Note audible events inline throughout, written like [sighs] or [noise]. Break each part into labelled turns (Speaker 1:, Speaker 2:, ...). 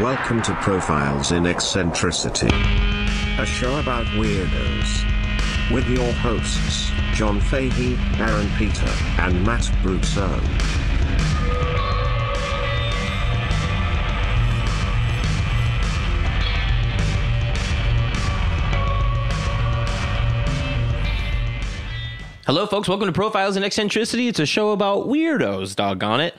Speaker 1: Welcome to Profiles in Eccentricity, a show about weirdos. With your hosts, John Fahey, Aaron Peter, and Matt Brousseau.
Speaker 2: Hello, folks. Welcome to Profiles in Eccentricity. It's a show about weirdos, doggone it.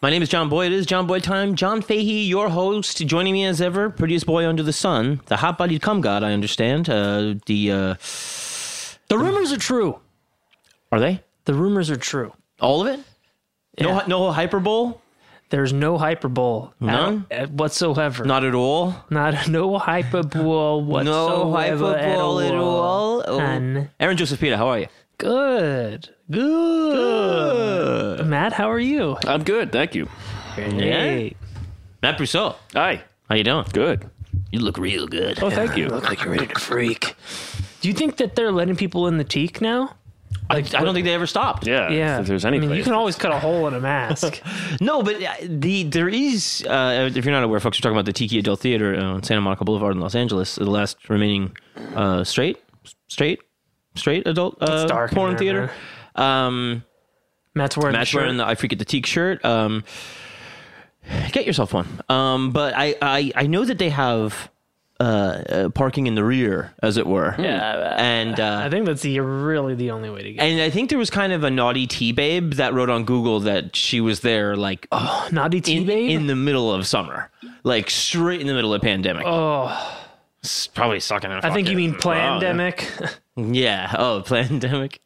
Speaker 2: My name is John Boyd. It is John Boyd time. John Fahey, your host, joining me as ever, prettiest boy under the sun, the hot bodied cum god, I understand. Uh, the, uh,
Speaker 3: The rumors are true.
Speaker 2: are they?
Speaker 3: The rumors are true.
Speaker 2: All of it? No,
Speaker 3: Yeah.
Speaker 2: hy- no hyperbole?
Speaker 3: There's no hyperbole
Speaker 2: None?
Speaker 3: at- at whatsoever.
Speaker 2: Not at all.
Speaker 3: Not no hyperbole
Speaker 2: [laughs]
Speaker 3: whatsoever.
Speaker 2: no hyperbole at all. Oh.
Speaker 3: None.
Speaker 2: Aaron Josephita, how are you?
Speaker 3: Good. Good. Matt, how are you?
Speaker 4: I'm good, thank you.
Speaker 3: Hey.
Speaker 2: Matt Brousseau,
Speaker 4: Hi,
Speaker 2: how you doing?
Speaker 4: good.
Speaker 2: You look real good.
Speaker 4: Oh, thank you.
Speaker 3: Look like you're ready to freak. Do you think that they're letting people in the teak now?
Speaker 2: I, I don't think they ever stopped.
Speaker 4: Yeah,
Speaker 3: Yeah.
Speaker 4: If there's any
Speaker 3: I mean, you
Speaker 4: place-
Speaker 3: can always cut a hole in a mask.
Speaker 2: [laughs] No, but uh, the there is uh, if you're not aware, folks, we're talking about the Tiki Adult Theater uh, on Santa Monica Boulevard in Los Angeles, the last remaining uh, straight, straight, straight adult uh,
Speaker 3: dark in
Speaker 2: porn
Speaker 3: there,
Speaker 2: theater. Um,
Speaker 3: Matt's wearing
Speaker 2: Matt's
Speaker 3: the shirt.
Speaker 2: wearing the I Freak at the Teak shirt. Um, get yourself one. Um, but I, I I know that they have uh, uh, parking in the rear, as it were. Yeah, and uh,
Speaker 3: I think that's the, really the only way to get
Speaker 2: and I think there was kind of a naughty tea babe that wrote on Google that she was there like
Speaker 3: it. Oh, Naughty tea
Speaker 2: in,
Speaker 3: babe?
Speaker 2: in the middle of summer, like straight in the middle of pandemic. Oh, probably sucking.
Speaker 3: I think you mean pandemic. [laughs]
Speaker 2: yeah. Oh, pandemic.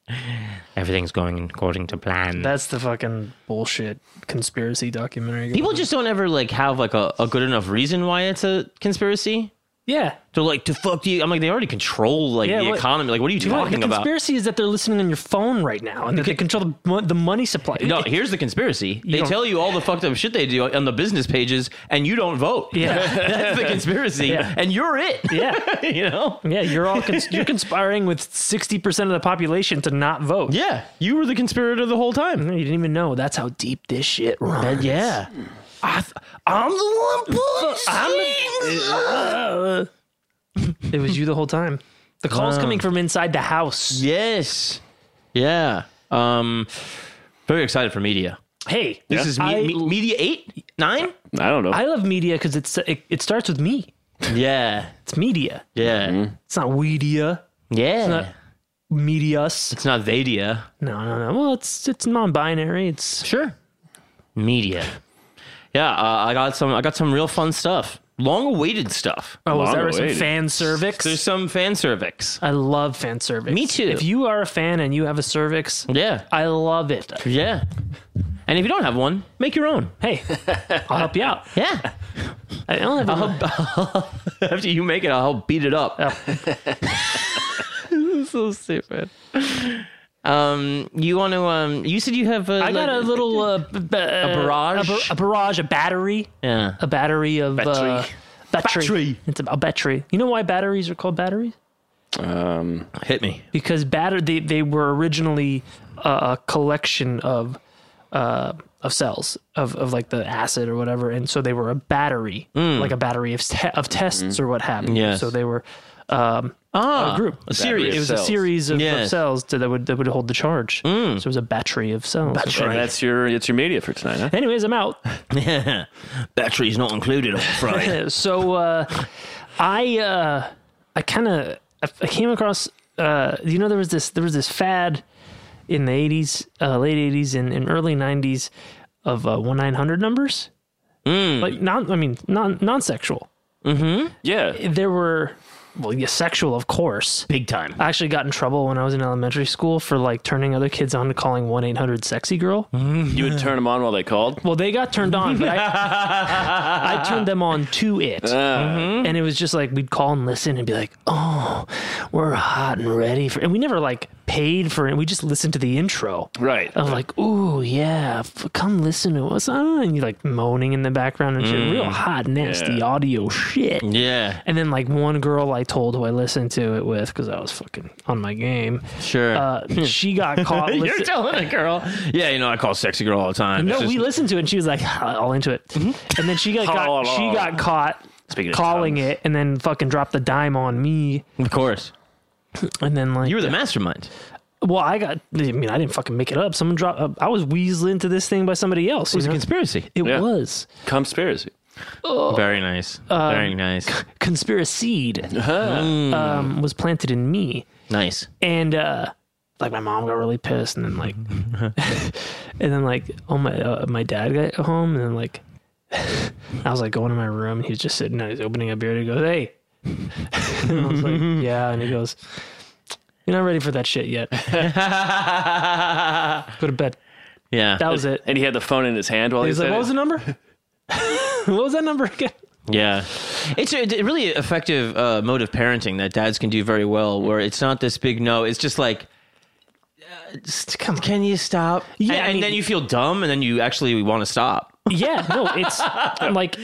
Speaker 2: Everything's going according to plan.
Speaker 3: That's the fucking bullshit conspiracy documentary.
Speaker 2: People just don't ever like have like a, a good enough reason why it's a conspiracy.
Speaker 3: yeah,
Speaker 2: They're like to fuck you. I'm like they already control like
Speaker 3: Yeah,
Speaker 2: the
Speaker 3: what-
Speaker 2: economy. Like what are you
Speaker 3: Well,
Speaker 2: talking
Speaker 3: the
Speaker 2: about?
Speaker 3: conspiracy is that they're listening on your phone right now and that they control the, mo- the money supply.
Speaker 2: No, here's the conspiracy. They
Speaker 3: don't-
Speaker 2: tell you all the fucked up shit they do on the business pages, and you don't vote.
Speaker 3: yeah,
Speaker 2: [laughs] That's the conspiracy,
Speaker 3: Yeah.
Speaker 2: and you're it.
Speaker 3: yeah,
Speaker 2: [laughs] you know.
Speaker 3: yeah. You're all cons- you're conspiring with sixty percent of the population to not vote.
Speaker 2: Yeah, you were the conspirator the whole time.
Speaker 3: You didn't even know. That's how deep this shit runs.
Speaker 2: yeah. I th- I'm the one pulling strings.
Speaker 3: It was you the whole time. The calls
Speaker 2: Wow.
Speaker 3: coming from inside the house.
Speaker 2: Yes. Yeah. Um, very excited for media.
Speaker 3: Hey,
Speaker 2: This is me-
Speaker 3: I,
Speaker 2: me- media eight, nine.
Speaker 4: I don't know.
Speaker 3: I love media because it's it, it starts with me.
Speaker 2: Yeah.
Speaker 3: It's media.
Speaker 2: Yeah.
Speaker 4: Mm-hmm.
Speaker 3: It's not weedia.
Speaker 2: Yeah. It's
Speaker 3: not- Medias.
Speaker 2: it's not Vadia.
Speaker 3: No, no, no. Well, it's it's non-binary. It's
Speaker 2: Sure. Media. Yeah. Uh, I got some. I got some real fun stuff. Long awaited stuff.
Speaker 3: oh, is
Speaker 4: long
Speaker 3: there some
Speaker 4: awaited.
Speaker 3: fan cervix?
Speaker 2: There's some fan cervix.
Speaker 3: I love fan cervix.
Speaker 2: Me too.
Speaker 3: If you are a fan and you have a cervix,
Speaker 2: Yeah.
Speaker 3: I love it.
Speaker 2: Yeah. And if you don't have one, make your own.
Speaker 3: Hey, I'll help you out.
Speaker 2: [laughs] Yeah.
Speaker 3: I only have one.
Speaker 2: [laughs] After you make it, I'll help beat it up. [laughs] so stupid. [laughs] Um, you want to? Um, you said you have. A,
Speaker 3: Oh. I got a little uh, b- b- a
Speaker 2: barrage?
Speaker 3: a, bar- a barrage, a battery,
Speaker 2: Yeah.
Speaker 3: a battery of uh,
Speaker 4: Battery.
Speaker 3: battery.
Speaker 2: Battery.
Speaker 3: It's a, a battery. You know why batteries are called batteries?
Speaker 4: Um,
Speaker 2: Hit me.
Speaker 3: because batter they, they were originally a, a collection of uh, of cells of, of like the acid or whatever, and so they were a battery, like a battery of te- of tests or what have you.
Speaker 2: Yes.
Speaker 3: So they were um,
Speaker 2: Ah,
Speaker 3: a group,
Speaker 2: a series.
Speaker 3: It was a
Speaker 4: Cells.
Speaker 3: series of, of
Speaker 2: Yes.
Speaker 3: cells to, that would that would hold the charge. So it was a battery of cells.
Speaker 4: And that's your it's your media for tonight, huh?
Speaker 3: Anyways,
Speaker 2: [laughs]
Speaker 3: I'm out.
Speaker 2: Batteries not included on
Speaker 3: [laughs]
Speaker 2: Friday.
Speaker 3: so uh, I uh, I kind of I I came across uh, you know there was this there was this fad in the eighties, uh, late eighties, and, and early nineties of uh, one nine hundred numbers.
Speaker 2: Mm.
Speaker 3: Like non, I mean non non sexual.
Speaker 2: Mm-hmm.
Speaker 4: Yeah.
Speaker 3: There were well, yeah, sexual of course.
Speaker 2: Big time.
Speaker 3: I actually got in trouble when I was in elementary school for like turning other kids on to calling one eight hundred sexy girl.
Speaker 2: Mm.
Speaker 4: You would turn them on while they called.
Speaker 3: Well, they got turned on, but
Speaker 2: [laughs]
Speaker 3: I, I turned them on to it.
Speaker 2: Uh-huh.
Speaker 3: And it was just like we'd call and listen and be like, "Oh, we're hot and ready for." And we never like paid for it. We just listened to the intro.
Speaker 4: Right.
Speaker 3: Of like, "Ooh, yeah, f- come listen to us." on," and you like
Speaker 2: Mm.
Speaker 3: moaning in the background and shit, real hot, nasty
Speaker 4: Yeah.
Speaker 3: audio shit.
Speaker 2: Yeah.
Speaker 3: And then like one girl like told who I listened to it with because I was fucking on my game.
Speaker 2: Sure.
Speaker 3: Uh, she got
Speaker 2: [laughs]
Speaker 3: caught.
Speaker 2: You're
Speaker 3: listen-
Speaker 2: telling a girl. Yeah, you know, I call sexy girl all the time.
Speaker 3: no,
Speaker 2: It's just-
Speaker 3: we listened to it and she was like all into it, Mm-hmm. and then she got, got she got caught
Speaker 4: Speaking of
Speaker 3: calling
Speaker 4: tongues.
Speaker 3: it, and then fucking dropped the dime on me,
Speaker 2: Of course.
Speaker 3: and then like
Speaker 2: You were the mastermind.
Speaker 3: Well, I got. I mean, I didn't fucking make it up. Someone dropped. Uh, I was weaseled into this thing by somebody else.
Speaker 2: [laughs] It was
Speaker 3: you
Speaker 2: a
Speaker 3: know?
Speaker 2: conspiracy.
Speaker 3: It
Speaker 4: Yeah.
Speaker 3: was
Speaker 4: Conspiracy.
Speaker 3: Oh.
Speaker 2: Very nice.
Speaker 3: Um,
Speaker 2: Very nice.
Speaker 3: conspiracy. Um, was planted in me,
Speaker 2: Nice.
Speaker 3: and uh, like my mom got really pissed, and
Speaker 2: [laughs]
Speaker 3: then like, and then like, oh my, uh, my dad got home, and then like, [laughs] I was like going to my room. and He was just sitting there, he's opening a beer. And he goes, "Hey," [laughs] and I was
Speaker 2: [laughs]
Speaker 3: like, "Yeah," and he goes, "You're not ready for that shit yet. Go to bed."
Speaker 2: Yeah.
Speaker 3: That was it.
Speaker 4: And he had the phone in his hand while he,
Speaker 3: He's
Speaker 4: said
Speaker 3: like, "What was
Speaker 4: it.
Speaker 3: the number? [laughs] what was that number again?"
Speaker 2: Yeah, it's a it's a really effective uh, mode of parenting that dads can do very well. Where it's not this big no, it's just like,
Speaker 3: Come on.
Speaker 2: can you stop?
Speaker 3: Yeah,
Speaker 2: and,
Speaker 3: I
Speaker 2: and
Speaker 3: mean-
Speaker 2: then you feel dumb, and then you actually want to stop.
Speaker 3: Yeah, no, it's like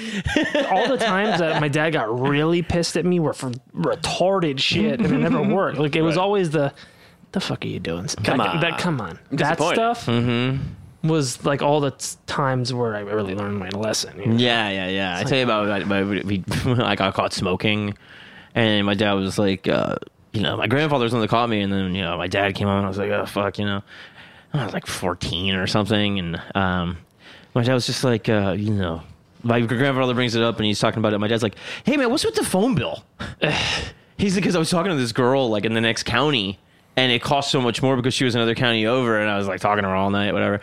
Speaker 3: all the times that my dad got really pissed at me were for retarded shit, and it
Speaker 2: [laughs]
Speaker 3: never worked. Like it was always the, "The fuck are you doing?" Come
Speaker 4: on.
Speaker 3: that, come on, that
Speaker 4: disappointed.
Speaker 3: stuff
Speaker 2: Mm-hmm.
Speaker 3: was like all the t- times where I really learned my lesson. you know?
Speaker 2: Yeah, yeah, yeah. I tell you about my, my, we, [laughs] I got caught smoking, and my dad was like, uh, you know, my grandfather was the one that caught me, and then you know, my dad came on, and I was like, oh fuck, you know, I was like fourteen or something, and um, my dad was just like, uh, you know. My grandfather brings it up and he's talking about it. My dad's like, "Hey man, what's with the phone bill?" He's because I was talking to this girl like in the next county, and it cost so much more because she was another county over, and I was like talking to her all night, whatever.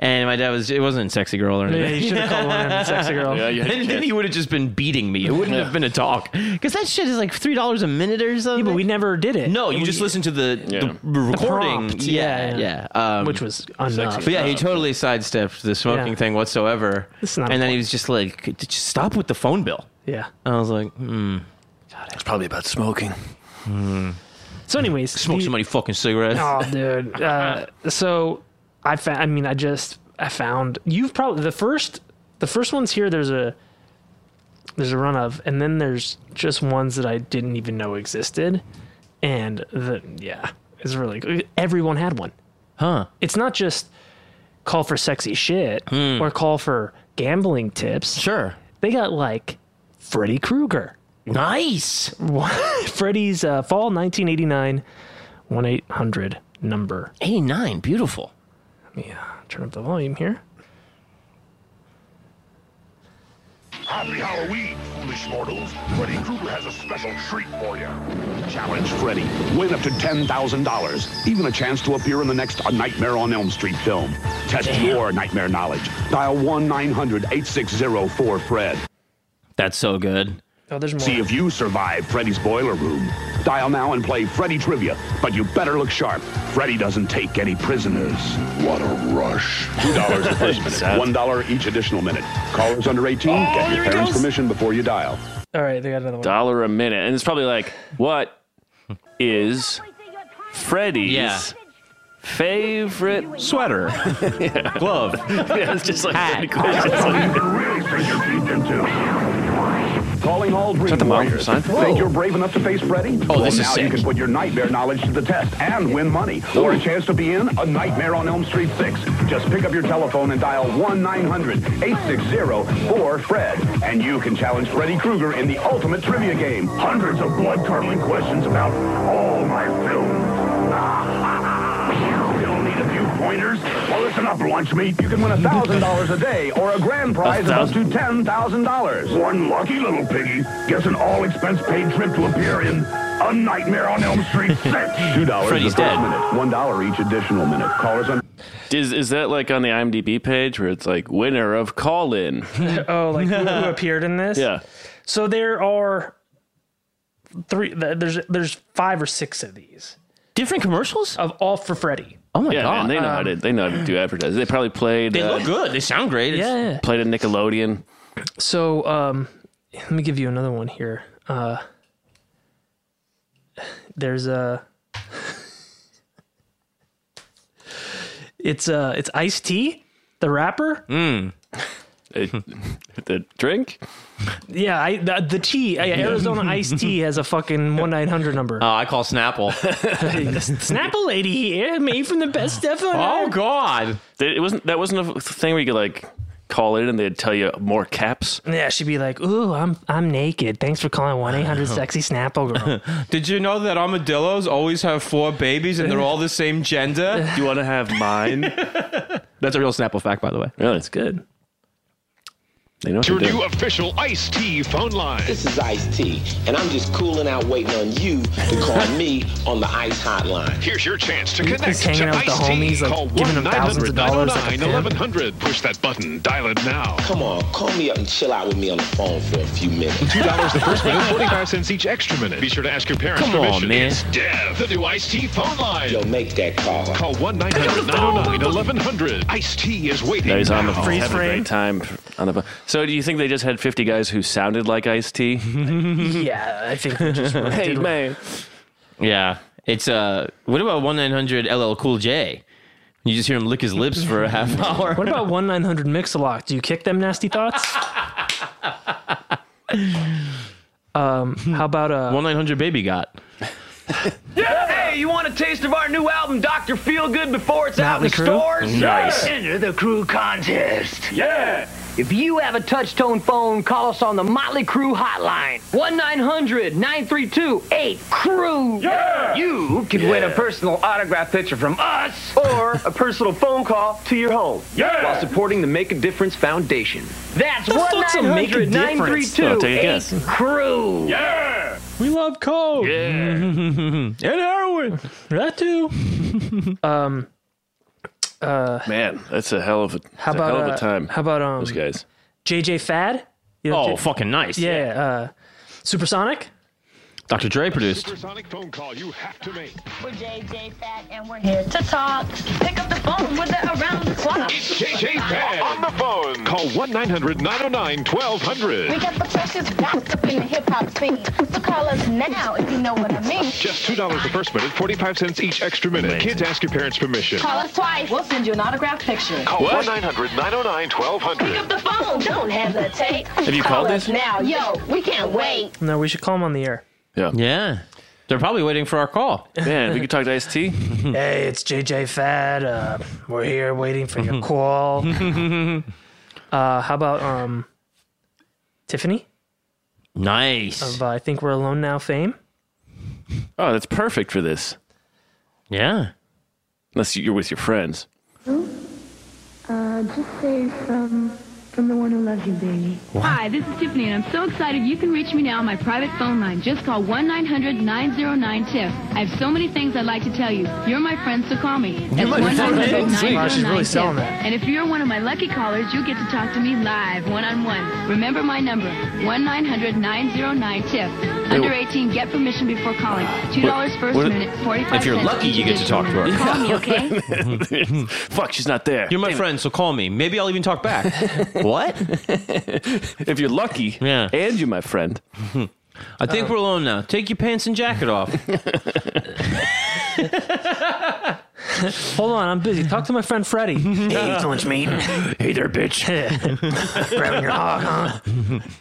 Speaker 2: And my dad was it wasn't sexy girl or anything.
Speaker 3: Yeah, you should have called
Speaker 2: [laughs]
Speaker 3: one of them sexy girl.
Speaker 4: Yeah, you had
Speaker 2: And then
Speaker 4: kids.
Speaker 2: he would have just been beating me. It wouldn't have been a talk because Mm. that shit is like three dollars a minute or something.
Speaker 3: but we never did it.
Speaker 2: no, you
Speaker 3: We-
Speaker 2: just listen to the,
Speaker 4: Yeah.
Speaker 2: the recording.
Speaker 3: prompt,
Speaker 2: yeah,
Speaker 3: yeah,
Speaker 2: yeah.
Speaker 3: yeah.
Speaker 2: Um,
Speaker 3: which was enough.
Speaker 2: But yeah, he totally sidestepped the smoking
Speaker 3: Yeah.
Speaker 2: thing whatsoever.
Speaker 3: This is not
Speaker 2: and then he was just like, "Just "Stop with the phone bill."
Speaker 3: Yeah.
Speaker 2: And I was like, mm,
Speaker 4: It's probably about smoking.
Speaker 2: Hmm.
Speaker 3: So, anyways,
Speaker 2: "Smoke
Speaker 3: the-
Speaker 2: so many fucking cigarettes." [laughs]
Speaker 3: Oh, dude. Uh, so I found. I mean, I just I found you've probably the first the first ones here. There's a there's a run of, and then there's just ones that I didn't even know existed, and the yeah, it's really good. Everyone had one.
Speaker 2: Huh?
Speaker 3: It's not just call for sexy shit or call for gambling tips.
Speaker 2: Hmm. Sure.
Speaker 3: They got like Freddy Krueger.
Speaker 2: Nice.
Speaker 3: [laughs] Freddy's uh, fall 1989 1 800 number.
Speaker 2: Eighty nine. Beautiful.
Speaker 3: Yeah, turn up the volume here.
Speaker 5: Happy Halloween, foolish mortals. Freddy Krueger has a special treat for you. Challenge Freddy. Win up to $10,000. Even a chance to appear in the next A Nightmare on Elm Street film. Test your nightmare knowledge. Dial 1-900-860-4FRED.
Speaker 2: That's so good.
Speaker 3: Oh, there's more.
Speaker 5: See if you survive Freddy's Boiler Room. Dial now and play Freddy Trivia, but you better look sharp. Freddy doesn't take any prisoners. What a rush. $2
Speaker 2: [laughs]
Speaker 5: the first minute, $1 each additional minute. Callers under 18,
Speaker 2: Oh,
Speaker 5: get your parents' permission before
Speaker 2: [laughs]
Speaker 5: you dial.
Speaker 3: All right, they got another one.
Speaker 4: Dollar a minute. And it's probably like, what is Freddy's
Speaker 2: Yeah.
Speaker 4: favorite
Speaker 2: Sweater. Glove.
Speaker 4: [laughs] Yeah, it's just like
Speaker 5: Calling all dream
Speaker 4: the mouth,
Speaker 5: warriors.
Speaker 4: son.
Speaker 5: Think you're brave enough to face Freddy? Oh, well,
Speaker 2: this is
Speaker 5: now you
Speaker 2: sick.
Speaker 5: can put your nightmare knowledge to the test and win money. Or a chance to be in A Nightmare on Elm Street 6. Just pick up your telephone and dial 1-900-860-4FRED. E And you can challenge Freddy Krueger in the ultimate trivia game. Hundreds of blood-curdling questions about all my [laughs] films. You'll need a few pointers. Well, listen up, lunch meat. You can win $1,000 a day or a grand prize of up to $10,000. One lucky little piggy gets an all-expense-paid trip to appear in A Nightmare on Elm Street [laughs] 6. $2
Speaker 2: Freddy's
Speaker 5: the first
Speaker 2: dead.
Speaker 5: minute, $1 each additional minute. Callers under...
Speaker 4: Is, is that like on the IMDb page where it's like winner of call in?
Speaker 2: [laughs]
Speaker 3: Oh, like who, who appeared in this?
Speaker 4: Yeah.
Speaker 3: So there are three. th- There's there's five or six of these
Speaker 2: Different commercials.
Speaker 3: of all for Freddy.
Speaker 2: Oh my
Speaker 4: Yeah,
Speaker 2: god.
Speaker 4: man, they know
Speaker 3: um,
Speaker 4: how to they know how to do advertising. They probably played
Speaker 2: They
Speaker 4: uh,
Speaker 2: look good. They sound great. It's-
Speaker 4: played at Nickelodeon.
Speaker 3: So um, let me give you another one here. Uh, there's a.
Speaker 2: Hmm.
Speaker 4: [laughs]
Speaker 3: It's uh, it's Ice T, the rapper.
Speaker 4: It, the drink?
Speaker 3: Yeah, I, the, the tea, I, Arizona iced tea has a fucking 1
Speaker 4: [laughs]
Speaker 3: 900 number.
Speaker 2: Oh, I call Snapple.
Speaker 3: Snapple lady here, made from the best stuff on
Speaker 2: oh
Speaker 3: earth.
Speaker 2: God.
Speaker 4: They- It wasn't. That wasn't a thing where you could like call in and they'd tell you more caps.
Speaker 3: Yeah, she'd be like, "Ooh, I'm I'm naked. Thanks for calling one eight hundred sexy Snapple girl."
Speaker 2: Did you know that armadillos always have four babies and they're all the same [laughs] gender?
Speaker 4: Do you want to have mine?
Speaker 2: [laughs] That's a real Snapple fact, by the way.
Speaker 4: really, it's good. They know what
Speaker 5: Your
Speaker 4: they're
Speaker 5: new
Speaker 4: doing.
Speaker 5: official Ice Tea phone line.
Speaker 6: This is Ice T, and I'm just cooling out waiting on you to call
Speaker 3: [laughs]
Speaker 6: me on the Ice Hotline.
Speaker 5: Here's your chance to connect
Speaker 3: He's hanging
Speaker 5: to
Speaker 3: out with the
Speaker 5: Ice Tea.
Speaker 3: homies, like,
Speaker 5: Call
Speaker 3: giving them thousands of dollars, like a
Speaker 5: 1-909-1100.
Speaker 3: pimp.
Speaker 5: 1100. Push that button. Dial it now.
Speaker 6: Come on, call me up and chill out with me on the phone for a few minutes.
Speaker 5: Two dollars the first minute, forty-five cents each extra minute. Be sure to ask your parents
Speaker 2: Come on,
Speaker 5: permission.
Speaker 2: man.
Speaker 5: It's Dev, the new Ice Tea phone line.
Speaker 6: Yo, make that call.
Speaker 5: Call one
Speaker 3: [laughs]
Speaker 5: 1100 Ice T is waiting.
Speaker 4: Now
Speaker 2: [laughs]
Speaker 4: he's on the
Speaker 5: now.
Speaker 4: phone,
Speaker 3: Freeze
Speaker 4: having a
Speaker 3: frame.
Speaker 4: great time on the phone. So, do you think they just had fifty guys who sounded like Ice
Speaker 3: [laughs]
Speaker 4: T?
Speaker 3: yeah, I think. we Just really did-
Speaker 4: man,
Speaker 2: Yeah. It's uh what about one nine hundred LL Cool J? You just hear him lick his lips for a half [laughs] hour.
Speaker 3: What about one nine hundred mix a lot? Do you kick them nasty thoughts? um, how about uh?
Speaker 2: one nine hundred baby got?
Speaker 7: Hey, you want a taste of our new album, Dr. Feelgood, before it's
Speaker 3: Motley
Speaker 7: out in the
Speaker 3: Crue?
Speaker 7: stores?
Speaker 4: Nice.
Speaker 7: Enter the crew contest. Yeah. If you have a touch-tone phone, call us on the Motley Crew hotline. 1-900-932-8-CREW. Yeah. You could win a personal autograph picture from us or a personal phone call to your home. Yeah. While supporting the Make a Difference Foundation. That's
Speaker 3: The fuck's a Make a Difference?
Speaker 4: Oh, take a guess.
Speaker 7: 1-900-932-8-CREW.
Speaker 2: We love coke.
Speaker 3: [laughs]
Speaker 2: Yeah. and heroin. That [laughs] too.
Speaker 3: Um,
Speaker 4: man, that's a hell of a, how
Speaker 3: how about
Speaker 4: hell of
Speaker 3: uh,
Speaker 4: a time.
Speaker 3: How about um?
Speaker 4: those guys?
Speaker 3: JJ Fad. You know,
Speaker 2: Oh,
Speaker 3: J-
Speaker 2: fucking nice.
Speaker 3: yeah, uh, supersonic.
Speaker 2: Dr. Dre produced.
Speaker 5: Supersonic phone call you have to make.
Speaker 8: We're JJ Fat and we're here to talk. Pick up the phone with the around the clock.
Speaker 5: JJ Fan on the phone. Call 1 900 909
Speaker 8: We
Speaker 5: 1200.
Speaker 8: got the freshest box up in the hip hop scene. So call us now if you know what I mean.
Speaker 5: Just $2 the first minute, 45 cents each extra minute. Kids ask your parents permission.
Speaker 8: Call us twice. We'll send you an autograph picture.
Speaker 5: Call 1 900 909
Speaker 8: Pick
Speaker 5: 1200.
Speaker 8: up the phone. Don't hesitate. Have
Speaker 4: you
Speaker 8: call
Speaker 4: called
Speaker 8: us
Speaker 4: this?
Speaker 8: now? Yo, we can't wait.
Speaker 3: No, we should call him on the air.
Speaker 2: Yeah. They're probably waiting for our call.
Speaker 4: Man, we could talk to Ice T.
Speaker 2: Hmm.
Speaker 3: Hey, it's JJ Fad. Uh, we're here waiting for
Speaker 2: Hmm.
Speaker 3: your
Speaker 2: [laughs]
Speaker 3: call. uh, how about um, Tiffany?
Speaker 2: Nice.
Speaker 3: Of, uh, I think we're alone now. Fame.
Speaker 4: Oh, that's perfect for this.
Speaker 2: Yeah.
Speaker 4: Unless you're with your friends.
Speaker 9: Uh, just say from from the one who loves you, baby.
Speaker 10: Hi, this is Tiffany, and I'm so excited you can reach me now on my private phone line. Just call 1-900-909-TIFF. I have so many things I'd like to tell you. You're my friend, so call me. That's
Speaker 4: my friend.
Speaker 3: Wow, she's really
Speaker 10: 1-900-909-TIFF.
Speaker 3: selling that.
Speaker 10: And if you're one of my lucky callers, you'll get to talk to me live, one-on-one. Remember my number, 1-900-909-TIFF. Under 18, get permission before calling. $2 first
Speaker 4: what-
Speaker 10: minute, 45
Speaker 2: If you're
Speaker 10: cents
Speaker 2: lucky,
Speaker 10: each
Speaker 2: you get to
Speaker 10: additional
Speaker 2: talk to her.
Speaker 10: minute.
Speaker 2: [laughs]
Speaker 10: Call me, okay?
Speaker 4: [laughs] Fuck, she's not there.
Speaker 2: You're my friend, so call me. Maybe I'll even
Speaker 4: [laughs]
Speaker 2: talk back. what?
Speaker 4: If you're lucky,
Speaker 2: Yeah.
Speaker 4: and you're my friend.
Speaker 2: I think we're alone now. Take your pants and
Speaker 4: [laughs]
Speaker 2: jacket off.
Speaker 3: [laughs] Hold on, I'm busy. Talk to my friend
Speaker 2: [laughs]
Speaker 3: Freddie. hey, you lunch meat.
Speaker 4: [laughs] Hey there, bitch.
Speaker 3: [laughs] Grabbing your hog,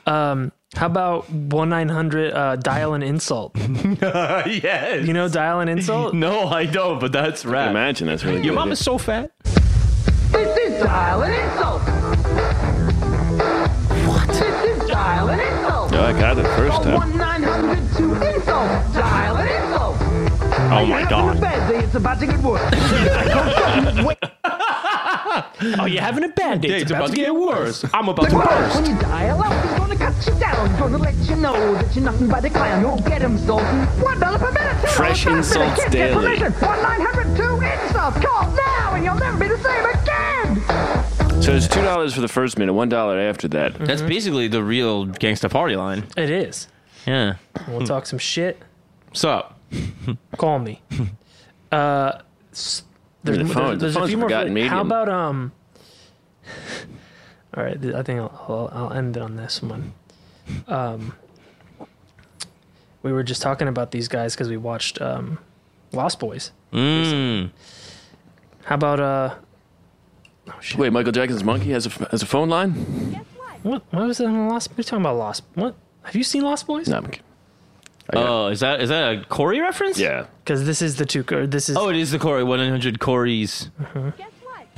Speaker 3: huh? Um, how about one nine hundred uh, dial
Speaker 2: [laughs]
Speaker 3: an insult?
Speaker 2: yes.
Speaker 3: You know, dial an
Speaker 2: [laughs]
Speaker 3: insult.
Speaker 2: No, I don't, but that's rap.
Speaker 4: Imagine that's really
Speaker 2: Your
Speaker 4: good.
Speaker 2: mama's so fat.
Speaker 7: This is Dial an Insult. What? This is Dial an Insult.
Speaker 4: Oh, I got it first time.
Speaker 7: 900 to insult. Dial an insult.
Speaker 4: Oh my god.
Speaker 7: bad day, it's about to get worse. [laughs]
Speaker 4: [laughs]
Speaker 3: Oh, you're having a bad day.
Speaker 2: It's about to get worse. I'm about to
Speaker 7: When
Speaker 2: burst.
Speaker 7: you dial up, he's gonna cut you down. Gonna let you know that you're nothing but a clown. You'll get insulted. One dollar per minute. $2
Speaker 4: Fresh
Speaker 7: per minute.
Speaker 4: insults
Speaker 7: Can't get
Speaker 4: daily.
Speaker 7: permission. 1-900-2 insults. Call now and you'll never be the same again.
Speaker 4: So it's two dollars for the first minute, one dollar after that.
Speaker 3: Mm-hmm.
Speaker 2: That's basically the real gangsta party line.
Speaker 3: It is.
Speaker 2: Yeah.
Speaker 3: We'll talk some shit.
Speaker 2: What's up?
Speaker 3: [laughs]
Speaker 4: [laughs]
Speaker 3: Call me. Uh, s- there's,
Speaker 4: The
Speaker 3: there's-
Speaker 4: phone- the
Speaker 3: there's a
Speaker 4: phone's
Speaker 3: few more.
Speaker 4: forgotten
Speaker 3: How
Speaker 4: medium.
Speaker 3: about um? [laughs] All right, th- I think I'll, I'll, I'll end it on this one. Um, we were just talking about these guys because we watched
Speaker 2: Mm.
Speaker 3: um, Lost Boys. How about uh,
Speaker 4: Wait, Michael Jackson's monkey has a, has a phone line?
Speaker 3: What? Why was that on Lost? We're talking about Lost. What? Have you seen Lost Boys?
Speaker 4: No.
Speaker 2: Oh, is that is that a Corey reference?
Speaker 4: Yeah.
Speaker 3: Because this is the two. Or this is.
Speaker 2: Oh, it is the Corey 100 Corey's.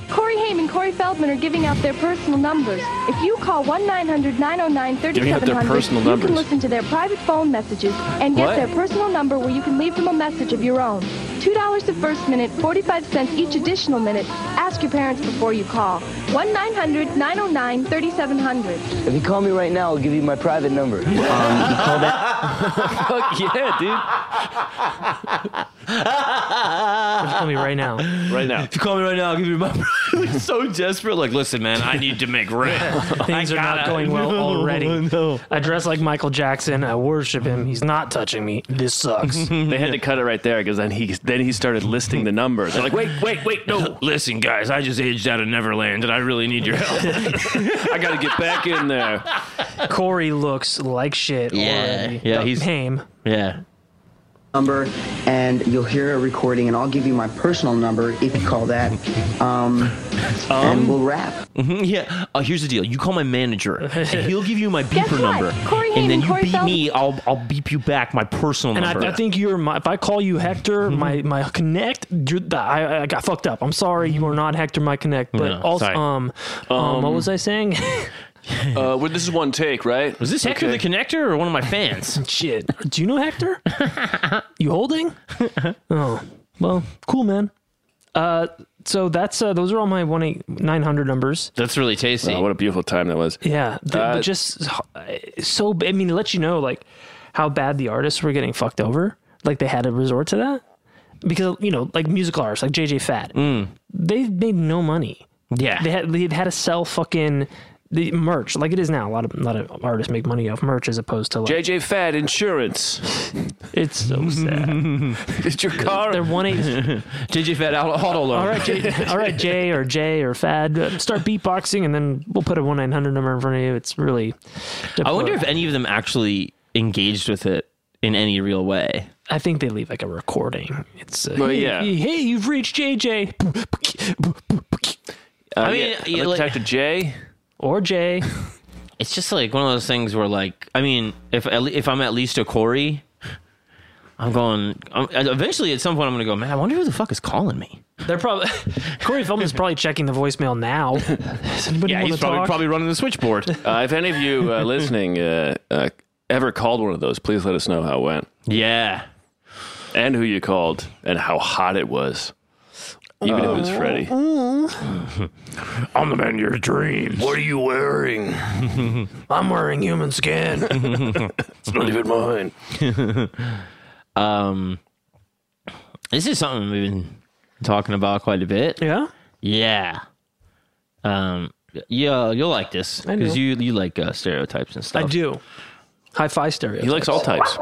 Speaker 8: Corey Haim and Corey Feldman are giving out their personal numbers. If you call 1 900 909
Speaker 4: Giving out their
Speaker 8: 3700,
Speaker 4: personal
Speaker 8: you
Speaker 4: numbers.
Speaker 8: can listen to their private phone messages and get
Speaker 4: What?
Speaker 8: their personal number where you can leave them a message of your own. $2 the first minute, 45 cents each additional minute. Ask your parents before you call. 1 900 909 3700.
Speaker 11: If you call me right now, I'll give you my private number. Um, you call that?
Speaker 4: Fuck yeah,
Speaker 12: [laughs]
Speaker 4: dude.
Speaker 3: call me right now.
Speaker 4: Right now.
Speaker 2: [laughs] If you call me right now, I'll give you my. [laughs] He was so desperate. Like, listen, man, I need to make rent.
Speaker 3: [laughs] Things
Speaker 2: Oh, I
Speaker 3: are not
Speaker 2: gotta-
Speaker 3: going well
Speaker 2: [laughs] No,
Speaker 3: already.
Speaker 2: no.
Speaker 3: I dress like Michael Jackson. I worship him. He's not touching me.
Speaker 2: [laughs]
Speaker 3: This sucks.
Speaker 4: they had to cut it right there because then he then he started listing the numbers. They're like, wait, wait, wait, no.
Speaker 2: [laughs] Listen, guys, I just aged out of Neverland, and I really need your help.
Speaker 4: [laughs] I got to get back in there.
Speaker 3: Corey looks like shit.
Speaker 11: Yeah.
Speaker 3: already.
Speaker 11: Yeah,
Speaker 3: Uh,
Speaker 11: he's-
Speaker 3: Haim.
Speaker 2: Yeah.
Speaker 11: Number, and you'll hear a recording, and I'll give you my personal number if you call that. Um, and we'll wrap.
Speaker 2: Mhm, yeah. Uh, here's the deal. You call my
Speaker 11: [laughs]
Speaker 2: manager, and he'll give you my
Speaker 11: Guess
Speaker 2: beeper
Speaker 11: what?
Speaker 2: number.
Speaker 11: Corey Haim
Speaker 2: and then
Speaker 11: and
Speaker 2: you
Speaker 11: Corey
Speaker 2: beat
Speaker 11: Feldman-
Speaker 2: me, I'll I'll beep you back my personal
Speaker 3: And
Speaker 2: number.
Speaker 3: I, I think you're my. If I call
Speaker 2: [laughs]
Speaker 3: you Hector, my my connect, you're the, I, I got fucked up. I'm sorry, you are not Hector, my connect. But
Speaker 4: No,
Speaker 3: also,
Speaker 4: sorry.
Speaker 3: um, um, what
Speaker 4: Um,
Speaker 3: was I saying? [laughs]
Speaker 4: Uh, well, this is one take, right?
Speaker 2: Was this Hector the Connector or one of my fans?
Speaker 3: Shit. Do you
Speaker 2: [laughs]
Speaker 3: know Hector? you holding? oh, well, cool, man. Uh, so that's uh, those are all my one eight nine hundred numbers.
Speaker 2: That's really tasty.
Speaker 4: what a beautiful time that was.
Speaker 3: Yeah, th-
Speaker 4: Uh,
Speaker 3: but just h- so I mean, it lets you know like how bad the artists were getting fucked over. Like they had to resort to that because you know, like musical artists like JJ Fat,
Speaker 2: Mm.
Speaker 3: they made no money.
Speaker 2: Yeah,
Speaker 3: they had they had to sell fucking the merch like it is now. A lot of a lot of artists make money off merch as opposed to like
Speaker 4: JJ Fad Insurance. [laughs]
Speaker 3: It's so sad.
Speaker 2: [laughs]
Speaker 4: it's your car.
Speaker 3: They're one
Speaker 4: [laughs]
Speaker 3: eight.
Speaker 2: JJ Fat auto, auto loan.
Speaker 3: All right, Jay, all right, Jay or Jay or Fad, uh, start beatboxing, and then we'll put a one nine hundred number in front of you. It's really.
Speaker 2: I wonder if any of them actually engaged with it in any real way.
Speaker 3: I think they leave like a recording. It's uh,
Speaker 2: Well,
Speaker 3: hey,
Speaker 2: yeah.
Speaker 3: Hey, you've reached JJ.
Speaker 2: I mean, you Uh, like-
Speaker 4: to Jay
Speaker 3: or Jay.
Speaker 2: [laughs] It's just like one of those things where, like, I mean, if at le- if I'm at least a Corey, I'm going. I'm, eventually, at some point, I'm going to go. Man, I wonder who the fuck is calling me.
Speaker 3: They're probably [laughs] Corey Feldman's probably checking the
Speaker 2: [laughs]
Speaker 3: voicemail now. Does anybody
Speaker 2: Yeah,
Speaker 3: want
Speaker 2: he's
Speaker 3: to
Speaker 2: probably-
Speaker 3: talk?
Speaker 2: probably running the switchboard.
Speaker 4: [laughs] Uh, if any of you uh, listening uh, uh, ever called one of those, please let us know how it went.
Speaker 2: Yeah.
Speaker 4: And who you called and how hot it was. Even if it was Freddy. [laughs]
Speaker 2: I'm the man of your dreams.
Speaker 4: What are you
Speaker 2: [laughs]
Speaker 4: wearing?
Speaker 3: I'm wearing human skin.
Speaker 4: [laughs] it's not even mine.
Speaker 2: [laughs] um, this is something we've been talking about quite a bit.
Speaker 3: Yeah.
Speaker 2: Yeah. Um. Yeah, you'll like this
Speaker 3: I know.
Speaker 2: because you you like uh, stereotypes and stuff.
Speaker 3: I do. Hi-fi stereo.
Speaker 2: He likes all types.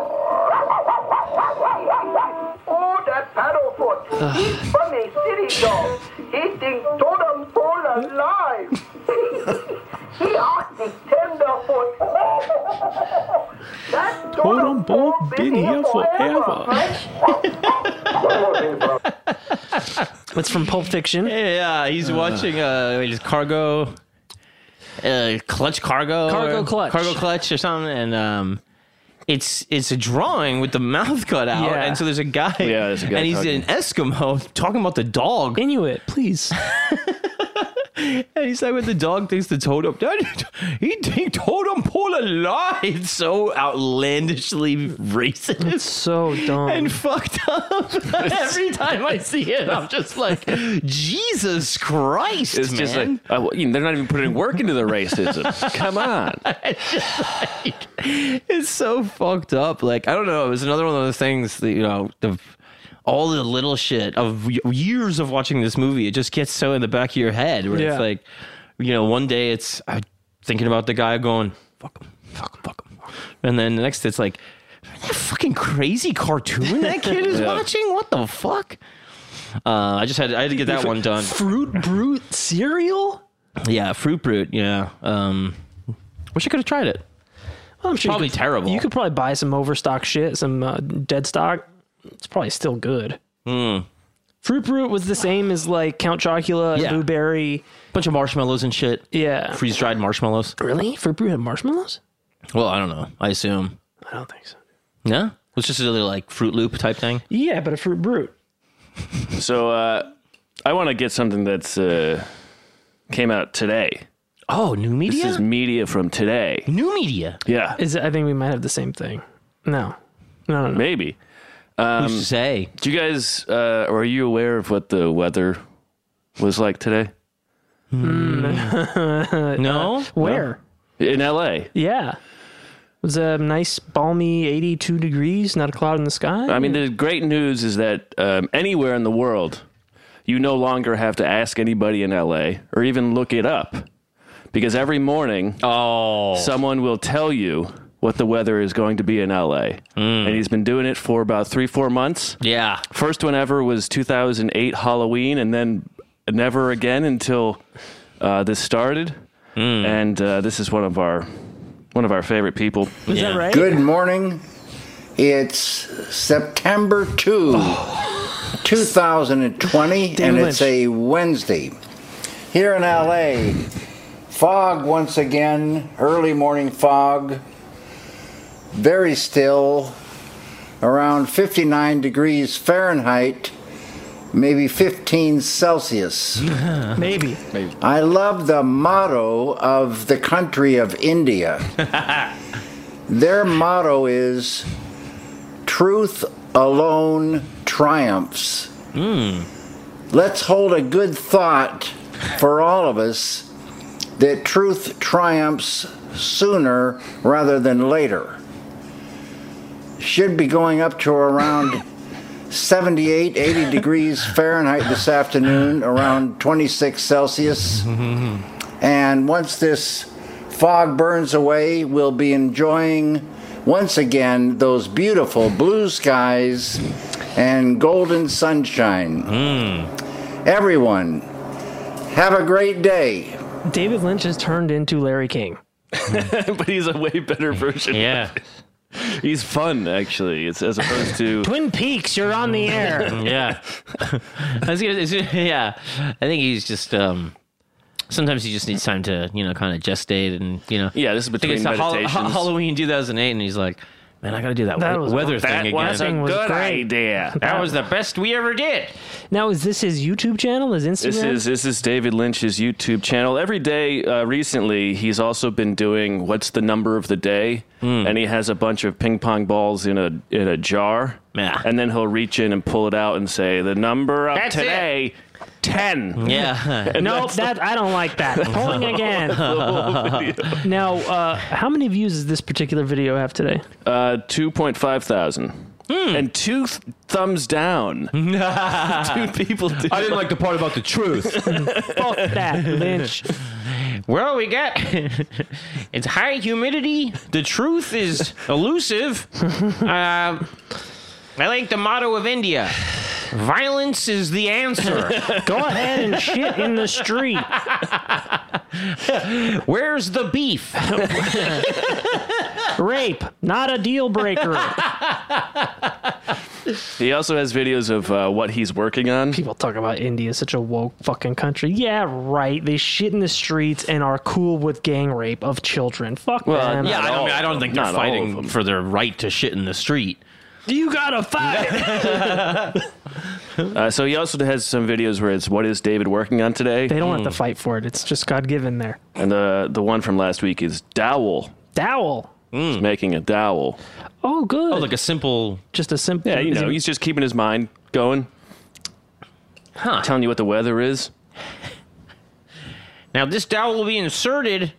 Speaker 13: Oh, that paddle foot. He's from a city dog. He thinks totem pole alive. he ought the tenderfoot. that totem pole been here forever.
Speaker 3: It's from Pulp Fiction.
Speaker 2: Yeah, he's
Speaker 3: Uh.
Speaker 2: watching uh wait, is cargo uh clutch cargo
Speaker 3: Cargo
Speaker 2: or-
Speaker 3: Clutch.
Speaker 2: cargo clutch or something and um it's it's a drawing with the [laughs] mouth cut out
Speaker 3: Yeah.
Speaker 2: and so there's a guy yeah,
Speaker 4: there's a guy
Speaker 2: and he's
Speaker 4: talking.
Speaker 2: an Eskimo talking about the dog
Speaker 3: Inuit please
Speaker 2: [laughs] and he's like when the dog thinks the totem [laughs] he think totem pole alive it's so outlandishly racist it's
Speaker 3: so
Speaker 2: [laughs]
Speaker 3: dumb
Speaker 2: and fucked up
Speaker 14: [laughs]
Speaker 2: [laughs] every time I see it I'm just like Jesus Christ
Speaker 4: It's
Speaker 2: man.
Speaker 4: just like, uh, well, you know, they're not even putting work into the
Speaker 2: [laughs]
Speaker 4: racism. Come on.
Speaker 2: it's so fucked up. Like I don't know. It was another one of those things that you know the all the little shit of y- years of watching this movie. It just gets so in the back of your head where
Speaker 3: Yeah.
Speaker 2: it's like, you know, one day it's i thinking about the guy going fuck him, fuck him, fuck him, and then the next it's like that fucking crazy cartoon that kid
Speaker 4: [laughs]
Speaker 2: is
Speaker 4: Yeah.
Speaker 2: watching. What the fuck? Uh, I just had I had to get that one done.
Speaker 3: Fruit Brute cereal.
Speaker 2: Yeah, fruit brute. Yeah. Um, wish I could have tried it.
Speaker 3: Well, I'm sure you
Speaker 2: Probably
Speaker 3: could-
Speaker 2: terrible.
Speaker 3: You could probably buy some overstock shit, some uh, dead stock. It's probably still good.
Speaker 2: Mm.
Speaker 3: Fruit Brute was the same as like Count Chocula,
Speaker 2: Yeah.
Speaker 3: and Blueberry.
Speaker 2: Bunch of marshmallows and shit.
Speaker 3: Yeah.
Speaker 2: Freeze dried marshmallows.
Speaker 3: Really? Fruit Brute had marshmallows?
Speaker 2: Well, I don't know. I assume.
Speaker 3: I don't think so.
Speaker 2: No? It's just another like Fruit Loop type thing.
Speaker 3: Yeah, but a Fruit Brute.
Speaker 4: So uh, I want to get something that's uh, came out today.
Speaker 2: Oh, new media?
Speaker 4: This is media from today.
Speaker 2: New media.
Speaker 4: Yeah.
Speaker 3: Is it, I think we might have the same thing. No. No, no, no.
Speaker 4: Maybe. Um,
Speaker 2: Who's to say?
Speaker 4: Do you guys uh, are you aware of what the weather was like today
Speaker 2: Hmm.
Speaker 3: [laughs]
Speaker 2: no?
Speaker 3: Uh, Where?
Speaker 4: in LA?
Speaker 3: Yeah. It was a nice balmy 82 degrees, not a cloud in the sky.
Speaker 4: I mean, the great news is that um, anywhere in the world, you no longer have to ask anybody in LA or even look it up because every morning,
Speaker 2: oh,
Speaker 4: someone will tell you what the weather is going to be in LA.
Speaker 2: Hmm.
Speaker 4: And he's been doing it for about three, four months.
Speaker 2: Yeah.
Speaker 4: First one ever was 2008 Halloween, and then never again until uh, this started. And uh, this is one of our one of our favorite people.
Speaker 3: Is that right?
Speaker 15: Good morning. It's September 2, 2020,
Speaker 3: David
Speaker 15: and it's
Speaker 3: Lynch.
Speaker 15: a Wednesday. Here in LA, fog once again, early morning fog, very still, around 59 degrees Fahrenheit, maybe 15 Celsius.
Speaker 3: Maybe.
Speaker 4: Maybe.
Speaker 15: I love the motto of the country of India. Their motto is truth alone triumphs. Let's hold a good thought for all of us that truth triumphs sooner rather than later. Should be going up to around 78, 80 degrees Fahrenheit this afternoon, around 26 Celsius. And once this fog burns away, we'll be enjoying once again those beautiful blue skies and golden sunshine. Everyone, have a great day.
Speaker 3: David Lynch has turned into Larry King.
Speaker 4: [laughs] but he's a way better version.
Speaker 2: Yeah.
Speaker 4: [laughs] He's fun, actually. It's as opposed
Speaker 3: [laughs]
Speaker 4: to
Speaker 3: Twin Peaks, you're on the air.
Speaker 2: yeah. I was gonna, it's- [laughs] yeah. I think he's just um sometimes he just needs time to, you know, kind of gestate and, you know.
Speaker 4: Yeah, this is
Speaker 2: I think
Speaker 4: between
Speaker 2: it's the Hall-
Speaker 4: meditations.
Speaker 2: Ha- Halloween 2008 and he's like, "Man, I got to do that,
Speaker 3: That
Speaker 2: we-
Speaker 3: was-
Speaker 2: weather
Speaker 3: that
Speaker 2: thing
Speaker 3: was
Speaker 2: again."
Speaker 3: a was good great.
Speaker 4: idea.
Speaker 2: [laughs] That was the best we ever did.
Speaker 3: Now, is this his YouTube channel? His Instagram?
Speaker 4: This
Speaker 3: [laughs]
Speaker 4: is this is David Lynch's YouTube channel. Every day uh, recently, he's also been doing what's the number of the day, and he has a bunch of ping pong balls in a in a jar,
Speaker 2: Yeah.
Speaker 4: and then he'll reach in and pull it out and say the number of
Speaker 2: That's it.
Speaker 4: today, ten.
Speaker 2: Yeah.
Speaker 4: [laughs] And
Speaker 3: Nope, that I don't
Speaker 2: [laughs]
Speaker 3: like that. Pulling again. now, uh, how many views does this particular video have today?
Speaker 4: Uh, two point five thousand. And two th- thumbs down. two [laughs] people. Did
Speaker 2: I didn't like the part about the truth.
Speaker 3: [laughs] Fuck that, Lynch.
Speaker 2: well, we got it's high humidity. The truth is elusive. Uh, I like the motto of India: violence is the answer.
Speaker 3: [laughs] Go ahead and shit in the street.
Speaker 2: [laughs] Where's the beef?
Speaker 3: [laughs] Rape, not a deal breaker.
Speaker 4: He also has videos of uh, what he's working on.
Speaker 3: People talk about India, such a woke fucking country. Yeah, right. They shit in the streets and are cool with gang rape of children. Fuck
Speaker 4: Well,
Speaker 3: them.
Speaker 4: yeah,
Speaker 2: Yeah, I
Speaker 4: uh, all
Speaker 2: don't, mean, I
Speaker 4: of
Speaker 2: don't think
Speaker 4: them.
Speaker 2: they're
Speaker 4: Not all of
Speaker 2: fighting
Speaker 4: them.
Speaker 2: for their right to shit in the street.
Speaker 3: You gotta fight.
Speaker 14: [laughs]
Speaker 4: Uh, so he also has some videos where it's what is David working on today,
Speaker 3: they don't have
Speaker 2: Hmm.
Speaker 3: to fight for it. It's just God given there.
Speaker 4: and uh, the the one from last week is dowel.
Speaker 3: Dowel.
Speaker 4: He's making a dowel.
Speaker 3: Oh, good.
Speaker 2: Hmm. Oh, like a simple.
Speaker 3: just a simple.
Speaker 4: Yeah, you
Speaker 3: is
Speaker 4: know,
Speaker 3: it-
Speaker 4: he's just keeping his mind going,
Speaker 2: Huh.
Speaker 4: telling you what the weather is.
Speaker 2: Now this dowel will be inserted,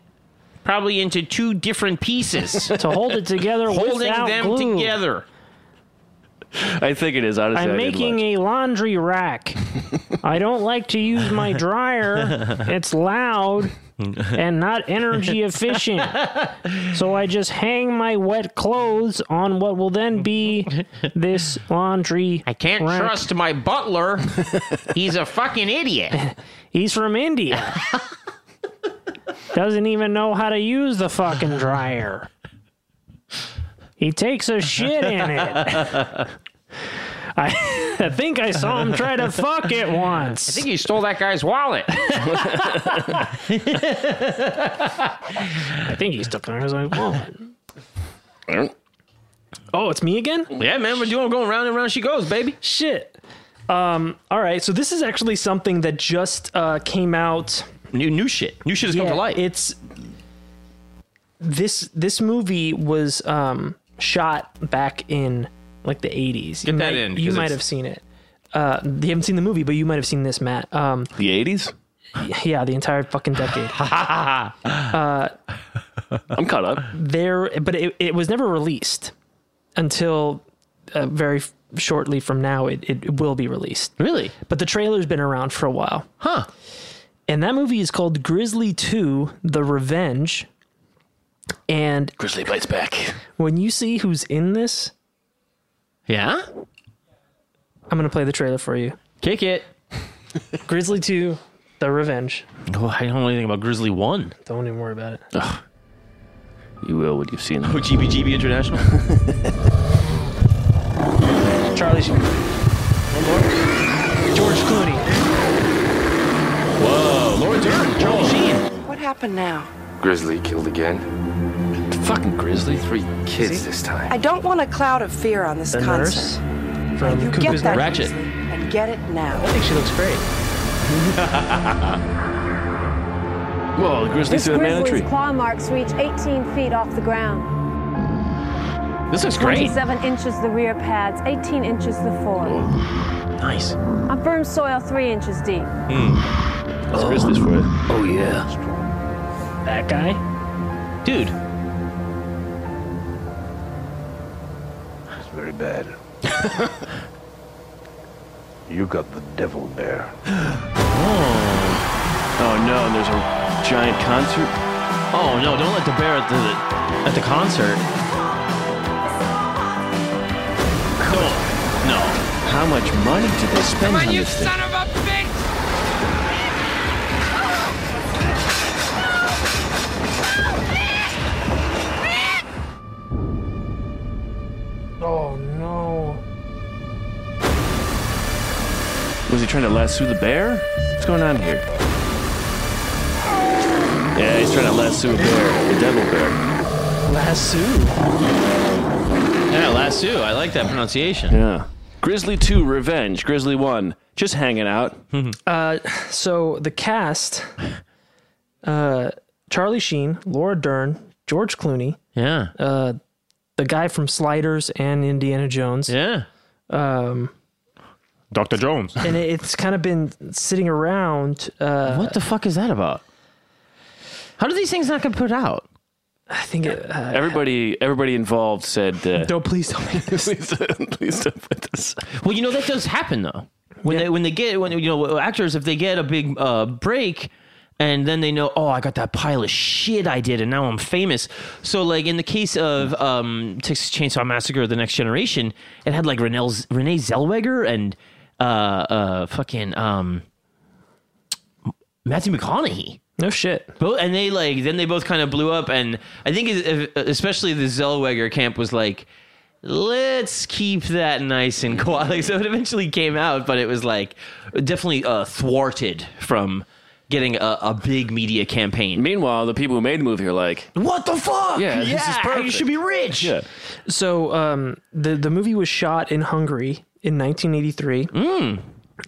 Speaker 2: probably into two different pieces,
Speaker 3: [laughs] to hold it together
Speaker 2: [laughs] holding
Speaker 3: without
Speaker 2: them
Speaker 3: glue.
Speaker 2: together.
Speaker 4: I think it is honestly.
Speaker 3: I'm making a laundry [laughs] rack. I don't like to use my dryer. It's [laughs] loud and not energy [laughs] efficient. So I just hang my wet clothes on what will then be this laundry.
Speaker 2: I can't
Speaker 3: rack.
Speaker 2: trust my butler. [laughs] He's a fucking idiot.
Speaker 3: He's from India. Doesn't even know how to use the fucking dryer. He takes a shit in it. I [laughs] I think I saw him try to fuck it once.
Speaker 14: I think you stole that guy's wallet.
Speaker 3: I think he's stuck in there. I was like,
Speaker 2: [laughs]
Speaker 3: whoa. Oh, it's me again?
Speaker 2: Yeah, man. We're doing going round and round she goes, baby.
Speaker 3: Shit. Um, all right. So this is actually something that just uh, came out.
Speaker 2: New new shit. New shit has come to light.
Speaker 3: It's this this movie was um, shot back in like the eighties.
Speaker 2: Get
Speaker 3: you
Speaker 2: that
Speaker 3: might,
Speaker 2: in,
Speaker 3: You
Speaker 2: 'cause
Speaker 3: might
Speaker 2: it's-
Speaker 3: have seen it. Uh, you haven't seen the movie, but you might have seen this, Matt. Um,
Speaker 4: The eighties.
Speaker 3: yeah, the entire fucking
Speaker 2: [laughs]
Speaker 3: decade. uh,
Speaker 4: I'm caught up.
Speaker 3: There, but it, it was never released until uh, very f- shortly from now. It, it will be released.
Speaker 2: Really?
Speaker 3: But the trailer's been around for a while.
Speaker 2: Huh.
Speaker 3: And that movie is called Grizzly 2 The Revenge. And
Speaker 4: Grizzly bites back.
Speaker 3: when you see who's in this,
Speaker 2: [laughs] yeah,
Speaker 3: I'm going to play the trailer for you.
Speaker 2: Kick it.
Speaker 3: [laughs] Grizzly 2 The Revenge.
Speaker 2: Oh, I don't know anything about Grizzly One.
Speaker 3: Don't even worry about it.
Speaker 4: Ugh. You will when you've seen it.
Speaker 2: Oh, GBGB International.
Speaker 3: [laughs] Charlie Sheen. George Clooney.
Speaker 2: Whoa, Laura Dern, Charlie Sheen.
Speaker 16: [laughs] What happened now?
Speaker 12: Grizzly killed again. Fucking Grizzly. Three kids this time.
Speaker 16: I don't want a cloud of fear on this
Speaker 12: The nurse
Speaker 16: concert.
Speaker 12: from
Speaker 16: you
Speaker 12: Cuckoo's
Speaker 16: get that
Speaker 12: Nest.
Speaker 16: Grizzly, and get it now. I
Speaker 3: think she looks great.
Speaker 14: [laughs]
Speaker 4: Whoa, the grizzly
Speaker 17: This
Speaker 4: through the banana
Speaker 17: grizzly's
Speaker 4: tree.
Speaker 17: claw marks reach 18 feet off the ground.
Speaker 4: This looks great.
Speaker 17: 27 inches the rear pads, 18 inches the fore.
Speaker 4: Oh. Nice.
Speaker 17: On firm soil, 3 inches deep.
Speaker 4: That's grizzly's for it. Oh yeah.
Speaker 3: That guy?
Speaker 2: Dude.
Speaker 5: It's very bad. [laughs] you got the devil there.
Speaker 4: Oh. Oh no, and there's a giant concert.
Speaker 2: Oh no, don't let the bear at the at the concert.
Speaker 4: No. How much money did they spend on, this thing?
Speaker 13: of a bitch!
Speaker 3: Oh, no.
Speaker 4: Was he trying to lasso the bear? What's going on here? Yeah, he's trying to lasso a bear, the devil bear.
Speaker 3: Lasso.
Speaker 2: Yeah, lasso. I like that pronunciation.
Speaker 4: Yeah. Grizzly 2 Revenge, Grizzly 1, just hanging out.
Speaker 2: Mm-hmm.
Speaker 3: Uh, so the cast uh, Charlie Sheen, Laura Dern, George Clooney,
Speaker 2: Yeah.
Speaker 3: uh, the guy from Sliders and Indiana Jones.
Speaker 2: Yeah.
Speaker 3: Um,
Speaker 6: Dr. Jones.
Speaker 3: and it- it's kind of been sitting around. Uh,
Speaker 2: what the fuck is that about? How do these things not get put out?
Speaker 3: I think it, uh,
Speaker 4: Everybody everybody involved said uh,
Speaker 3: Don't please don't make
Speaker 4: [laughs]
Speaker 3: this.
Speaker 4: please, don't- please don't put this.
Speaker 2: Well, you know that does happen though. When they when they get when you know actors if they get a big uh, break and then they know oh I got that pile of shit I did and now I'm famous. So like in the case of um, Texas Chainsaw Massacre: The Next Generation, it had like Renee Renee Zellweger and uh, uh, fucking um, Matthew McConaughey.
Speaker 3: No shit.
Speaker 2: Both, and they like then they both kind of blew up, and I think is- if- especially the Zellweger camp was like, let's keep that nice and quiet. [laughs] Like, so it eventually came out, but it was like definitely uh, thwarted from getting a, a big media campaign.
Speaker 4: Meanwhile, the people who made the movie are like,
Speaker 2: what the fuck?
Speaker 4: Yeah, this is
Speaker 2: You
Speaker 4: perfect.
Speaker 2: should be rich.
Speaker 4: Yeah.
Speaker 3: So um, the the movie was shot in Hungary in 1983.
Speaker 4: Mm.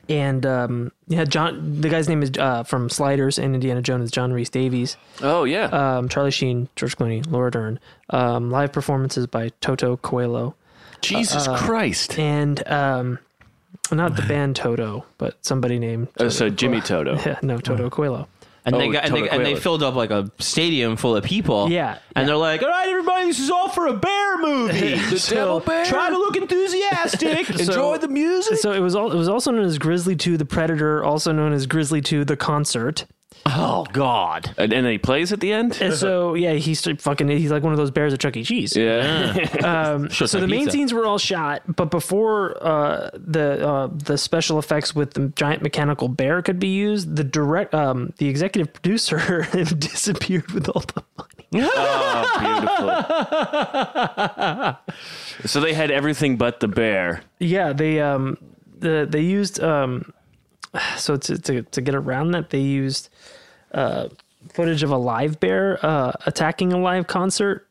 Speaker 3: And um, yeah, John. The guy's name is uh, from Sliders and Indiana Jones. John Reese Davies.
Speaker 4: Oh yeah.
Speaker 3: Um, Charlie Sheen, George Clooney, Laura Dern. Um, live performances by Toto Coelho. Uh,
Speaker 4: Jesus Christ!
Speaker 3: And um,
Speaker 4: [laughs]
Speaker 3: not the band Toto, but somebody named.
Speaker 4: Oh, so Jimmy Toto.
Speaker 3: [laughs]
Speaker 4: Oh.
Speaker 3: Yeah, no, Toto Coelho.
Speaker 2: [laughs] And they got, and, they, and they filled up like a stadium full of people.
Speaker 3: Yeah,
Speaker 2: and they're like, all right, everybody, this is all for a bear
Speaker 3: [laughs]
Speaker 2: movie.
Speaker 3: The devil bear?
Speaker 2: Try to look
Speaker 4: [laughs]
Speaker 2: enthusiastic.
Speaker 3: [laughs] So-
Speaker 2: Enjoy the music.
Speaker 3: So it was all. It was also known as Grizzly Two: The Predator, also known as Grizzly Two: The Concert.
Speaker 2: Oh God!
Speaker 4: And, and he plays at the end.
Speaker 3: And so yeah, he's st- fucking. He's like one of those bears at Chuck E. Cheese.
Speaker 4: Yeah.
Speaker 3: [laughs] um,
Speaker 4: Sure,
Speaker 3: so the
Speaker 4: it's
Speaker 3: main
Speaker 4: pizza.
Speaker 3: scenes were all shot, but before uh, the uh, the special effects with the giant mechanical bear could be used, the direct um, the executive producer [laughs] disappeared with all the
Speaker 4: [laughs]
Speaker 3: money.
Speaker 2: [laughs]
Speaker 4: oh, beautiful. so they had everything but the bear.
Speaker 3: Yeah, they um the they used um, [sighs] so to, to to get around that they used uh, footage of a live bear uh, attacking a live concert,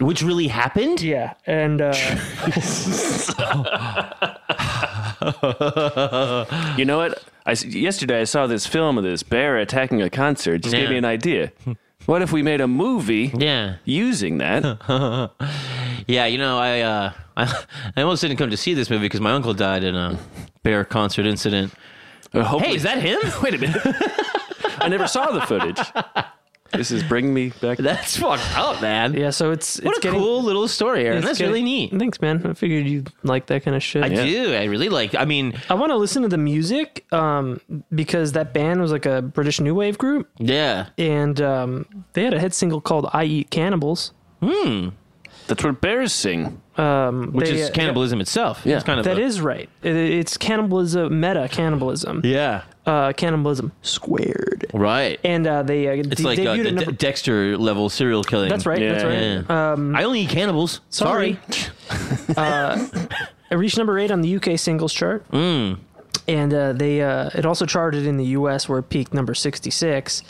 Speaker 2: which really happened.
Speaker 3: Yeah,
Speaker 2: [laughs]
Speaker 3: and uh,
Speaker 4: you know what? I s yesterday I saw this film of this bear attacking a concert. Just gave
Speaker 2: Yeah.
Speaker 4: me an idea. What if we made a movie?
Speaker 2: Yeah.
Speaker 4: Using that.
Speaker 2: [laughs] yeah, you know, I, uh, [laughs] I I almost didn't come to see this movie because my uncle died in a bear concert incident. hey, is that him?
Speaker 4: [laughs] Wait a minute. Uh, I never saw the
Speaker 2: [laughs]
Speaker 4: footage. This is bringing me back.
Speaker 2: That's fucked up, man.
Speaker 3: Yeah, so it's
Speaker 2: What
Speaker 3: it's
Speaker 2: a
Speaker 3: getting-
Speaker 2: cool little story, Aaron.
Speaker 3: it's
Speaker 2: That's
Speaker 3: getting-
Speaker 2: really neat.
Speaker 3: Thanks, man. I figured you like that kind of shit.
Speaker 2: I do. I really like. I mean,
Speaker 3: I want to listen to the music um, because that band was like a British new wave group,
Speaker 2: yeah.
Speaker 3: and um, they had a hit single called "I Eat Cannibals."
Speaker 2: Hmm.
Speaker 4: That's what bears sing.
Speaker 3: Um,
Speaker 2: Which
Speaker 3: they-
Speaker 2: is cannibalism itself.
Speaker 4: Yeah.
Speaker 2: It's kind of
Speaker 3: That
Speaker 2: a-
Speaker 3: is right. It, it's cannibalism, meta cannibalism.
Speaker 2: Yeah.
Speaker 3: Uh, cannibalism squared.
Speaker 2: Right.
Speaker 3: And uh, they uh,
Speaker 2: It's
Speaker 3: de-
Speaker 2: like uh,
Speaker 3: debuted
Speaker 2: the
Speaker 3: a number.
Speaker 2: De- Dexter level serial killing.
Speaker 3: That's right. that's right. Um,
Speaker 2: I only eat cannibals. Sorry.
Speaker 3: [laughs] uh, it reached number eight on the UK singles chart,
Speaker 2: Mm.
Speaker 3: and uh, they uh, it also charted in the US where it peaked number sixty six.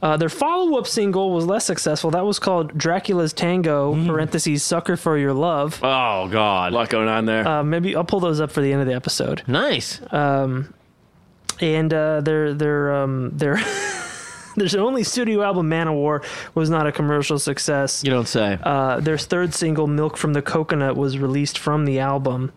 Speaker 3: Uh, their follow up single was less successful. That was called Dracula's Tango
Speaker 2: Mm.
Speaker 3: (parentheses Sucker for Your Love).
Speaker 2: Oh God. A
Speaker 4: lot going on there.
Speaker 3: Uh, maybe I'll pull those up for the end of the episode.
Speaker 2: Nice.
Speaker 3: Um, and uh, their their um, [laughs] their their only studio album Man of War was not a commercial success.
Speaker 2: You don't say.
Speaker 3: Uh, their third single Milk from the Coconut was released from the album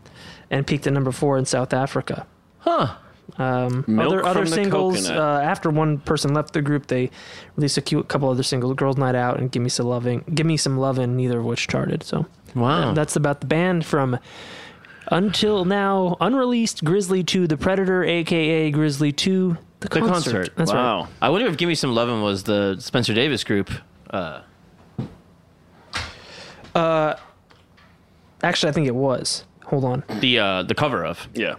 Speaker 3: and peaked at number four in South Africa.
Speaker 2: Huh.
Speaker 3: Um,
Speaker 4: Milk
Speaker 3: other other
Speaker 4: from the
Speaker 3: singles uh,
Speaker 4: Coconut.
Speaker 3: after one person left the group, they released a cute couple other singles, "Girls Night Out" and "Give Me Some Loving." "Give Me Some Lovin'," neither of which charted. So,
Speaker 2: Wow.
Speaker 3: Uh, that's about the band from until now unreleased Grizzly Two, the Predator, aka Grizzly Two, the,
Speaker 2: The
Speaker 3: concert.
Speaker 2: concert.
Speaker 3: That's right.
Speaker 2: I wonder if "Give Me Some Lovin' was the Spencer Davis group. Uh,
Speaker 3: Uh, actually, I think it was. Hold on.
Speaker 2: the uh, the cover of.
Speaker 4: Yeah.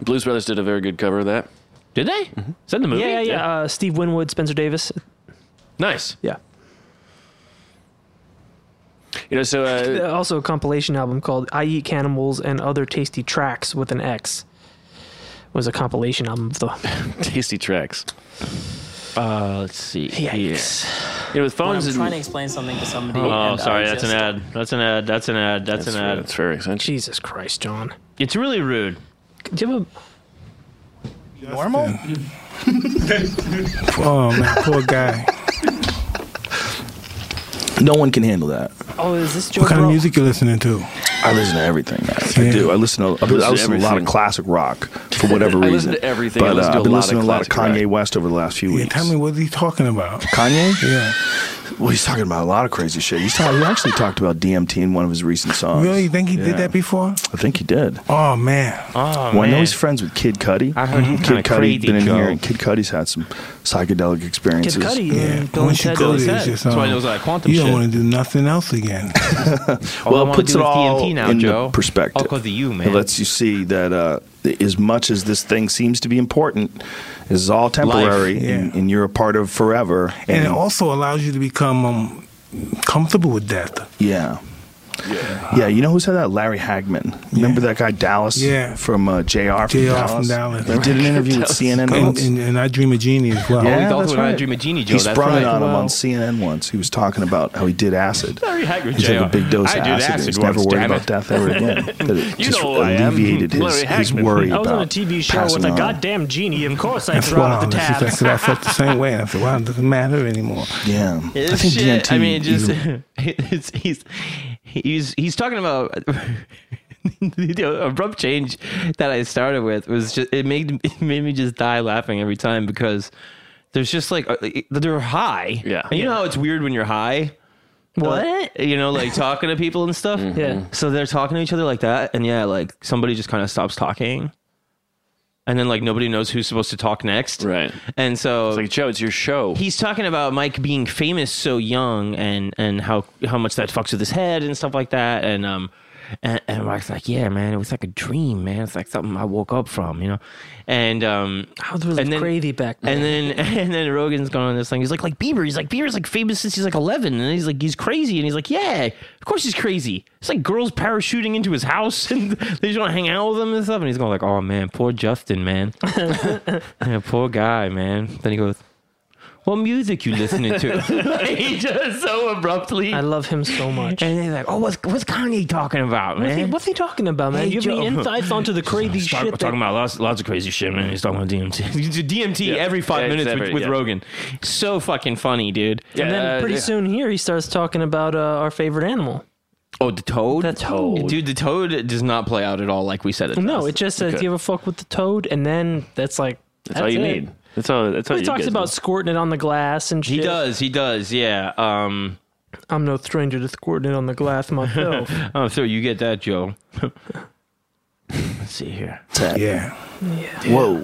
Speaker 4: Blues Brothers did a very good cover of that.
Speaker 2: Did they? Is that in the movie?
Speaker 3: Yeah, yeah, yeah. Uh, Steve Winwood, Spencer Davis.
Speaker 2: Nice.
Speaker 3: Yeah.
Speaker 4: You know, so uh,
Speaker 3: [laughs] also a compilation album called "I Eat Cannibals and Other Tasty Tracks" with an X. Was a compilation album
Speaker 2: [laughs]
Speaker 3: of the.
Speaker 4: tasty tracks.
Speaker 2: Uh, let's see.
Speaker 4: Yikes. You know, with
Speaker 18: When
Speaker 4: phones
Speaker 18: I'm
Speaker 4: and-
Speaker 18: trying to explain something to somebody.
Speaker 2: Oh,
Speaker 18: and
Speaker 2: sorry.
Speaker 18: I
Speaker 2: That's
Speaker 18: just-
Speaker 2: an ad. That's an ad. That's an ad. That's,
Speaker 4: That's
Speaker 2: an
Speaker 4: right,
Speaker 2: ad.
Speaker 4: that's very expensive.
Speaker 3: Jesus Christ, John.
Speaker 2: It's really rude.
Speaker 3: Do you have
Speaker 19: a
Speaker 18: [laughs]
Speaker 19: normal?
Speaker 4: [laughs]
Speaker 19: oh man, poor guy.
Speaker 20: No one can handle that.
Speaker 3: Oh, is this Joe?
Speaker 19: What kind of
Speaker 3: Bro-
Speaker 19: music you listening to?
Speaker 20: I listen to everything. man. I do. I listen to, I
Speaker 4: You listen to
Speaker 20: listen, to a lot of
Speaker 4: everything.
Speaker 20: classic rock
Speaker 19: [laughs]
Speaker 20: for whatever
Speaker 4: I
Speaker 20: reason.
Speaker 4: listen to everything. I
Speaker 20: But
Speaker 4: listen
Speaker 20: uh,
Speaker 4: to a
Speaker 20: I've been
Speaker 4: lot
Speaker 20: listening
Speaker 4: of
Speaker 20: to a lot of
Speaker 4: classic
Speaker 20: Kanye West over the last few
Speaker 19: Yeah,
Speaker 20: weeks.
Speaker 19: tell me what he talking about.
Speaker 20: Kanye?
Speaker 19: Yeah.
Speaker 20: Well, he's talking about a lot of crazy shit. He's talking, he actually talked about DMT in one of his recent songs.
Speaker 19: Really? You think he did
Speaker 20: Yeah.
Speaker 19: that before?
Speaker 20: I think he did.
Speaker 19: Oh man.
Speaker 20: well, I know he's friends with Kid Cudi. I
Speaker 19: heard he's
Speaker 20: Kid
Speaker 19: kinda crazy,
Speaker 20: Cudi been in
Speaker 19: Joe.
Speaker 20: here, and Kid Cudi's had some psychedelic experiences.
Speaker 19: Once you go there, it's just, um, You don't want to do nothing else
Speaker 5: [laughs]
Speaker 19: again.
Speaker 2: I
Speaker 20: well,
Speaker 2: wanna
Speaker 20: it puts
Speaker 2: do
Speaker 20: it
Speaker 2: is
Speaker 20: all
Speaker 2: DMT now,
Speaker 20: into
Speaker 2: Joe.
Speaker 20: perspective.
Speaker 2: I'll call the you, man.
Speaker 20: It lets you see that uh, as much as this thing seems to be important, this is all temporary,
Speaker 19: Life.
Speaker 20: and, and you're a part of forever.
Speaker 19: and it also allows you to become um, comfortable with death.
Speaker 20: yeah. Yeah. yeah, you know who said that? Larry Hagman. Remember that guy Dallas?
Speaker 19: Yeah.
Speaker 20: from uh, JR. From
Speaker 19: JR
Speaker 20: Dallas?
Speaker 19: from Dallas.
Speaker 20: He did an interview with CNN
Speaker 19: And,
Speaker 20: once.
Speaker 19: and, and I Dream a Genie as well.
Speaker 2: Oh,
Speaker 20: yeah, that's right. He sprung it on him
Speaker 19: Wow.
Speaker 20: on CNN once. He was talking about how he did acid.
Speaker 2: Larry Hagman,
Speaker 20: he took
Speaker 2: Jr..
Speaker 20: a big dose
Speaker 2: I
Speaker 20: of
Speaker 2: did
Speaker 20: acid.
Speaker 2: acid
Speaker 20: and he's
Speaker 2: once,
Speaker 20: never worried
Speaker 2: damn
Speaker 20: about
Speaker 2: it.
Speaker 20: death
Speaker 2: [laughs]
Speaker 20: ever again. That it
Speaker 2: You
Speaker 20: just
Speaker 2: know who I am.
Speaker 20: alleviated his,
Speaker 2: Larry
Speaker 20: his
Speaker 2: Hagman.
Speaker 20: worry
Speaker 3: I was on a
Speaker 20: about
Speaker 3: TV show with
Speaker 20: passing
Speaker 3: a
Speaker 20: on.
Speaker 3: goddamn genie. Of course, I
Speaker 19: That's
Speaker 3: throw
Speaker 19: wow.
Speaker 3: out the
Speaker 19: That's,
Speaker 3: tab.
Speaker 19: that's, I felt the same way. I said, wow, it doesn't matter anymore.
Speaker 20: Yeah.
Speaker 2: It's shit. I mean, just [laughs] it's, he's he's he's talking about [laughs] the abrupt change that I started with was just it made it made me just die laughing every time because there's just like uh, they're high. Yeah, and you know how it's weird when you're high.
Speaker 3: What?
Speaker 2: Uh, you know, like talking to people and stuff.
Speaker 3: Yeah.
Speaker 2: So they're talking to each other like that, and yeah, like somebody just kind of stops talking. And then like nobody knows who's supposed to talk next. Right. And so it's like
Speaker 4: Joe, it's your show.
Speaker 2: He's talking about Mike being famous so young and and how how much that fucks with his head and stuff like that. And um And, and Rock's like, yeah, man, it was like a dream, man. It's like something I woke up from, you know. And um,
Speaker 3: there was gravy back
Speaker 2: then. And then [laughs] and then Rogan's going on this thing. He's like, like Bieber. He's like Bieber's like famous since he's like eleven, and he's like he's crazy, and he's like, yeah, of course he's crazy. It's like girls parachuting into his house, [laughs] and they just want to hang out with him and stuff. And he's going like, oh man, poor Justin,
Speaker 4: [laughs]
Speaker 2: man, yeah, poor guy, man. Then he goes, what music you
Speaker 4: [laughs]
Speaker 2: listening to?
Speaker 3: [laughs]
Speaker 2: [laughs] he just so abruptly.
Speaker 3: I love him so much.
Speaker 2: and they're like, oh, what's what's Kanye talking about,
Speaker 3: What's he,
Speaker 2: man?
Speaker 3: what's he talking about, man?
Speaker 2: Hey,
Speaker 3: you have
Speaker 2: Joe.
Speaker 3: any insights
Speaker 2: [laughs]
Speaker 3: onto the crazy
Speaker 2: He's talk-
Speaker 3: shit?
Speaker 2: talking
Speaker 3: that-
Speaker 2: about lots, lots of crazy shit, man. He's talking about DMT. [laughs] He's a DMT
Speaker 4: Yeah.
Speaker 2: every five
Speaker 4: Yeah, it's
Speaker 2: minutes with,
Speaker 4: every-
Speaker 2: with
Speaker 4: yeah.
Speaker 2: Rogan. So fucking funny, dude.
Speaker 3: and then
Speaker 4: uh,
Speaker 3: pretty
Speaker 4: yeah.
Speaker 3: soon here he starts talking about uh, our favorite animal.
Speaker 2: Oh, the toad?
Speaker 3: The toad.
Speaker 2: Dude, the toad does not play out at all like we said it
Speaker 3: No,
Speaker 2: does.
Speaker 3: it just says,
Speaker 2: Okay.
Speaker 3: "Do you ever fuck with the toad?" And then that's like
Speaker 4: That's, all you
Speaker 3: it.
Speaker 4: need. That's all. That's all
Speaker 3: Well,
Speaker 4: you
Speaker 3: he talks
Speaker 4: get.
Speaker 3: about squirting it on the glass and shit.
Speaker 2: He does, he does, yeah. Um,
Speaker 3: I'm no stranger to squirting it on the glass myself.
Speaker 2: [laughs] oh, so you get that, Joe. [laughs] Let's see here.
Speaker 15: Yeah.
Speaker 20: Whoa.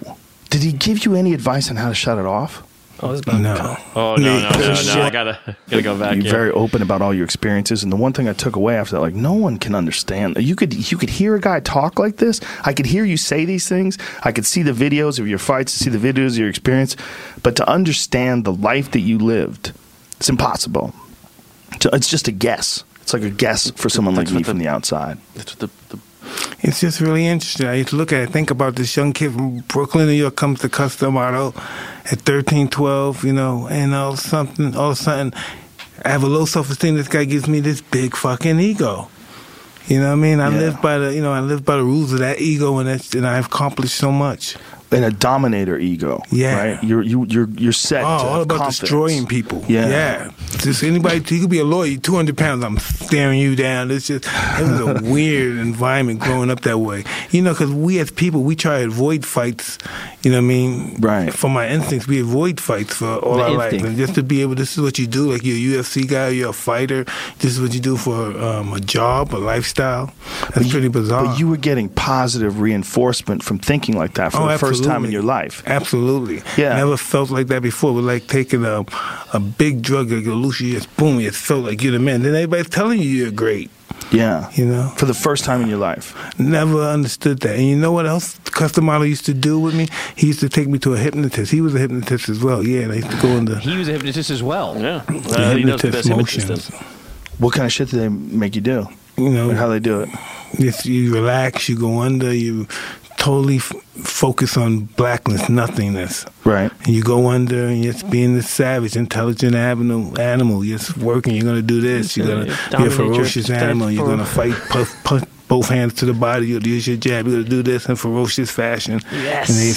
Speaker 20: Did he give you any advice on how to shut it off?
Speaker 3: I was about
Speaker 15: no.
Speaker 2: Oh, no, no, no, no. I gotta, gotta go back.
Speaker 20: You're
Speaker 2: here.
Speaker 20: very open about all your experiences, and the one thing I took away after that, like no one can understand. You could you could hear a guy talk like this. I could hear you say these things. I could see the videos of your fights, see the videos of your experience, but to understand the life that you lived, it's impossible. To- It's just a guess. It's like a guess for someone like me from the outside.
Speaker 4: That's what the, the
Speaker 6: It's just really interesting. I used to look at it, think about this young kid from Brooklyn, New York, comes to Custom Auto at 13, 12, you know, and all of a something, all of a sudden, I have a low self esteem. This guy gives me this big fucking ego. You know what I mean? I
Speaker 20: Yeah.
Speaker 6: live by the, you know, I live by the rules of that ego, and that's, and I've accomplished so much.
Speaker 20: And a dominator ego.
Speaker 6: Yeah.
Speaker 20: Right. You're you you're you're
Speaker 6: Oh,
Speaker 20: set. to
Speaker 6: all
Speaker 20: have
Speaker 6: about
Speaker 20: confidence.
Speaker 6: destroying people.
Speaker 20: Yeah.
Speaker 6: yeah. Just anybody. You could be a lawyer. Two hundred pounds. I'm staring you down. It's just it was a
Speaker 20: [laughs]
Speaker 6: weird environment growing up that way. You know, because we as people, we try to avoid fights. You know what I mean?
Speaker 20: Right.
Speaker 6: For my instincts, we avoid fights for all
Speaker 20: The
Speaker 6: our life,
Speaker 20: instinct.
Speaker 6: and just to be able, this is what you do. Like you're a UFC guy, you're a fighter. This is what you do for um, a job, a lifestyle. That's pretty bizarre.
Speaker 20: But you were getting positive reinforcement from thinking like that for
Speaker 6: Oh,
Speaker 20: the first time in
Speaker 6: absolutely.
Speaker 20: your life.
Speaker 6: Absolutely.
Speaker 20: Yeah.
Speaker 6: Never felt like that before. It was like taking a, a big drug like Lucia, just boom, it felt like you're the man. Then everybody's telling you you're great.
Speaker 20: Yeah.
Speaker 6: You know?
Speaker 20: For the first time in your life.
Speaker 6: Never understood that. And you know what else the custom model used to do with me? He used to take me to a hypnotist. He was a hypnotist as well. Yeah, and I used to go into
Speaker 2: He was a hypnotist as well.
Speaker 4: Yeah.
Speaker 6: the hypnotist motions.
Speaker 20: What kind of shit do they make you do?
Speaker 6: You know,
Speaker 20: Or how they do it?
Speaker 6: It's, you relax, you go under, you totally f- focus on blackness, nothingness.
Speaker 20: Right.
Speaker 6: And you go under and just being this savage, intelligent animal. Animal, you're just working. You're gonna do this. You're gonna be a
Speaker 3: Dominate your
Speaker 6: ferocious
Speaker 3: type
Speaker 6: animal. You're
Speaker 3: for-
Speaker 6: gonna
Speaker 3: [laughs]
Speaker 6: fight, puff, punch both hands to the body. You'll use your jab. You're gonna do this in ferocious fashion.
Speaker 3: Yes.
Speaker 6: And they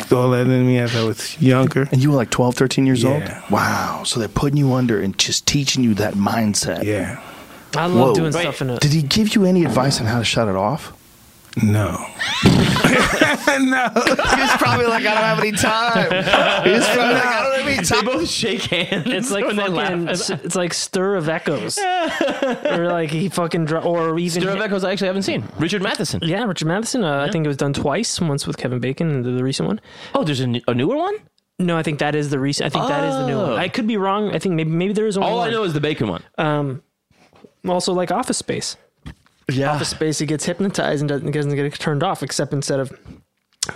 Speaker 6: seeked all that in me as I was younger.
Speaker 20: And you were like 12, 13 years
Speaker 6: Yeah.
Speaker 20: old? Wow. So they're putting you under and just teaching you that mindset.
Speaker 6: Yeah.
Speaker 3: I love
Speaker 20: Whoa.
Speaker 3: doing stuff in a.
Speaker 20: Did he give you any advice on how to shut it off?
Speaker 6: No. no.
Speaker 20: he was probably like, I don't have any time. He was
Speaker 2: [laughs]
Speaker 20: probably like, I don't have any
Speaker 2: They
Speaker 20: time.
Speaker 2: both shake hands.
Speaker 3: It's like
Speaker 2: [laughs] when they
Speaker 3: fucking,
Speaker 2: laugh.
Speaker 3: s- it's like stir of echoes, or like he fucking dro- or even
Speaker 2: Stir of Echoes I actually haven't seen. Richard Matheson.
Speaker 3: yeah, Richard Matheson. Uh, I think it was done twice, once with Kevin Bacon and the, the recent one.
Speaker 2: Oh, there's a, n- a newer one?
Speaker 3: No, I think that is the recent. I think that is the new one.
Speaker 2: Oh.
Speaker 3: I could be wrong. I think maybe maybe there is only
Speaker 2: All
Speaker 3: one.
Speaker 2: I know is the Bacon one.
Speaker 3: Um, also like Office Space.
Speaker 2: Yeah.
Speaker 3: Office Space, he gets hypnotized and doesn't, doesn't get turned off, except instead of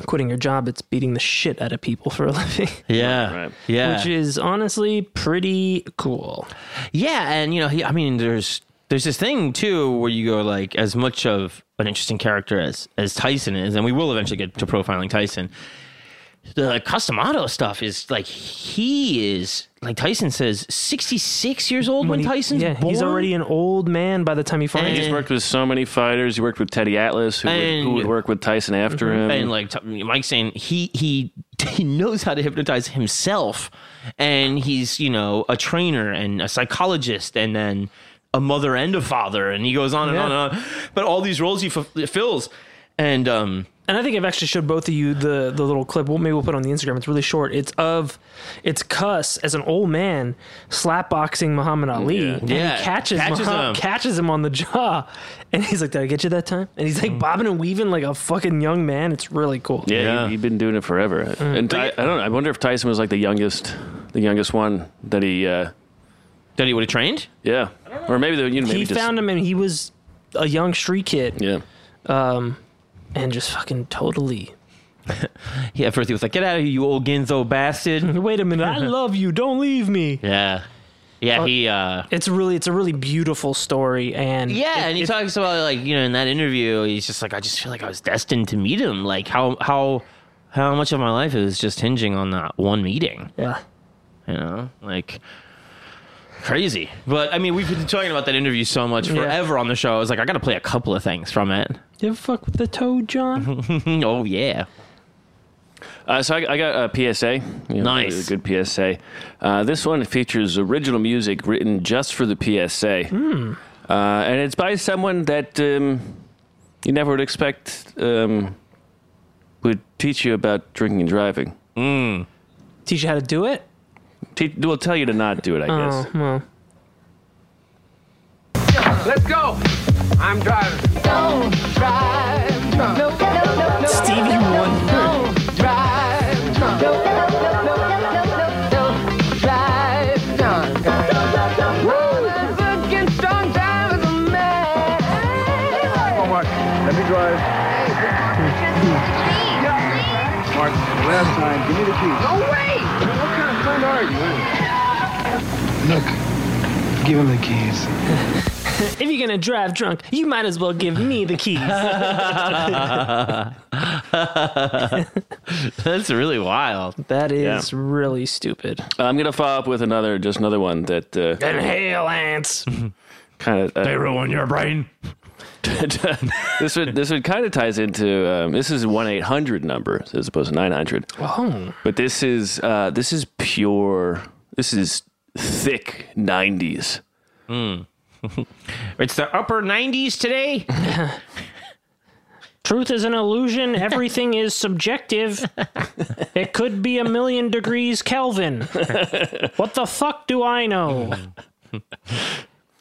Speaker 3: quitting your job, it's beating the shit out of people for a living.
Speaker 2: Yeah. Yeah.
Speaker 3: Which is honestly pretty cool.
Speaker 2: Yeah, and you know, he, I mean, there's there's this thing too where you go like as much of an interesting character as as Tyson is, and we will eventually get to profiling Tyson. The custom auto stuff is like he is like Tyson says, sixty six years old when,
Speaker 3: he-
Speaker 2: Tyson's
Speaker 3: yeah,
Speaker 2: born.
Speaker 3: he's already an old man by the time he finds
Speaker 4: He's
Speaker 2: And-
Speaker 4: worked with so many fighters. He worked with Teddy Atlas, who, would, who
Speaker 2: And- Mm-hmm.
Speaker 4: would work with Tyson after him.
Speaker 2: and like t- Mike's saying, he he [laughs] he knows how to hypnotize himself, and he's you know a trainer and a psychologist, and then a mother and a father, and he goes on and
Speaker 3: Yeah.
Speaker 2: on and on. But all these roles he f- fills, and um,
Speaker 3: and I think I've actually showed both of you the the little clip. Well, maybe we'll put it on the Instagram. It's really short. It's of it's Cuss as an old man slapboxing Muhammad Ali.
Speaker 4: Yeah.
Speaker 3: and
Speaker 2: Yeah,
Speaker 3: he catches
Speaker 2: catches
Speaker 3: Muhammad-
Speaker 2: him.
Speaker 3: catches him on the jaw, and he's like, "Did I get you that time?" And he's like
Speaker 2: Mm.
Speaker 3: bobbing and weaving like a fucking young man. It's really cool.
Speaker 4: yeah,
Speaker 2: Yeah.
Speaker 4: He, he'd been doing it forever.
Speaker 3: Mm.
Speaker 4: And I, I don't. know. I wonder if Tyson was like the youngest, the youngest one that he. Uh,
Speaker 2: that he would have trained.
Speaker 4: yeah, or maybe the you know, maybe
Speaker 3: he
Speaker 4: just
Speaker 3: found him and he was a young street kid.
Speaker 4: Yeah.
Speaker 3: Um, and just fucking totally.
Speaker 2: yeah, first he was like, "Get out of here, you old Ginzo bastard!"
Speaker 3: Wait a minute, [laughs] I love you. Don't leave me.
Speaker 2: Yeah. Yeah,
Speaker 3: Uh,
Speaker 2: he. uh
Speaker 3: It's really, it's a really beautiful story, and
Speaker 2: Yeah,
Speaker 3: it-
Speaker 2: and he
Speaker 3: it-
Speaker 2: talks about like you know in that interview, he's just like, I just feel like I was destined to meet him. Like how how how much of my life is just hinging on that one meeting.
Speaker 3: Yeah,
Speaker 2: you know, like crazy. But I mean, we've been talking about that interview so much
Speaker 3: Yeah.
Speaker 2: forever on the show. I was like, I got to play a couple of things from it.
Speaker 3: You ever fuck with the toad, [laughs] John?
Speaker 2: oh [laughs] yeah.
Speaker 4: Uh, so I, I got a PSA. You know,
Speaker 2: Nice.
Speaker 4: a good PSA. Uh, this one features original music written just for the PSA,
Speaker 3: Hmm.
Speaker 4: uh, and it's by someone that um, you never would expect um, would teach you about drinking and driving.
Speaker 2: Mm.
Speaker 3: Hmm. Teach you how to do it?
Speaker 4: Te- will tell you to not do it, I guess.
Speaker 3: Oh, well. [laughs]
Speaker 13: Let's go. I'm driving. Don't drive. No, no, no, no. Stevie Wonder. Don't drive. No, no, no, no, no, no, no. Don't drive. No, no, no, no, no. Well, looking strong, drive is a man. Homework. Let me drive. Mark, last time, give me the keys. No way! What kind of friend are
Speaker 1: Look,
Speaker 13: you?
Speaker 1: give him the keys.
Speaker 3: if you're gonna drive drunk, you might as well give me the [laughs] keys.
Speaker 2: [laughs] That's really wild.
Speaker 3: That
Speaker 4: Yeah.
Speaker 3: is really stupid.
Speaker 4: I'm gonna follow up with another, just another one that uh,
Speaker 3: Inhale ants.
Speaker 4: kind of
Speaker 3: [laughs] They ruin your brain.
Speaker 4: [laughs] this would this would kind of ties into um, this is one eight hundred number as opposed to nine hundred.
Speaker 3: Oh.
Speaker 4: But this is uh, this is pure. This is thick nineties.
Speaker 2: [laughs] Hmm. it's the upper nineties today.
Speaker 3: Truth is an illusion. Everything is subjective. It could be a million degrees [laughs] Kelvin. What the fuck do I [laughs] know?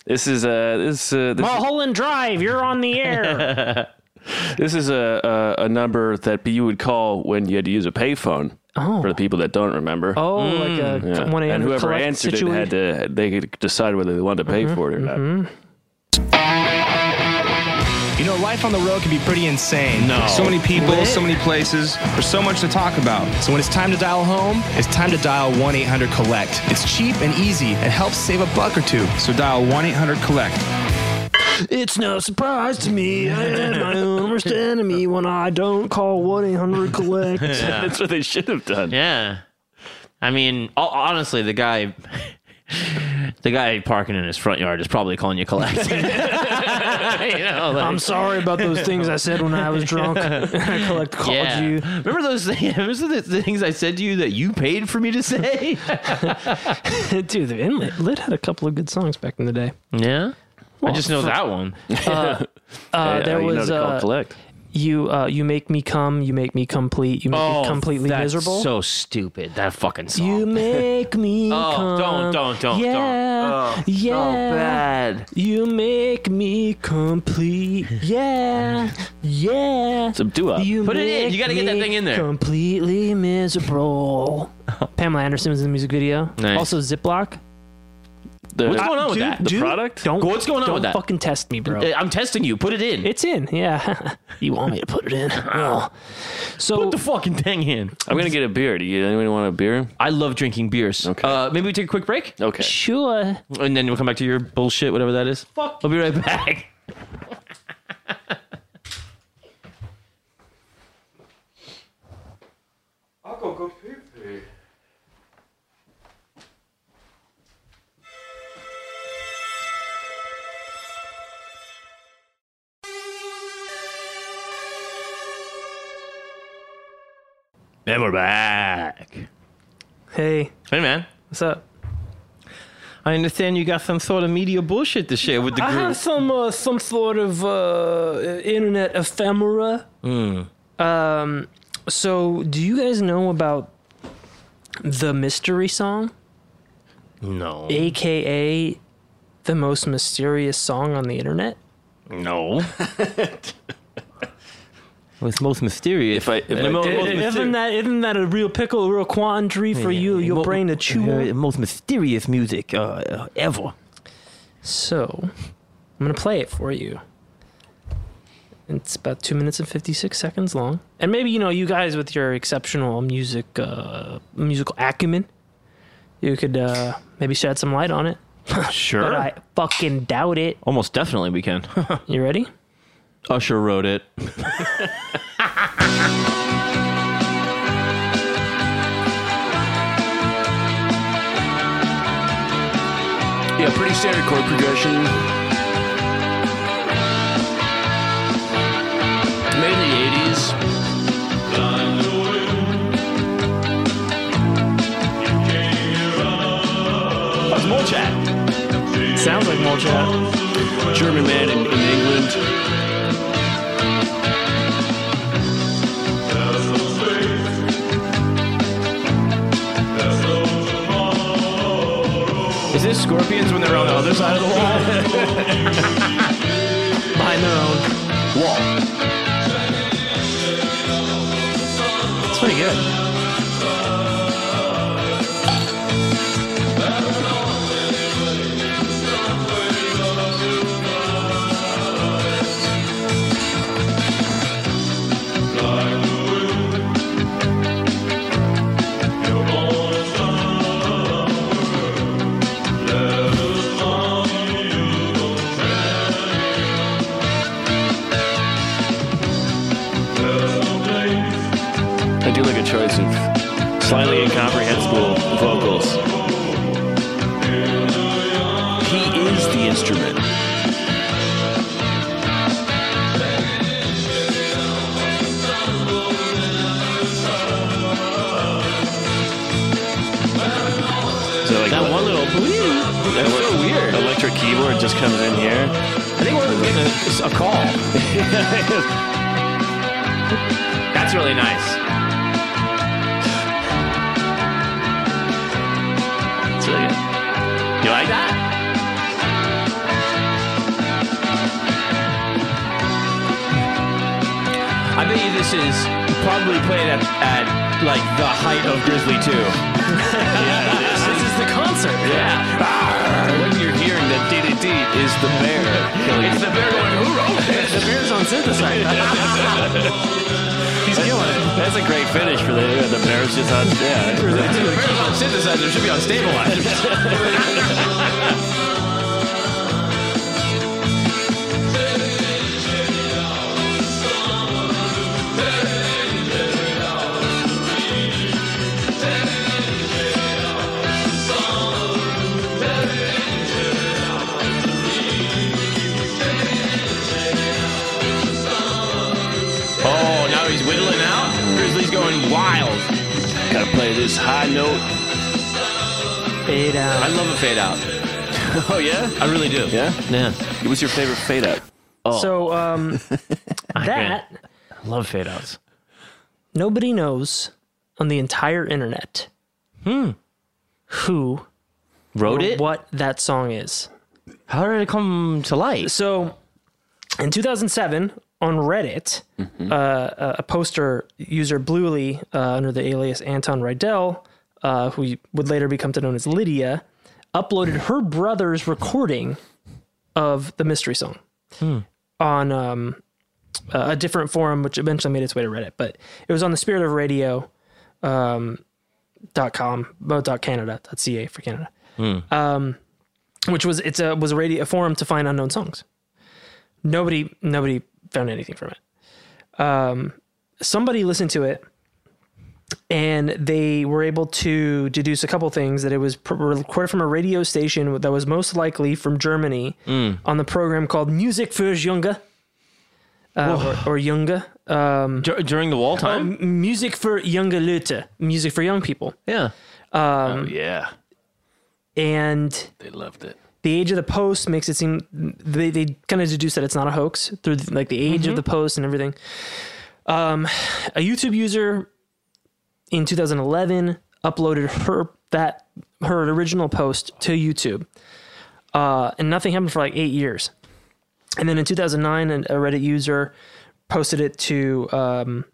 Speaker 4: This is uh, this uh, this,
Speaker 3: Mulholland Drive, you're on the air.
Speaker 4: [laughs] this is a, a a number that you would call when you had to use a payphone.
Speaker 3: Oh.
Speaker 4: For the people that don't remember. Mm.
Speaker 3: Oh, like a
Speaker 4: Yeah.
Speaker 3: 1-800
Speaker 4: and whoever
Speaker 3: collect Mm-hmm,
Speaker 4: answered
Speaker 3: situa-
Speaker 4: it had to they could decide whether they wanted to pay for it or not.
Speaker 21: You know, life on the road
Speaker 2: [laughs]
Speaker 7: [laughs]
Speaker 21: can be pretty insane.
Speaker 4: No.
Speaker 21: So many people,
Speaker 4: What?
Speaker 21: so many places, there's so much to talk about. So when it's time to dial home, it's time to dial 1 800 Collect. It's cheap and easy and helps save a buck or two. So dial 1 800 Collect.
Speaker 3: It's no surprise to me. I am my own worst enemy when I don't call 1
Speaker 2: [laughs]
Speaker 3: 800 Collect.
Speaker 4: That's what they should have done.
Speaker 2: Yeah. I mean, ho- honestly, the guy, [laughs] the guy parking in his front yard is probably calling
Speaker 22: [laughs]
Speaker 2: you collect.
Speaker 3: I'm sorry about those things I said when I
Speaker 2: [laughs]
Speaker 3: was drunk. [laughs] I collect called
Speaker 2: Yeah.
Speaker 3: you.
Speaker 2: Remember those [laughs] things? Remember the things I said to you that you paid for me to say? [laughs]
Speaker 3: [laughs] Dude, the Inlet Lit had a couple of good songs back in the day.
Speaker 2: Yeah.
Speaker 3: Well,
Speaker 2: I just know
Speaker 3: for-
Speaker 2: that one.
Speaker 3: [laughs] Uh, uh, there was uh, you. Uh, you make me come. You make me complete. You make me
Speaker 2: Oh,
Speaker 3: completely
Speaker 2: that's
Speaker 3: miserable.
Speaker 2: So stupid. That fucking song.
Speaker 3: you make me.
Speaker 2: [laughs] Oh,
Speaker 3: come.
Speaker 2: don't, don't, don't,
Speaker 3: yeah,
Speaker 2: don't. Oh,
Speaker 3: yeah.
Speaker 2: so bad.
Speaker 3: You make me
Speaker 2: [laughs]
Speaker 3: complete. Yeah, yeah.
Speaker 4: Some doo-wop.
Speaker 3: You
Speaker 2: Put it in.
Speaker 3: make
Speaker 2: You gotta get that
Speaker 3: me
Speaker 2: thing in there. Oh.
Speaker 3: Completely miserable. Pamela Anderson was in the music video.
Speaker 2: Nice.
Speaker 3: Also, Ziploc.
Speaker 4: The,
Speaker 2: What's going on with
Speaker 3: Dude,
Speaker 2: that?
Speaker 3: dude, Don't.
Speaker 2: What's going on
Speaker 3: don't
Speaker 2: with that?
Speaker 3: Fucking test me, bro.
Speaker 2: Uh, I'm testing you. Put it in.
Speaker 3: It's in, yeah. [laughs] you want me to put
Speaker 2: [laughs]
Speaker 3: it in? Oh. So
Speaker 2: put the fucking thing in. [laughs]
Speaker 4: I'm gonna get a beer. Do you anyone want a beer?
Speaker 2: I love drinking beers. Okay. Uh, maybe we take a quick break.
Speaker 4: Okay.
Speaker 3: Sure.
Speaker 2: And then we'll come back to your bullshit, whatever that is. Fuck. We'll be right back.
Speaker 1: I'll go go pee pee.
Speaker 2: And we're back.
Speaker 3: Hey.
Speaker 2: Hey, man.
Speaker 3: What's up?
Speaker 2: I understand you got some sort of media bullshit to share with the
Speaker 3: I
Speaker 2: group.
Speaker 3: have some uh, some sort of uh, internet ephemera.
Speaker 2: Mm.
Speaker 3: Um, so do you guys know about the mystery song,
Speaker 2: No.
Speaker 3: aka the most mysterious song on the internet?
Speaker 2: No. It's most mysterious.
Speaker 4: If I, if
Speaker 2: The
Speaker 4: I
Speaker 2: mo-
Speaker 4: did-
Speaker 2: most
Speaker 3: Isn't that isn't that a real pickle, a real quandary for
Speaker 2: Yeah.
Speaker 3: you, your
Speaker 2: Mo-
Speaker 3: brain to chew? on?
Speaker 2: uh, most mysterious music uh, uh, ever.
Speaker 3: So, I'm going to play it for you. It's about two minutes and fifty six seconds long. And maybe you know you guys with your exceptional music uh, musical acumen, you could uh, maybe shed some light on it.
Speaker 2: Sure.
Speaker 3: but I fucking doubt it.
Speaker 2: Almost definitely we can. [laughs]
Speaker 3: you ready?
Speaker 2: Usher wrote it.
Speaker 4: Yeah, pretty standard chord progression. Made in the 80s. That's Molchat.
Speaker 3: Sounds like
Speaker 4: Molchat. German man in, in England.
Speaker 7: Is this scorpions when they're on the other side of the wall?
Speaker 3: Behind their own
Speaker 4: wall.
Speaker 3: It's pretty good.
Speaker 4: I do like a choice of slightly incomprehensible vocals. He is the instrument. So like that one little that's so weird. Electric keyboard just comes in here. I think we're getting a, [laughs] call.
Speaker 7: That's really nice.
Speaker 4: It's really good. You like [laughs] that?
Speaker 7: [laughs] I bet you this is probably played at, at like the height of Grizzly
Speaker 4: [laughs]
Speaker 7: 2.
Speaker 3: this is the concert.
Speaker 7: Yeah.
Speaker 4: When you're hearing that DDD is the bear. it's the bear going, who wrote this?
Speaker 3: the bear's on synthesizer.
Speaker 7: Oh,
Speaker 4: He's killing it. That's a great finish for the, uh, the bear's just on, yeah.
Speaker 7: The bear's on synthesizer should be on stabilizers. Oh, now he's whittling out. Grizzly's going wild.
Speaker 4: Gotta play this high note.
Speaker 3: Fade out.
Speaker 7: I love a fade out.
Speaker 4: oh yeah,
Speaker 7: I really do.
Speaker 4: Yeah,
Speaker 2: yeah.
Speaker 4: What's your favorite fade out? Oh.
Speaker 2: Oh. [laughs]
Speaker 3: So um, that
Speaker 2: I love fade outs.
Speaker 3: nobody knows on the entire internet
Speaker 2: Hmm.
Speaker 3: who
Speaker 2: Wrote
Speaker 3: or
Speaker 2: it?
Speaker 3: what that song is.
Speaker 2: How did it come to light?
Speaker 3: So, in 2007, on Reddit,
Speaker 2: Mm-hmm.
Speaker 3: uh, a- a poster user Bluely, uh, under the alias Anton Rydell, uh, who would later become to known as Lydia, uploaded her brother's recording of the mystery song
Speaker 4: Hmm.
Speaker 3: on um, a different forum, which eventually made its way to Reddit. But it was on the Spirit of Radio. Um, dot com oh, dot canada dot ca for canada
Speaker 2: Hmm.
Speaker 3: um, which was it's a was a radio a forum to find unknown songs. Nobody nobody found anything from it. Um, somebody listened to it, and they were able to deduce a couple things that it was pr- recorded from a radio station that was most likely from Germany
Speaker 13: Mm.
Speaker 3: on the program called Music für Junge. Uh, or, or Junge. Um,
Speaker 2: during the wall
Speaker 3: time? music for Junge Leute. Music for young people.
Speaker 2: Yeah. Oh,
Speaker 3: Um,
Speaker 4: yeah.
Speaker 3: And
Speaker 4: They loved it.
Speaker 3: the age of the post makes it seem they, they kind of deduce that it's not a hoax through the, like the age of the post and everything. Um, a YouTube user in 2011 uploaded her that her original post to YouTube, uh, and nothing happened for like eight years. And then in 2009, an- a Reddit user posted it to um,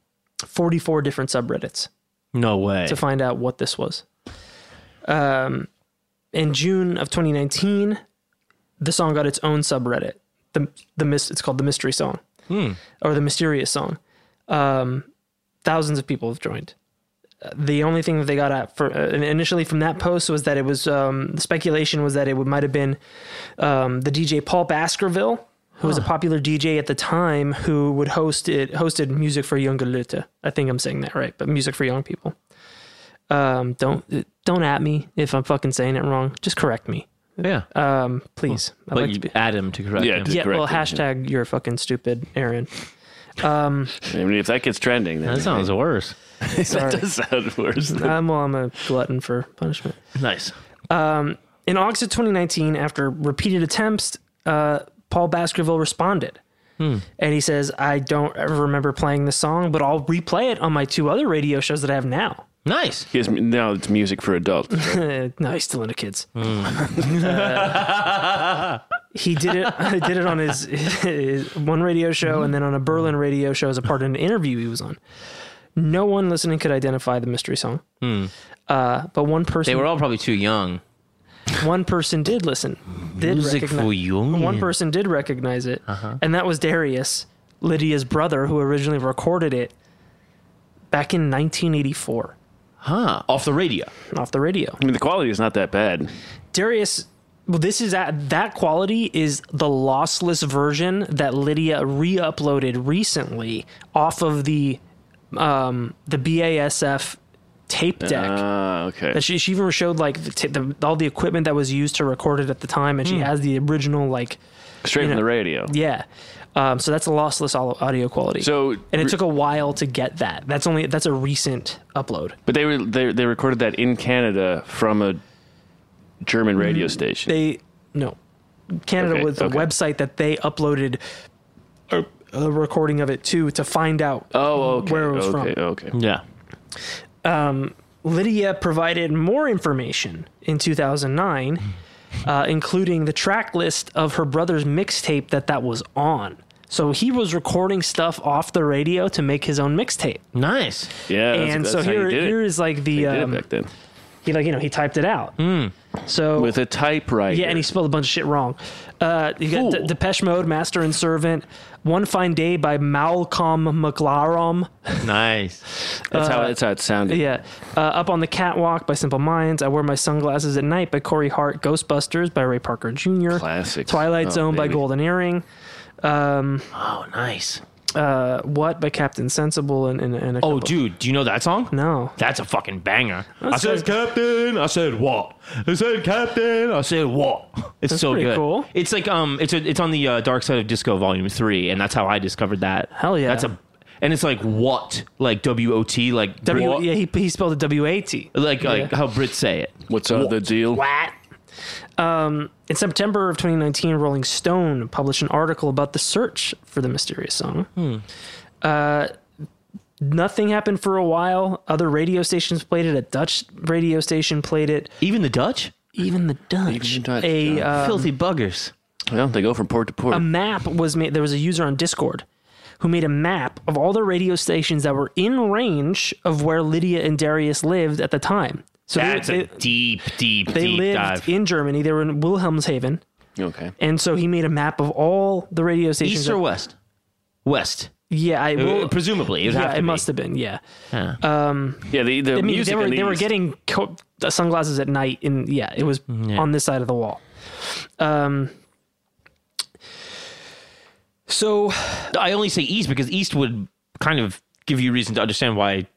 Speaker 3: 44 different subreddits
Speaker 2: No way.
Speaker 3: to find out what this was. Um, in June of 2019, the song got its own subreddit. The the mys- it's called the mystery song,
Speaker 2: Hmm.
Speaker 3: or the mysterious song. Um, thousands of people have joined. Uh, The only thing that they got at for uh, initially from that post was that it was um, the speculation was that it would, might have been um, the DJ Paul Baskerville, who was a popular DJ at the time, who would host it hosted music for younger Leute. I think I'm saying that right, but music for young people. Um, don't don't at me if I'm fucking saying it wrong. Just correct me.
Speaker 2: Yeah.
Speaker 3: Um, please. I'd
Speaker 2: but
Speaker 3: like
Speaker 2: you
Speaker 3: to be-
Speaker 2: add him to correct
Speaker 4: Yeah,
Speaker 2: him.
Speaker 4: to
Speaker 3: yeah,
Speaker 4: correct
Speaker 3: well,
Speaker 4: him, yeah.
Speaker 3: hashtag you're fucking stupid, Aaron. Um,
Speaker 4: I mean, if that gets trending, then
Speaker 2: That
Speaker 4: [laughs]
Speaker 2: sounds worse.
Speaker 3: Sorry.
Speaker 4: that does sound worse.
Speaker 3: I'm, well, I'm a glutton for punishment.
Speaker 2: Nice.
Speaker 3: Um, in August of 2019, after repeated attempts, uh, Paul Baskerville responded.
Speaker 13: Hmm.
Speaker 3: And he says, I don't ever remember playing this song, but I'll replay it on my two other radio shows that I have now. [laughs]
Speaker 2: Nice.
Speaker 4: Yes, now it's music for adults.
Speaker 3: no, he's still into kids.
Speaker 4: Hmm.
Speaker 2: Hmm.
Speaker 3: [laughs] Uh, he did it. [laughs] did it on his, his one radio show, and then on a Berlin radio show as a part of an interview he was on. No one listening could identify the mystery song,
Speaker 2: Hmm.
Speaker 3: uh, but one person.
Speaker 2: They were all probably too
Speaker 3: [laughs]
Speaker 2: young.
Speaker 3: One person did listen. Did
Speaker 2: Music
Speaker 3: recogni-
Speaker 2: for young.
Speaker 3: One person did recognize it,
Speaker 2: Uh-huh.
Speaker 3: and that was Darius, Lydia's brother, who originally recorded it back in 1984
Speaker 2: Huh. Off the radio.
Speaker 3: off the radio.
Speaker 4: I mean, the quality is not that bad.
Speaker 3: Darius. Well, this is at, that quality is the lossless version that Lydia re-uploaded recently off of the um, the BASF tape deck.
Speaker 4: Ah, okay.
Speaker 3: That she, she even showed like the, ta- the, all the equipment that was used to record it at the time, and she
Speaker 4: Hmm.
Speaker 3: has the original like
Speaker 4: Straight
Speaker 3: you
Speaker 4: from
Speaker 3: know,
Speaker 4: the radio.
Speaker 3: Yeah, um, so that's a lossless au- audio quality.
Speaker 4: So
Speaker 3: and it took a while to get that. That's only that's a recent upload.
Speaker 4: But they were they they recorded that in Canada from a German radio station.
Speaker 3: Mm-hmm. They no, Canada
Speaker 4: Okay,
Speaker 3: was the
Speaker 4: okay.
Speaker 3: website that they uploaded a, a recording of it to to find out
Speaker 4: oh, okay,
Speaker 3: where it was
Speaker 4: okay,
Speaker 3: from.
Speaker 4: okay.
Speaker 2: Yeah.
Speaker 3: Um, Lydia provided more information in 2009, uh, including the track list of her brother's mixtape that that was on. So he was recording stuff off the radio to make his own mixtape.
Speaker 2: Nice.
Speaker 4: Yeah, that's-
Speaker 3: and
Speaker 4: that's
Speaker 3: so
Speaker 4: how you
Speaker 3: here,
Speaker 4: did it.
Speaker 3: here is like the
Speaker 4: They did it
Speaker 3: um,
Speaker 4: back then.
Speaker 3: he like you know he typed it out.
Speaker 2: Hmm.
Speaker 3: So
Speaker 4: with a typewriter.
Speaker 3: Yeah, and he spelled a bunch of shit wrong. Uh, you got De- Depeche Mode, Master and Servant, One Fine Day by Malcolm McLaren.
Speaker 2: Nice.
Speaker 4: That's how
Speaker 3: Uh,
Speaker 4: that's how it sounded.
Speaker 3: Yeah, uh, Up on the Catwalk by Simple Minds. I Wear My Sunglasses at Night by Corey Hart. Ghostbusters by Ray Parker Jr.
Speaker 4: Classics.
Speaker 3: Twilight
Speaker 4: Oh,
Speaker 3: Zone by
Speaker 4: baby.
Speaker 3: Golden Earring. Um,
Speaker 2: oh, nice.
Speaker 3: Uh, what by Captain Sensible and, and, and a
Speaker 2: Oh,
Speaker 3: couple-
Speaker 2: dude, do you know that song?
Speaker 3: No.
Speaker 2: That's a fucking banger. I
Speaker 3: That's
Speaker 2: said, Captain. I said, what? I said, Captain. I said, what? It's
Speaker 3: That's
Speaker 2: so
Speaker 3: pretty
Speaker 2: good.
Speaker 3: cool.
Speaker 2: It's like um, it's a, it's on the uh, Dark Side of Disco Volume Three, and that's how I discovered that. Hell
Speaker 3: yeah.
Speaker 2: That's a, and it's like what, like W O T, like
Speaker 3: W-
Speaker 2: what?
Speaker 3: yeah, he, he spelled it W A T.
Speaker 2: like like
Speaker 3: Yeah.
Speaker 2: how Brits say it.
Speaker 4: What's uh, the deal?
Speaker 3: What? Um, in September of 2019, Rolling Stone published an article about the search for the mysterious song.
Speaker 2: Hmm.
Speaker 3: Uh, nothing happened for a while. Other radio stations played it. A Dutch radio station played it.
Speaker 2: Even the Dutch?
Speaker 3: Even the Dutch. A um,
Speaker 2: filthy buggers.
Speaker 4: Well, they go from port to port.
Speaker 3: a map was made. There was a user on Discord who made a map of all the radio stations that were in range of where Lydia and Darius lived at the time. So they-
Speaker 2: that's
Speaker 3: they,
Speaker 2: a deep, deep,
Speaker 3: they
Speaker 2: deep
Speaker 3: lived
Speaker 2: dive.
Speaker 3: in Germany. They were in Wilhelmshaven.
Speaker 4: Okay.
Speaker 3: And so he made a map of all the radio stations.
Speaker 2: East or west? West.
Speaker 3: Yeah, I
Speaker 2: Uh,
Speaker 3: well,
Speaker 2: presumably, it would
Speaker 3: yeah,
Speaker 2: have to
Speaker 3: it
Speaker 2: be.
Speaker 3: must have been. Yeah.
Speaker 2: Yeah.
Speaker 3: Um,
Speaker 4: Yeah, the, the
Speaker 3: I mean,
Speaker 4: music
Speaker 3: they were
Speaker 4: in the
Speaker 3: they were
Speaker 4: East-
Speaker 3: getting co- the sunglasses at night, and yeah, it was
Speaker 2: Mm,
Speaker 3: on this side of the wall. Um, so
Speaker 2: I only say east because east would kind of give you reason to understand why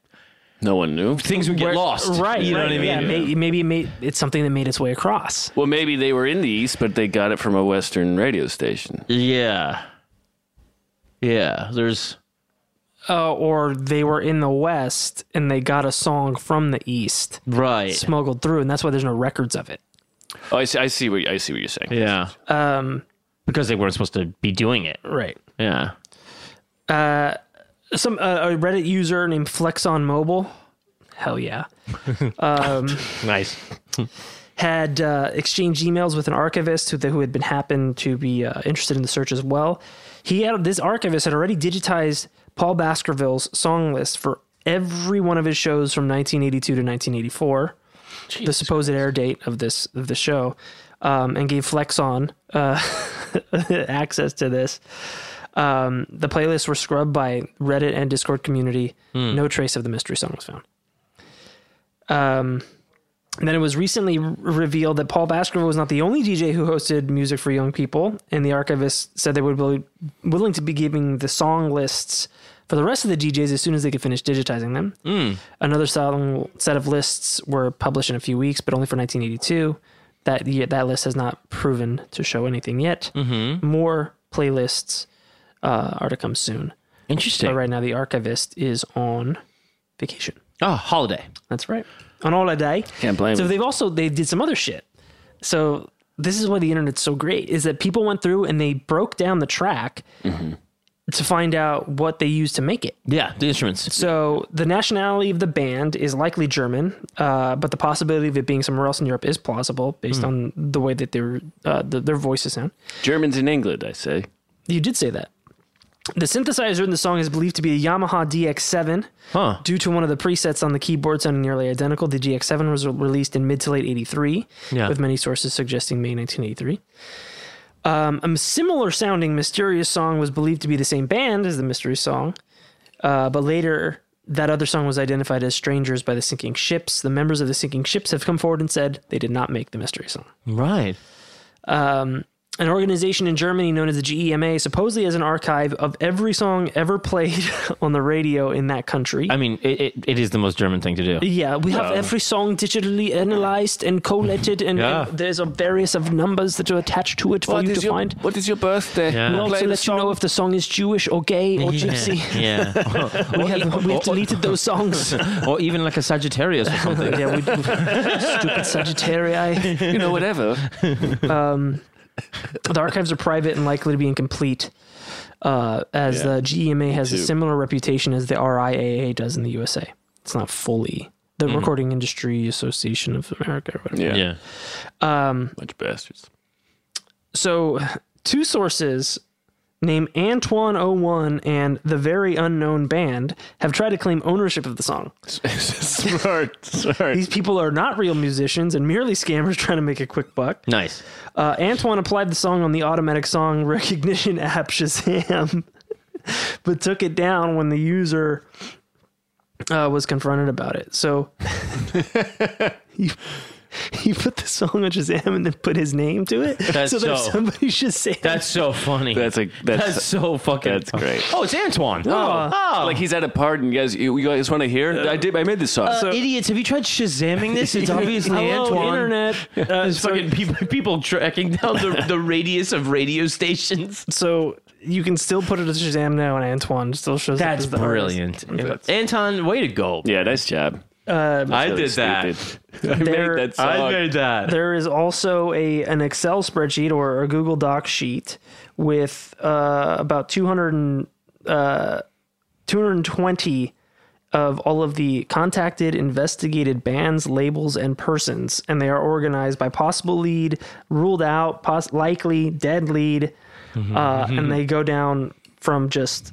Speaker 4: no one knew
Speaker 2: things would get
Speaker 3: where-
Speaker 2: lost.
Speaker 3: right?
Speaker 2: You know
Speaker 3: right,
Speaker 2: what I mean?
Speaker 3: Yeah, may- maybe it made, it's something that made its way across.
Speaker 4: Well, maybe they were in the East, but they got it from a Western radio station.
Speaker 2: Yeah. Yeah. There's.
Speaker 3: Uh, or they were in the West and they got a song from the East,
Speaker 2: right?
Speaker 3: Smuggled through, and that's why there's no records of it.
Speaker 4: Oh, I see. I see what I see what you're saying.
Speaker 2: Yeah.
Speaker 3: Um,
Speaker 2: because they weren't supposed to be doing it.
Speaker 3: Right.
Speaker 2: Yeah.
Speaker 3: Uh, some uh, a Reddit user named Flexon Mobile. Hell yeah. Um,
Speaker 2: Nice. [laughs]
Speaker 3: had uh, exchanged emails with an archivist who, who had been happened to be uh, interested in the search as well. He had this archivist had already digitized Paul Baskerville's song list for every one of his shows from 1982 to 1984, the supposed air date of this of the [laughs] show, um, and gave Flexon uh, access to this. Um, the playlists were scrubbed by Reddit and Discord community. No trace of the mystery song was found. Um, and then it was recently r- revealed that Paul Baskerville was not the only DJ who hosted music for young people, and the archivist said they would be willing to be giving the song lists for the rest of the DJs as soon as they could finish digitizing them. Another song, set of lists were published in a few weeks, but only for 1982. That ye- that list has not proven to show anything yet.
Speaker 4: Mm-hmm.
Speaker 2: Mm-hmm.
Speaker 4: Hmm?
Speaker 3: More playlists uh, are to come soon.
Speaker 2: Interesting.
Speaker 3: But right now, the archivist is on vacation.
Speaker 2: Oh, holiday.
Speaker 3: That's right. On holiday.
Speaker 4: Ah, Can't blame
Speaker 3: So
Speaker 4: him.
Speaker 3: they've also they did some other shit. So this is why the internet's so great is that people went through and they broke down the track
Speaker 2: Mm-hmm.
Speaker 3: to find out what they used to make it.
Speaker 2: Yeah, the instruments.
Speaker 3: So the nationality of the band is likely German, uh, but the possibility of it being somewhere else in Europe is plausible based
Speaker 4: Hmm.
Speaker 3: on the way that their uh, the, their voices sound.
Speaker 4: Germans in England, I say.
Speaker 3: You did say that. The synthesizer in the song is believed to be a Yamaha DX7.
Speaker 2: Huh.
Speaker 3: Due to one of the presets on the keyboard sounding nearly identical, the DX7 was re- released in mid to late 83,
Speaker 2: Yeah.
Speaker 3: with many sources suggesting May 1983. Um, a similar sounding mysterious song was believed to be the same band as the mystery song, uh, but later that other song was identified as Strangers by the Sinking Ships. The members of the Sinking Ships have come forward and said they did not make the mystery song.
Speaker 2: Right.
Speaker 3: Um, an organization in Germany known as the GEMA supposedly has an archive of every song ever played [laughs] on the radio in that country.
Speaker 2: I mean, it, it, it is the most German thing to do.
Speaker 3: Yeah, we have
Speaker 2: Uh,
Speaker 3: every song digitally analyzed and collated, and,
Speaker 2: Yeah.
Speaker 3: and there's a various of numbers that are attached to it for
Speaker 4: What
Speaker 3: you
Speaker 4: is
Speaker 3: to
Speaker 4: your-
Speaker 3: find.
Speaker 4: What is your birthday?
Speaker 3: We also
Speaker 4: Play the
Speaker 3: let you know if the song is Jewish or gay or gypsy.
Speaker 2: [laughs] Yeah.
Speaker 3: [laughs] we have we've deleted those songs.
Speaker 2: [laughs] or even like a Sagittarius or something.
Speaker 3: yeah, we stupid
Speaker 4: [laughs]
Speaker 3: Sagittarii.
Speaker 4: You know, whatever.
Speaker 3: um, the archives are private and likely to be incomplete, uh, as
Speaker 2: Yeah.
Speaker 3: the GEMA has a
Speaker 2: too.
Speaker 3: similar reputation as the RIAA does in the USA. It's not fully the
Speaker 4: Mhm.
Speaker 3: Recording Industry Association of America or whatever.
Speaker 4: Yeah.
Speaker 3: Um,
Speaker 4: Bunch bastards.
Speaker 3: So, two sources named Antoine 01 and the very unknown band have tried to claim ownership of the song.
Speaker 4: smart, smart.
Speaker 3: These people are not real musicians and merely scammers trying to make a quick buck.
Speaker 2: Nice.
Speaker 3: Uh, Antoine applied the song on the automatic song [laughs] recognition app Shazam, [laughs] but took it down when the user uh, was confronted about it. So [laughs] he, he put the song on Shazam and then put his name to it,
Speaker 2: That's
Speaker 3: [laughs] so that
Speaker 2: so-
Speaker 3: somebody should say
Speaker 2: That's so funny. That's
Speaker 4: a
Speaker 2: that's, so fucking.
Speaker 4: That's great.
Speaker 2: Oh, it's Antoine.
Speaker 4: Oh, like he's at a party. and You guys, you guys want to hear? I did. I made this song.
Speaker 2: [laughs] Uh, idiots, have you tried Shazamming this? It's obviously
Speaker 4: Hello,
Speaker 2: Antoine.
Speaker 3: internet. Uh,
Speaker 2: There's Uh, fucking people, people tracking down [laughs] the, the radius of radio stations.
Speaker 3: So you can still put it as Shazam now, and Antoine still shows
Speaker 2: That's
Speaker 3: up. as the artist.
Speaker 2: brilliant. Anton, way to go.
Speaker 4: Yeah, nice job.
Speaker 3: Um,
Speaker 2: I did that.
Speaker 3: [laughs]
Speaker 4: I
Speaker 3: There-
Speaker 4: made that song.
Speaker 2: I made that.
Speaker 3: There is also a an Excel spreadsheet or a Google Doc sheet with uh, about 200 and, uh, 220 of all of the contacted, investigated bands, labels, and persons, and they are organized by possible lead, ruled out, pos- likely, dead lead,
Speaker 2: Mm-hmm,
Speaker 3: uh, and they go down from just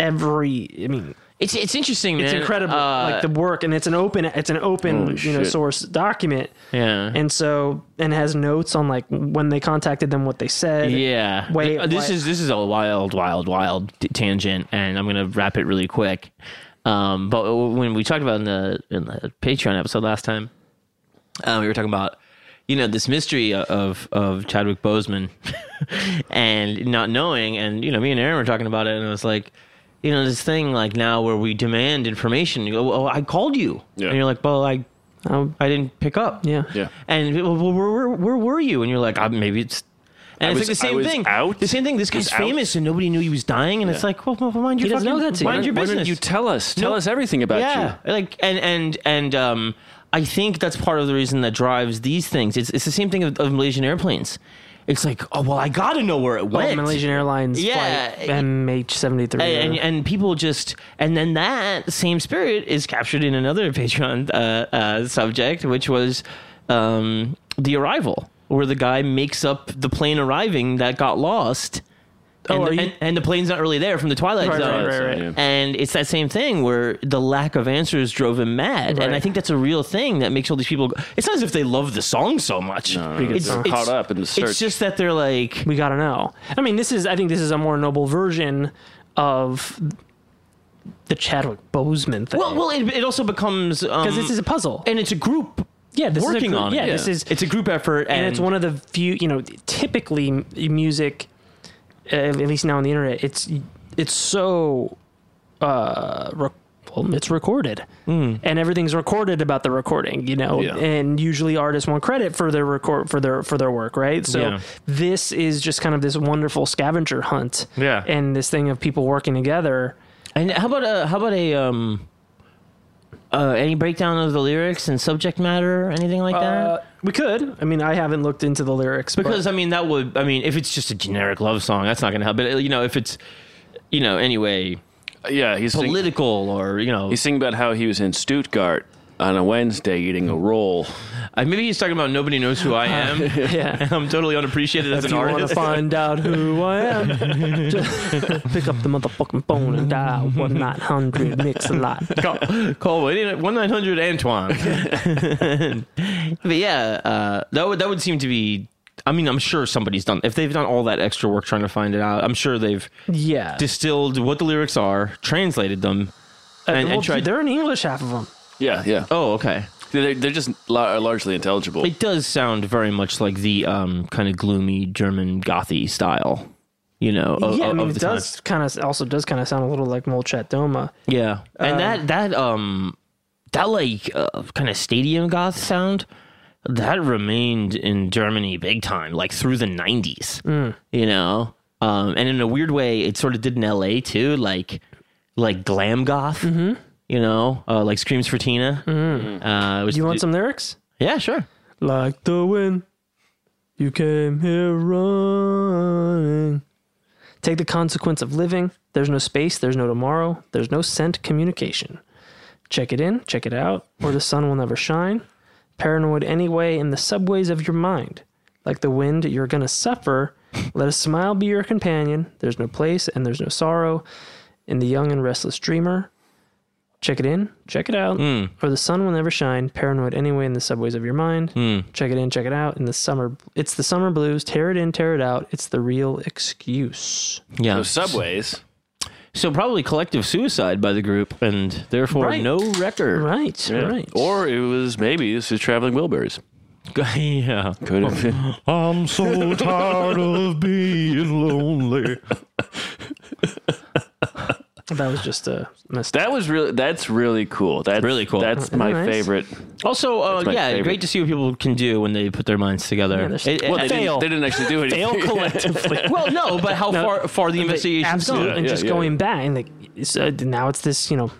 Speaker 3: every. I mean.
Speaker 2: It's it's interesting, man.
Speaker 3: It's incredible,
Speaker 2: Uh,
Speaker 3: like the work, and it's an open, it's an open,
Speaker 2: Holy
Speaker 3: you know,
Speaker 2: shit. Uh-huh.
Speaker 3: source document.
Speaker 2: yeah.
Speaker 3: And so, and has notes on like when they contacted them, what they said.
Speaker 2: Yeah.
Speaker 3: Wait,
Speaker 2: Th- this
Speaker 3: why-
Speaker 2: is this is a wild, wild, wild t- tangent, and I'm gonna wrap it really quick. Um, but when we talked about in the in the Patreon episode last time, um, we were talking about you know this mystery o- of of Chadwick Boseman [laughs] and not knowing, and you know me and Aaron were talking about it, and I was like. You know this thing like now where we demand information. You go, oh, I called you, and you're like, well, I, I didn't pick up.
Speaker 3: Yeah,
Speaker 4: yeah.
Speaker 2: And well, where, where, where were you? And you're like, ah, maybe it's. And
Speaker 4: I was-
Speaker 2: it's like the
Speaker 4: I
Speaker 2: same
Speaker 4: was
Speaker 2: thing. Out. The same thing. This
Speaker 4: Was
Speaker 2: guy's
Speaker 4: out.
Speaker 2: famous, and nobody knew he was dying. And it's
Speaker 4: Yeah.
Speaker 2: like, well, well mind
Speaker 4: He
Speaker 2: your
Speaker 4: doesn't
Speaker 2: fucking-
Speaker 4: know that to you.
Speaker 2: Mind your
Speaker 4: Why
Speaker 2: business.
Speaker 4: don't you tell us? Tell us everything about
Speaker 2: yeah. Like and and and um, I think that's part of the reason that drives these things. It's it's the same thing of, of Malaysian airplanes. It's like, oh well, I got to know where it went.
Speaker 3: Malaysian Airlines
Speaker 2: Yeah.
Speaker 3: flight MH73.
Speaker 2: And, and, and people just and then that same spirit is captured in another Patreon uh, uh, subject, which was um, the arrival, where the guy makes up the plane arriving that got lost,
Speaker 4: Oh,
Speaker 2: and, the, and, and the plane's not really there from the Twilight
Speaker 3: Right,
Speaker 2: Zone.
Speaker 3: right, right, right.
Speaker 2: And it's that same thing where the lack of answers drove him mad. And I think that's a real thing that makes all these people. Go, it's not as if they love the song so much.
Speaker 4: no. They're caught up in the search.
Speaker 2: It's just that they're like,
Speaker 3: we gotta know. I mean, this is I think this is a more noble version of the Chadwick Boseman thing.
Speaker 2: well, well, it, it also becomes
Speaker 3: because
Speaker 2: because
Speaker 3: this is a puzzle
Speaker 2: and it's a group.
Speaker 3: Yeah, this is a
Speaker 2: working
Speaker 3: group-
Speaker 2: on it.
Speaker 3: yeah, this is-
Speaker 2: it's a group effort, and,
Speaker 3: and it's one of the few you know typically m- music uh, at least now on the internet it's it's so uh rec- well, it's recorded
Speaker 2: Hmm.
Speaker 3: and everything's recorded about the recording you know
Speaker 2: Yeah.
Speaker 3: and usually artists want credit for their record for their for their work right so
Speaker 2: Yeah.
Speaker 3: this is just kind of this wonderful scavenger hunt
Speaker 2: Yeah.
Speaker 3: and this thing of people working together
Speaker 2: And how about a how about a um uh any breakdown of the lyrics and subject matter or anything like that?
Speaker 3: Uh, we could i mean i haven't looked into the lyrics but-
Speaker 2: Because I mean that would I mean if it's just a generic love song that's not going to help. But uh, you know if it's you know anyway
Speaker 4: yeah he's [laughs]
Speaker 2: political or you know
Speaker 4: he's singing about how he was in Stuttgart on a Wednesday eating a roll.
Speaker 2: Uh, maybe he's talking about nobody knows who I am.
Speaker 3: yeah.
Speaker 2: and [laughs] I'm totally unappreciated as
Speaker 3: if
Speaker 2: an
Speaker 3: you want
Speaker 2: artist.
Speaker 3: to find out who I
Speaker 2: [laughs]
Speaker 3: am, just pick up the motherfucking phone and dial one nine hundred mix a lot. [laughs]
Speaker 2: call call one nine hundred Antoine. [laughs] but yeah, uh, that would that would seem to be. I mean, I'm sure somebody's done if they've done all that extra work trying to find it out. I'm sure they've
Speaker 3: Yeah,
Speaker 2: distilled what the lyrics are, translated them,
Speaker 3: Uh,
Speaker 2: and, and
Speaker 3: well,
Speaker 2: tried.
Speaker 3: They're in English, half of them.
Speaker 4: Yeah, yeah.
Speaker 2: Oh, okay.
Speaker 4: They're, they're just [laughs] la- uh, largely intelligible.
Speaker 2: It does sound very much like the um, kind of gloomy German gothy style, you know. Of,
Speaker 3: yeah, I
Speaker 2: of-
Speaker 3: mean
Speaker 2: Oh, of
Speaker 3: it
Speaker 2: the time.
Speaker 3: does kind of also does kind of sound a little like Molchat Doma.
Speaker 2: Yeah, and
Speaker 3: Uh,
Speaker 2: that that um that like uh, kind of stadium goth sound that remained in Germany big time, like through the nineties.
Speaker 3: Mm.
Speaker 2: You know, um, and in a weird way, it sort of did in L.A. too, like like glam goth.
Speaker 3: Mm-hmm.
Speaker 2: You know, uh, like screams for Tina. Uh,
Speaker 3: Do Mm-hmm. you want some lyrics?
Speaker 2: Yeah, sure.
Speaker 3: Like the wind, you came here running. Take the consequence of living. There's no space, there's no tomorrow, there's no sent communication. Check it in, check it out, or the sun will never shine. Paranoid anyway in the subways of your mind. Like the wind, you're gonna suffer. Let a smile be your companion. There's no place and there's no sorrow in the young and restless dreamer. Check it in, check it out,
Speaker 4: Hmm.
Speaker 3: or the sun will never shine. Paranoid anyway in the subways of your
Speaker 4: Hmm.
Speaker 3: mind.
Speaker 2: Hmm.
Speaker 3: Check it in, check it out. In the summer, it's the summer blues. Tear it in, tear it out. It's the real excuse.
Speaker 2: Yeah,
Speaker 4: So subways.
Speaker 2: So probably collective suicide by the group, and therefore
Speaker 3: Right.
Speaker 2: no record.
Speaker 3: Right,
Speaker 4: Yeah.
Speaker 3: right.
Speaker 4: Or it was maybe this is traveling Wilburys.
Speaker 2: [laughs] yeah. Oh.
Speaker 4: Could have been. [laughs]
Speaker 2: I'm
Speaker 13: so tired
Speaker 2: of being lonely.
Speaker 3: That was just a mistake.
Speaker 4: That was really. That's really cool. That's really cool. That's
Speaker 3: Mm-hmm.
Speaker 2: Isn't
Speaker 4: my
Speaker 2: that nice?
Speaker 4: favorite.
Speaker 2: Also, uh,
Speaker 4: That's my
Speaker 2: yeah,
Speaker 4: favorite.
Speaker 2: great to see what people can do when they put their minds together.
Speaker 3: Yeah,
Speaker 2: It- it-
Speaker 4: well, they Didn't, they didn't actually do
Speaker 2: [laughs]
Speaker 4: anything. [laughs]
Speaker 3: fail collectively.
Speaker 2: well, no, but how
Speaker 3: No,
Speaker 2: far far the
Speaker 3: but
Speaker 2: investigation's
Speaker 3: absolutely,
Speaker 2: gone.
Speaker 3: and
Speaker 2: Yeah,
Speaker 3: just
Speaker 2: yeah,
Speaker 3: going
Speaker 2: yeah.
Speaker 3: back and like it's, uh, now it's this you know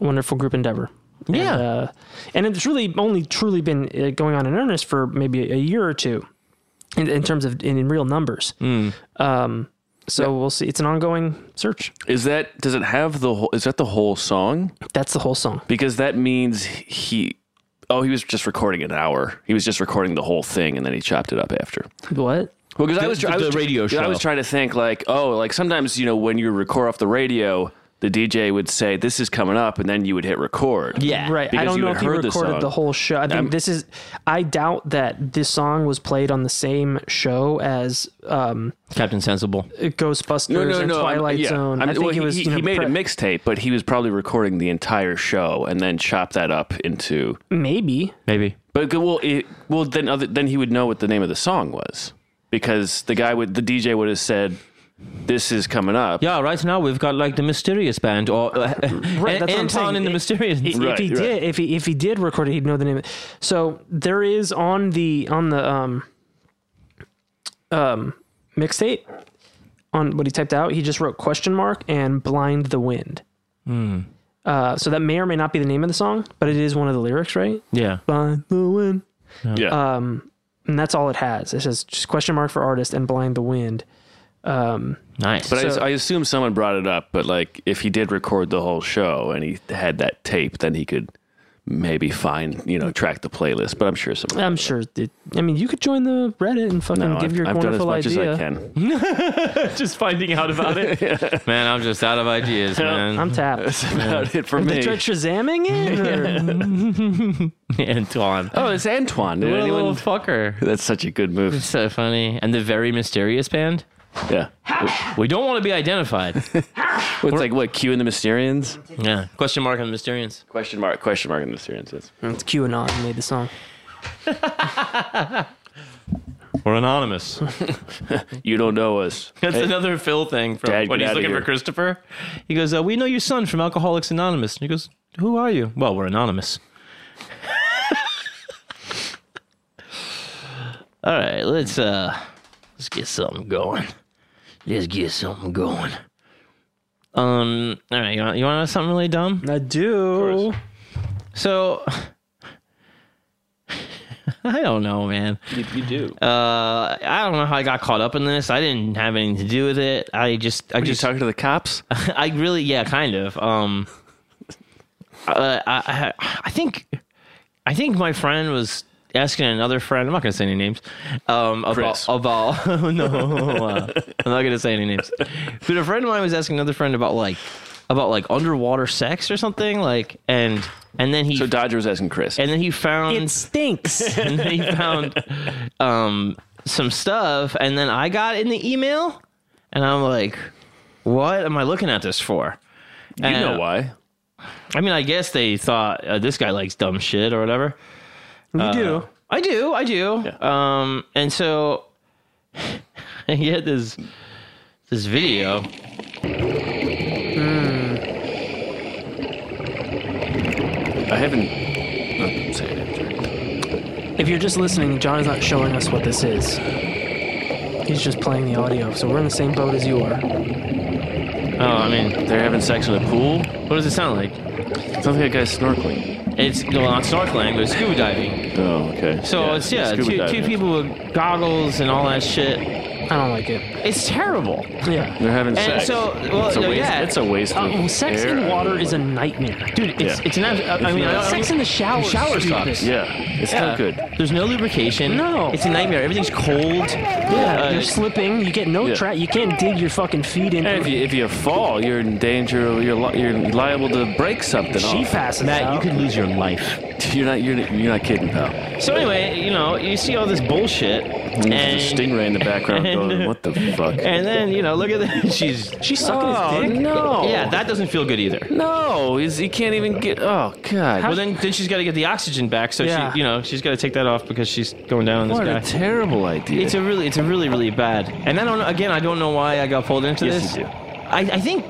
Speaker 3: wonderful group endeavor.
Speaker 2: Yeah.
Speaker 3: and, uh, and it's really only truly been uh, going on in earnest for maybe a year or two, in, in terms of in, in real numbers.
Speaker 2: Hmm.
Speaker 3: Um, so we'll see. It's an ongoing search.
Speaker 4: Is that does it have the whole? Is that the whole song?
Speaker 3: That's the whole song.
Speaker 4: Because that means he. Oh, he was just recording an hour. He was just recording the whole thing, and then he chopped it up after.
Speaker 3: What?
Speaker 4: Well, because I
Speaker 2: The-
Speaker 4: was, tr- I
Speaker 2: the
Speaker 4: was tr-
Speaker 2: radio
Speaker 4: I was
Speaker 2: [laughs] show.
Speaker 4: trying to think like, oh, like sometimes you know when you record off the radio, the DJ would say this is coming up, and then you would hit record.
Speaker 2: Yeah.
Speaker 3: Right. I
Speaker 4: Eh, Because
Speaker 3: don't
Speaker 4: you
Speaker 3: know
Speaker 4: had
Speaker 3: if you
Speaker 4: heard the
Speaker 3: recorded
Speaker 4: song.
Speaker 3: the, whole show. I think
Speaker 4: I'm-
Speaker 3: this is. I doubt that this song was played on the same show as um,
Speaker 2: Captain Sensible.
Speaker 3: Ghostbusters and
Speaker 4: I'm-
Speaker 3: Twilight
Speaker 4: yeah.
Speaker 3: Zone.
Speaker 4: I'm-
Speaker 3: I think
Speaker 4: well,
Speaker 3: it was.
Speaker 4: He,
Speaker 3: you know,
Speaker 4: he made
Speaker 3: pre-
Speaker 4: a mixtape, but he was probably recording the entire show and then chopped that up into.
Speaker 3: Maybe.
Speaker 2: Maybe.
Speaker 4: But g- well, it, well then other, then he would know what the name of the song was because the guy would the DJ would have said, "This is coming up."
Speaker 2: Yeah, right now we've got like the Mysterious Band or uh,
Speaker 3: Right, that's what I'm
Speaker 2: Anton
Speaker 3: saying.
Speaker 2: and the
Speaker 3: It-
Speaker 2: Mysterious.
Speaker 3: I- if he did if he if he did record it he'd know the name so there is on the on the um um mixtape on what he typed out he just wrote question mark and blind the wind
Speaker 2: Hmm.
Speaker 3: uh so that may or may not be the name of the song but it is one of the lyrics right
Speaker 2: Yeah.
Speaker 3: blind the wind
Speaker 4: Yeah.
Speaker 3: um and that's all it has it says just question mark for artist and blind the wind um
Speaker 2: Nice.
Speaker 4: But
Speaker 3: So-
Speaker 4: I, I assume someone brought it up. But like, if he did record the whole show and he had that tape, then he could maybe find you know track the playlist. But I'm sure some. [laughs]
Speaker 3: I'm sure. It, I mean, you could join the Reddit and fucking
Speaker 4: No,
Speaker 3: give
Speaker 4: I've-
Speaker 3: your
Speaker 4: I've done as
Speaker 3: wonderful
Speaker 4: much as I
Speaker 3: idea. [laughs]
Speaker 2: can. Just finding out
Speaker 4: [laughs]
Speaker 2: about it. Man, I'm just out of ideas, man.
Speaker 3: I'm tapped.
Speaker 2: That's about
Speaker 4: it for
Speaker 3: Have They tried Shazamming it.
Speaker 4: [laughs]
Speaker 3: or-
Speaker 2: [laughs] Antoine.
Speaker 4: Oh, it's Antoine.
Speaker 2: What
Speaker 4: Did
Speaker 2: a
Speaker 4: anyone?
Speaker 2: little fucker.
Speaker 4: That's such a good move.
Speaker 2: It's so funny. And the very mysterious band.
Speaker 4: Yeah.
Speaker 2: We don't want to be identified.
Speaker 4: [laughs] Well, It's like what Q and the Mysterians.
Speaker 2: Yeah. Question mark on the Mysterians.
Speaker 4: Question mark. Question mark on the Mysterians. Yes.
Speaker 3: [laughs] It's QAnon who made the song.
Speaker 2: We're anonymous.
Speaker 4: you don't know us.
Speaker 2: That's
Speaker 4: Hey,
Speaker 2: another Phil thing from
Speaker 4: Dad,
Speaker 2: when
Speaker 4: get
Speaker 2: he's
Speaker 4: outta
Speaker 2: looking
Speaker 4: here.
Speaker 2: for Christopher. He goes, uh, "We know your son from Alcoholics Anonymous." And he goes, "Who are you?" Well, we're [laughs] anonymous. All right, let's uh, let's get something going. Let's get something going. Um, all right, you want you want to know something really dumb?
Speaker 3: I do.
Speaker 2: So, [laughs] I don't know, man.
Speaker 4: You, you do.
Speaker 2: Uh, I don't know how I got caught up in this. I didn't have anything to do with it. I just, I
Speaker 4: you
Speaker 2: just
Speaker 4: talking to the cops.
Speaker 2: [laughs] I really, yeah, kind of. Um, uh, I, I, I think, I think my friend was asking another friend. I'm not gonna say any names. Um, about
Speaker 4: Chris.
Speaker 2: about [laughs] no, uh, I'm not gonna say any names. But a friend of mine was asking another friend about like about like underwater sex or something like and and then he so
Speaker 4: Dodger was asking Chris
Speaker 2: and then he found
Speaker 3: It stinks.
Speaker 2: [laughs] and then he found um, some stuff, and then I got in the email, and I'm like, "What am I looking at this for?"
Speaker 4: You know why?
Speaker 2: I mean, I guess they thought uh, this guy likes dumb shit or whatever.
Speaker 3: You
Speaker 2: Uh,
Speaker 3: do.
Speaker 2: I do. I do. Um, and so [laughs] I get this this video.
Speaker 4: I haven't. Oh, I'm saying it.
Speaker 3: If you're just listening, John is not showing us what this is. He's just playing the audio, so we're in the same boat as you are.
Speaker 2: Oh, I mean,
Speaker 4: they're having sex in a pool.
Speaker 2: What does it sound like?
Speaker 4: It sounds like a guy snorkeling.
Speaker 2: It's well, not snorkeling, but scuba diving.
Speaker 4: Oh, okay.
Speaker 2: So it's yeah,
Speaker 4: scuba
Speaker 2: two, two
Speaker 4: diving.
Speaker 2: people with goggles and all that shit.
Speaker 3: I don't like it.
Speaker 2: It's terrible.
Speaker 3: Yeah.
Speaker 4: They're having
Speaker 2: And
Speaker 4: sex.
Speaker 2: so, well,
Speaker 4: it's a waste.
Speaker 2: yeah.
Speaker 4: It's a waste
Speaker 3: Uh,
Speaker 4: of
Speaker 3: well, sex
Speaker 4: air.
Speaker 3: in water is a nightmare.
Speaker 2: Dude, it's
Speaker 4: Yeah.
Speaker 2: it's an. I, I
Speaker 4: It's
Speaker 2: mean,
Speaker 4: not-
Speaker 2: I don't-
Speaker 3: Sex in the shower is
Speaker 2: Shower
Speaker 3: stupid.
Speaker 2: sucks.
Speaker 4: Yeah, it's
Speaker 2: Yeah.
Speaker 4: not good.
Speaker 2: There's no lubrication.
Speaker 3: No.
Speaker 2: it's a nightmare. Everything's cold.
Speaker 3: Yeah,
Speaker 2: Uh,
Speaker 3: you're slipping. You get no
Speaker 4: yeah.
Speaker 3: track. You can't dig your fucking feet into
Speaker 4: And if
Speaker 3: it.
Speaker 4: you if you fall, you're in danger. You're li- you're liable to break something.
Speaker 3: She
Speaker 4: off.
Speaker 3: passes Matt, out. you could
Speaker 2: lose your life.
Speaker 4: You're not you're you're not kidding, pal.
Speaker 2: So anyway, you know, you see all this bullshit,
Speaker 4: And
Speaker 2: and
Speaker 4: there's a stingray in the background
Speaker 2: and-
Speaker 4: [laughs] going, "What the fuck?"
Speaker 2: and then you know, look
Speaker 4: [laughs]
Speaker 2: at this. She's
Speaker 3: She's sucking his
Speaker 4: Oh,
Speaker 3: dick?
Speaker 4: No.
Speaker 2: yeah, that doesn't feel good either.
Speaker 4: No, he's, he can't even get. Oh God.
Speaker 2: Well, then then she's got to get the oxygen back, so
Speaker 4: Yeah.
Speaker 2: she you know she's got to take that off because she's going down on this
Speaker 4: what
Speaker 2: guy.
Speaker 4: a terrible idea.
Speaker 2: It's a really, it's a really, really bad. And I don't know. Again, I don't know why I got pulled into
Speaker 4: Yes,
Speaker 2: this.
Speaker 4: you do.
Speaker 2: I, I think,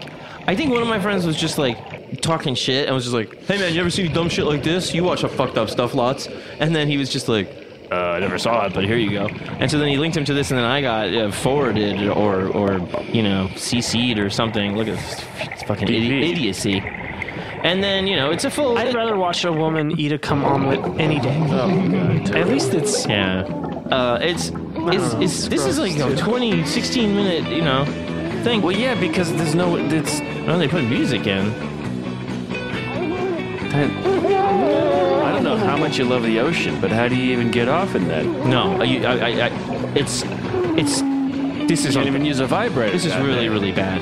Speaker 2: I think one of my friends was just like talking shit and was just like, "Hey man, you ever see dumb shit like this? You watch fucked up stuff lots." And then he was just like, uh, "I never saw it, but here you go." And so then he linked him to this, and then I got uh, forwarded or or you know CC'd or something. Look at this fucking idi- idiocy. And then you know it's a full.
Speaker 3: I'd rather watch a woman eat a cum omelet any day. At least it's
Speaker 2: Yeah. Uh, it's, it's, it's, this is like a 20, 16 minute, you know, thing. Well,
Speaker 4: yeah, because there's no, it's.
Speaker 2: Oh, they put music in.
Speaker 4: I don't know how much you love the ocean, but how do you even get off in that?
Speaker 2: No, I, I, I, I it's, it's, this is,
Speaker 4: You can't even use a vibrator.
Speaker 2: this is
Speaker 4: God
Speaker 2: really,
Speaker 4: damn.
Speaker 2: really bad.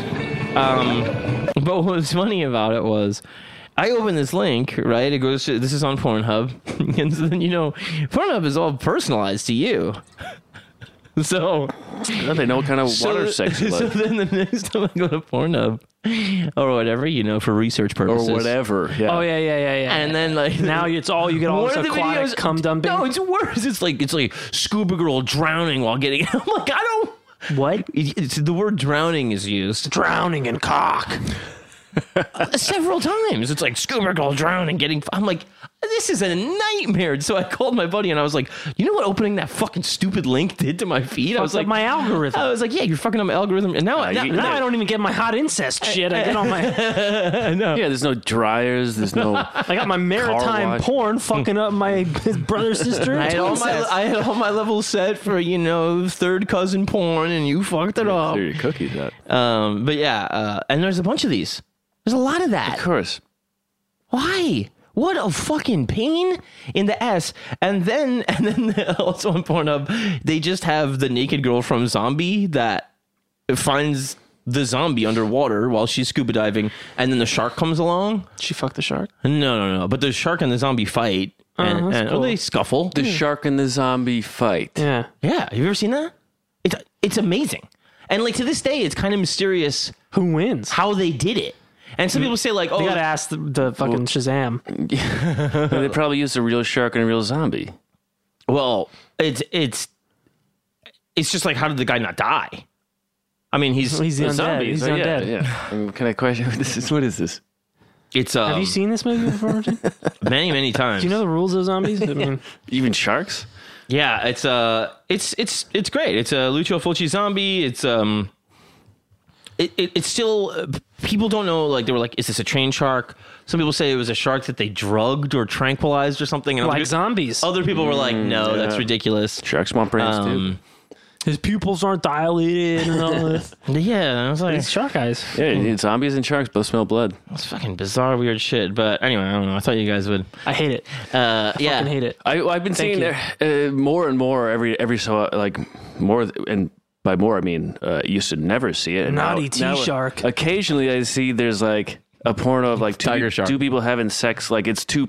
Speaker 2: Um, but what was funny about it was, I opened this link, right? It goes to, this is on Pornhub. [laughs] and so then, you know, Pornhub is all personalized to you. [laughs] So,
Speaker 4: No, they know what kind of
Speaker 2: So
Speaker 4: water
Speaker 2: th-
Speaker 4: sex you
Speaker 2: [laughs] So
Speaker 4: love.
Speaker 2: then the next time I go to Pornhub or whatever, you know, for research purposes
Speaker 4: whatever, yeah.
Speaker 3: Oh yeah, yeah, yeah, yeah.
Speaker 2: And then like
Speaker 3: [laughs] now it's all you get all
Speaker 2: one
Speaker 3: this
Speaker 2: of the
Speaker 3: aquatic
Speaker 2: videos-
Speaker 3: cum dumping.
Speaker 2: No, it's worse. It's like it's like scuba girl drowning while getting. [laughs] I'm like, I don't.
Speaker 3: What?
Speaker 2: It- It's, the word drowning is used
Speaker 3: Drowning in cock.
Speaker 2: [laughs] several times. It's like scuba girl drowning, getting. I'm like, this is a nightmare. So I called my buddy and I was like, you know what opening that fucking stupid link did to my feed? I was
Speaker 3: Fucked
Speaker 2: like,
Speaker 3: up my algorithm.
Speaker 2: I was like, yeah, you're fucking up my algorithm. And now, now,
Speaker 4: you-
Speaker 2: now
Speaker 3: Now I don't even get my hot incest shit. I get
Speaker 2: [laughs]
Speaker 3: all my
Speaker 4: Yeah, there's [laughs] no dryers. There's [laughs] no.
Speaker 3: I got my maritime
Speaker 4: wash.
Speaker 3: porn fucking up my [laughs] brother sister.
Speaker 2: I had all my I had all my levels set for you know third cousin porn, and you fucked it up.
Speaker 4: Clear your cookies out.
Speaker 2: Um, but yeah, uh, and there's a bunch of these. There's a lot of that.
Speaker 4: Of course.
Speaker 2: Why? What a fucking pain in the ass. And then [laughs] and then also on Pornhub, they just have the naked girl from Zombie that finds the zombie underwater while she's scuba diving, and then the shark comes along.
Speaker 3: She fucked the shark.
Speaker 2: No, no, no. But the shark and the zombie fight, and,
Speaker 4: Oh, that's
Speaker 2: and oh,
Speaker 4: cool.
Speaker 2: they scuffle.
Speaker 4: The shark and the zombie fight.
Speaker 3: Yeah.
Speaker 2: Yeah. Have you ever seen that? It's it's amazing. And like to this day, it's kind of mysterious
Speaker 3: who wins,
Speaker 2: how they did it. And
Speaker 4: Hmm.
Speaker 2: some people say like, oh,
Speaker 3: they gotta ask the, the
Speaker 4: [laughs]
Speaker 3: fucking Shazam.
Speaker 4: they probably used a real shark and a real zombie.
Speaker 2: Well, it's it's it's just like how did the guy not die? I mean, he's
Speaker 3: [laughs] He's the
Speaker 2: a
Speaker 3: undead.
Speaker 2: zombie.
Speaker 3: He's
Speaker 2: so
Speaker 3: the
Speaker 2: yeah,
Speaker 3: undead.
Speaker 2: yeah.
Speaker 4: [laughs] I mean, can I question this? Is what is this?
Speaker 2: It's um,
Speaker 3: Have you seen this movie before?
Speaker 4: [laughs]
Speaker 3: Richard?
Speaker 2: [laughs] many many times.
Speaker 3: Do you know the rules of zombies? I mean,
Speaker 4: even sharks?
Speaker 2: Yeah, it's uh it's it's it's great. It's a Lucio Fulci zombie. It's um it, it it's still uh, people don't know like they were like is this a train shark? Some people say it was a shark that they drugged or tranquilized or something and other
Speaker 3: [laughs] Like
Speaker 2: peop-
Speaker 3: zombies.
Speaker 2: Other people were like no, that's ridiculous. Um,
Speaker 4: Sharks Mm, want brains too.
Speaker 3: his pupils aren't dilated and all [laughs] this.
Speaker 2: Yeah, I was like,
Speaker 3: It's shark eyes.
Speaker 4: Yeah, you need zombies and sharks both smell blood.
Speaker 2: It's hmm. fucking bizarre, weird shit. But anyway, I don't know. I thought you guys would.
Speaker 3: I hate it.
Speaker 2: Uh, yeah,
Speaker 3: fucking hate it.
Speaker 4: I, I've been
Speaker 3: Thank
Speaker 4: seeing uh, more and more every every so like more th- and by more I mean uh, used to never see it. And
Speaker 3: Naughty T-shark.
Speaker 4: Occasionally I see there's like a porno of like two,
Speaker 2: Tiger shark.
Speaker 4: two people having sex. Like it's two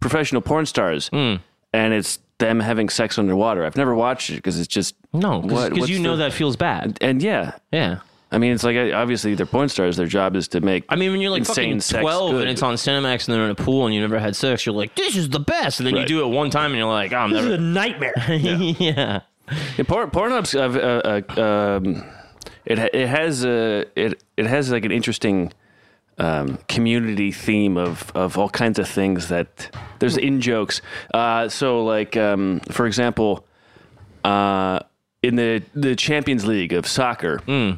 Speaker 4: professional porn stars,
Speaker 2: Hmm.
Speaker 4: and it's them having sex underwater. I've never watched it because it's just
Speaker 2: No,
Speaker 4: what-
Speaker 2: because
Speaker 4: what's
Speaker 2: you know
Speaker 4: the-
Speaker 2: that feels bad.
Speaker 4: And yeah,
Speaker 2: Yeah.
Speaker 4: I mean it's like I- obviously they're porn stars. Their job is to make.
Speaker 2: I mean, when you're like
Speaker 4: insane
Speaker 2: fucking
Speaker 4: sex
Speaker 2: 12
Speaker 4: good.
Speaker 2: and it's on Cinemax and they're in a pool and you never had sex, you're like, this is the best. And then you do it one time and you're like, I'm
Speaker 3: This is
Speaker 2: never.
Speaker 3: a
Speaker 2: [laughs]
Speaker 3: nightmare.
Speaker 2: yeah.
Speaker 4: Yeah, Porn, Pornhub's uh, uh, uh, um, it ha- it has a it it has like an interesting um, community theme of of all kinds of things that there's in jokes. Uh, so like um, for example, uh, in the the Champions League of soccer, uh,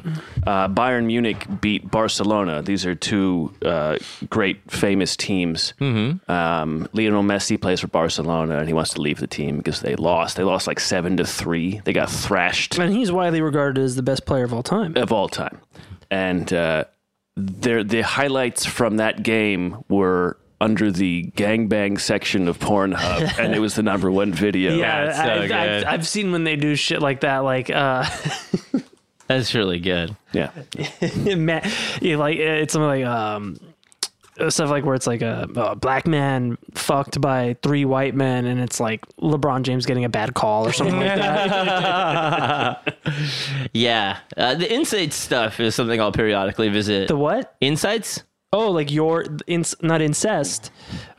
Speaker 4: Bayern Munich beat Barcelona. These are two uh, great famous teams.
Speaker 2: Mm-hmm.
Speaker 4: Um, Lionel Messi plays for Barcelona, and he wants to leave the team because they lost. They lost like seven to three. They got thrashed
Speaker 3: And he's widely regarded as the best player of all time.
Speaker 4: of all time. And uh, there, the highlights from that game were under the gangbang section of Pornhub, and it was the number one video.
Speaker 3: Yeah, I,
Speaker 2: good.
Speaker 3: I, I've seen when they do shit like that, like uh, [laughs]
Speaker 2: That's really good.
Speaker 4: yeah.
Speaker 3: ma- yeah, like uh, it's something like um, stuff like where it's like a, a black man fucked by three white men, and it's like LeBron James getting a bad call or something
Speaker 2: [laughs]
Speaker 3: like that.
Speaker 2: [laughs]
Speaker 3: [laughs]
Speaker 2: Yeah. Uh, the Insights stuff is something I'll periodically visit.
Speaker 3: the what?
Speaker 2: Insights?
Speaker 3: Oh, like your ins- not incest,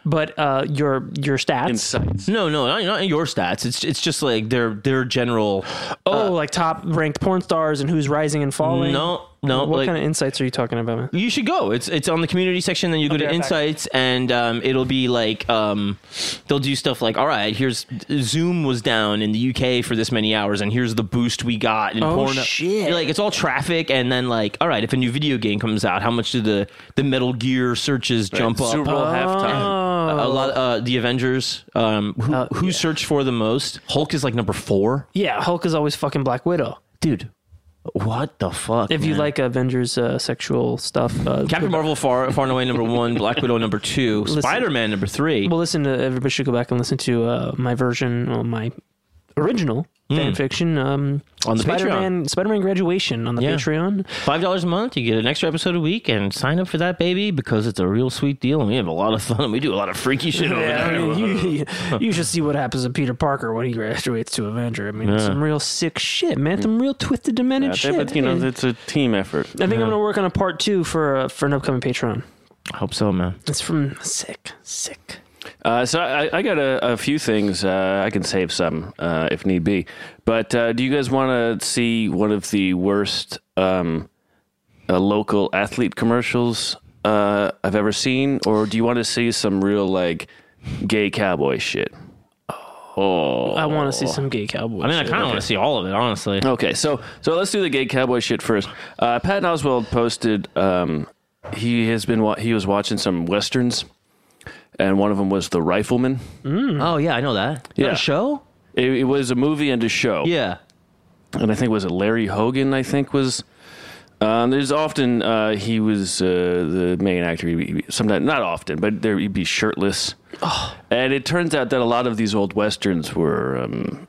Speaker 3: but uh, your your stats.
Speaker 4: Insights.
Speaker 2: No, no, not, not your stats. It's it's just like their their general. uh,
Speaker 3: Oh, like top ranked porn stars and who's rising and falling.
Speaker 2: No, no,
Speaker 3: What
Speaker 2: like-
Speaker 3: kind of insights are you talking about? Man?
Speaker 2: You should go. It's it's on the community section. Then you go
Speaker 3: Okay,
Speaker 2: to
Speaker 3: I'm back.
Speaker 2: Insights, and um, it'll be like um, they'll do stuff like, all right, here's Zoom was down in the UK for this many hours, and here's the boost we got in
Speaker 3: Oh,
Speaker 2: porn.
Speaker 3: shit.
Speaker 2: You're like it's all traffic, and then like, all right, if a new video game comes out, how much do the the Metal Gear searches jump up?
Speaker 4: Super Bowl halftime.
Speaker 2: A lot. Uh, the Avengers. Um, who
Speaker 3: Uh,
Speaker 2: who searched for the most? Hulk is like number four.
Speaker 3: Yeah, Hulk is always fucking Black Widow.
Speaker 2: Dude, what the fuck?
Speaker 3: If you
Speaker 2: man?
Speaker 3: like Avengers uh, sexual stuff, uh,
Speaker 2: Captain Marvel far far and away number one, Black Widow number two,
Speaker 3: [laughs] Listen.
Speaker 2: Spider Man number three.
Speaker 3: well, listen to everybody should go back and listen to uh, my version, well, my original fan fiction um,
Speaker 2: Hmm. On the
Speaker 3: Spider-Man, Spider-Man graduation on the
Speaker 2: Yeah.
Speaker 3: Patreon.
Speaker 2: Five dollars a month, you get an extra episode a week, and sign up for that baby because it's a real sweet deal, and we have a lot of fun, and we do a lot of freaky shit over
Speaker 3: Yeah, I
Speaker 2: there.
Speaker 3: mean, you,
Speaker 2: [laughs]
Speaker 3: you should see what happens to Peter Parker when he graduates to Avenger. I mean, it's
Speaker 4: Yeah.
Speaker 3: some real sick shit, man. Some real twisted, demented
Speaker 4: Yeah,
Speaker 3: shit.
Speaker 4: but you know,
Speaker 3: I
Speaker 4: it's a team effort.
Speaker 3: think I'm gonna work on a part two for uh, for an upcoming Patreon.
Speaker 2: I hope so, man.
Speaker 3: It's from sick, sick.
Speaker 4: Uh, so I, I got a, a few things. Uh, I can save some uh, if need be. But uh, do you guys want to see one of the worst um, uh, local athlete commercials uh, I've ever seen, or do you want to see some real like gay cowboy shit? Oh,
Speaker 3: I want to see some gay cowboy.
Speaker 2: I mean, I
Speaker 3: shit.
Speaker 2: kind of want to see all of it, honestly.
Speaker 4: Okay, so so let's do the gay cowboy shit first. Uh, Patton Oswald posted um, he has been wa- he was watching some westerns, and one of them was The Rifleman.
Speaker 3: mm.
Speaker 2: Oh yeah, I know that. Is that
Speaker 4: Yeah.
Speaker 2: a show.
Speaker 4: It, it oh. was a movie and a show,
Speaker 2: Yeah,
Speaker 4: and I think was it Larry Hogan? I think was Um, there's often uh, he was uh, the main actor. He'd be, he'd be- sometimes not often, but there he'd be shirtless. And it turns out that a lot of these old westerns were um,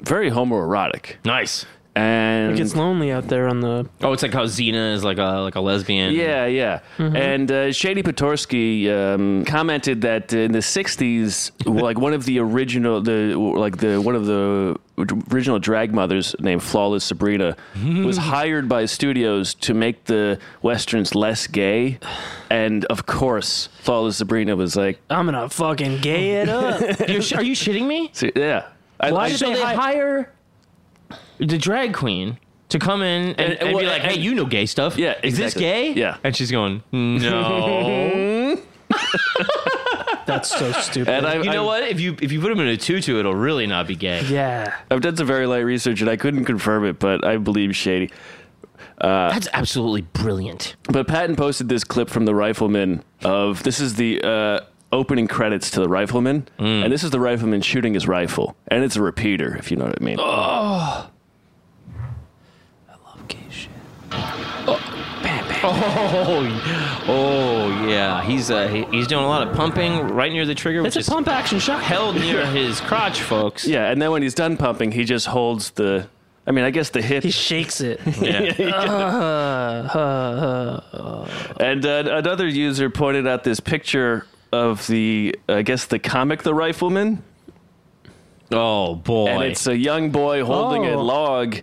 Speaker 4: very homoerotic.
Speaker 2: Nice.
Speaker 4: And
Speaker 3: It gets lonely out there on the.
Speaker 2: Oh, it's like how Xena is like a like a lesbian.
Speaker 4: Yeah, yeah.
Speaker 2: Mhm.
Speaker 4: And uh, Shady Patorsky um, commented that in the '60s, [laughs] like one of the original, the like the one of the original drag mothers named Flawless Sabrina
Speaker 2: Hmm.
Speaker 4: was hired by studios to make the westerns less gay, and of course, Flawless Sabrina was like,
Speaker 3: I'm gonna fucking gay it up.
Speaker 2: Oh. [laughs] You're sh- are you shitting me?
Speaker 4: "See, "Yeah,
Speaker 2: Why
Speaker 4: I-
Speaker 2: did
Speaker 4: so
Speaker 2: they,
Speaker 4: they
Speaker 2: hire the drag queen to come in and, and
Speaker 4: well,
Speaker 2: be like, "Hey, you know gay stuff? Yeah, is this
Speaker 4: exactly.
Speaker 2: gay? Yeah." And she's going,
Speaker 4: [laughs]
Speaker 2: "No."
Speaker 3: [laughs] That's so stupid.
Speaker 2: Oh. And I,
Speaker 4: You
Speaker 2: you
Speaker 4: know
Speaker 2: know what? If you if you put him in a tutu, it'll really not be gay.
Speaker 3: Yeah.
Speaker 4: I've done some very light research and I couldn't confirm it, but I believe Shady. Uh,
Speaker 2: That's absolutely brilliant.
Speaker 4: But Patton posted this clip from the Rifleman of this is the uh, opening credits to the Rifleman,
Speaker 2: Mm.
Speaker 4: and this is the Rifleman shooting his rifle, and it's a repeater, if you know what I mean.
Speaker 13: Oh.
Speaker 2: Oh, oh yeah. He's uh, he- he's doing a lot of pumping right near the trigger.
Speaker 3: It's
Speaker 2: which
Speaker 3: a
Speaker 2: is
Speaker 3: pump action shot.
Speaker 4: [laughs]
Speaker 2: held near his crotch, folks.
Speaker 4: Yeah, and then when he's done pumping, he just holds the. I mean, I guess the hip. He
Speaker 3: shakes it.
Speaker 4: yeah.
Speaker 3: [laughs]
Speaker 4: And uh, another user pointed out this picture of the, I guess, the comic The Rifleman.
Speaker 2: Oh boy!
Speaker 4: And it's a young boy holding a
Speaker 2: Oh.
Speaker 4: log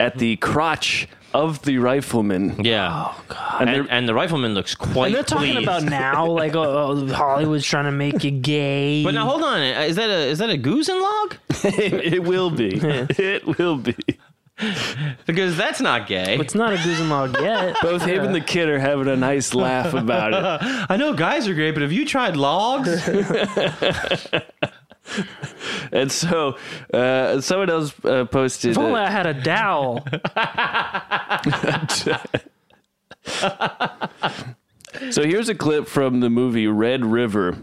Speaker 4: at the crotch of the Rifleman.
Speaker 2: Yeah. Oh god! And, and the rifleman looks quite.
Speaker 3: and they're talking
Speaker 2: pleased. [laughs]
Speaker 3: about now, like oh, oh, Hollywood's trying to make you gay.
Speaker 2: But now hold on, is that a is that a goosen log?
Speaker 4: [laughs] it, will
Speaker 2: [laughs]
Speaker 4: be. It will be.
Speaker 2: Because that's not gay.
Speaker 3: It's not a goose and log yet.
Speaker 4: [laughs] Both him and the kid are having a nice laugh about it.
Speaker 3: [laughs]
Speaker 2: I know guys are great, but have you tried logs?
Speaker 4: And so uh, someone else uh, posted.
Speaker 3: If only
Speaker 4: Uh,
Speaker 3: I had
Speaker 2: [laughs]
Speaker 3: a dowel.
Speaker 4: so here's a clip from the movie Red River.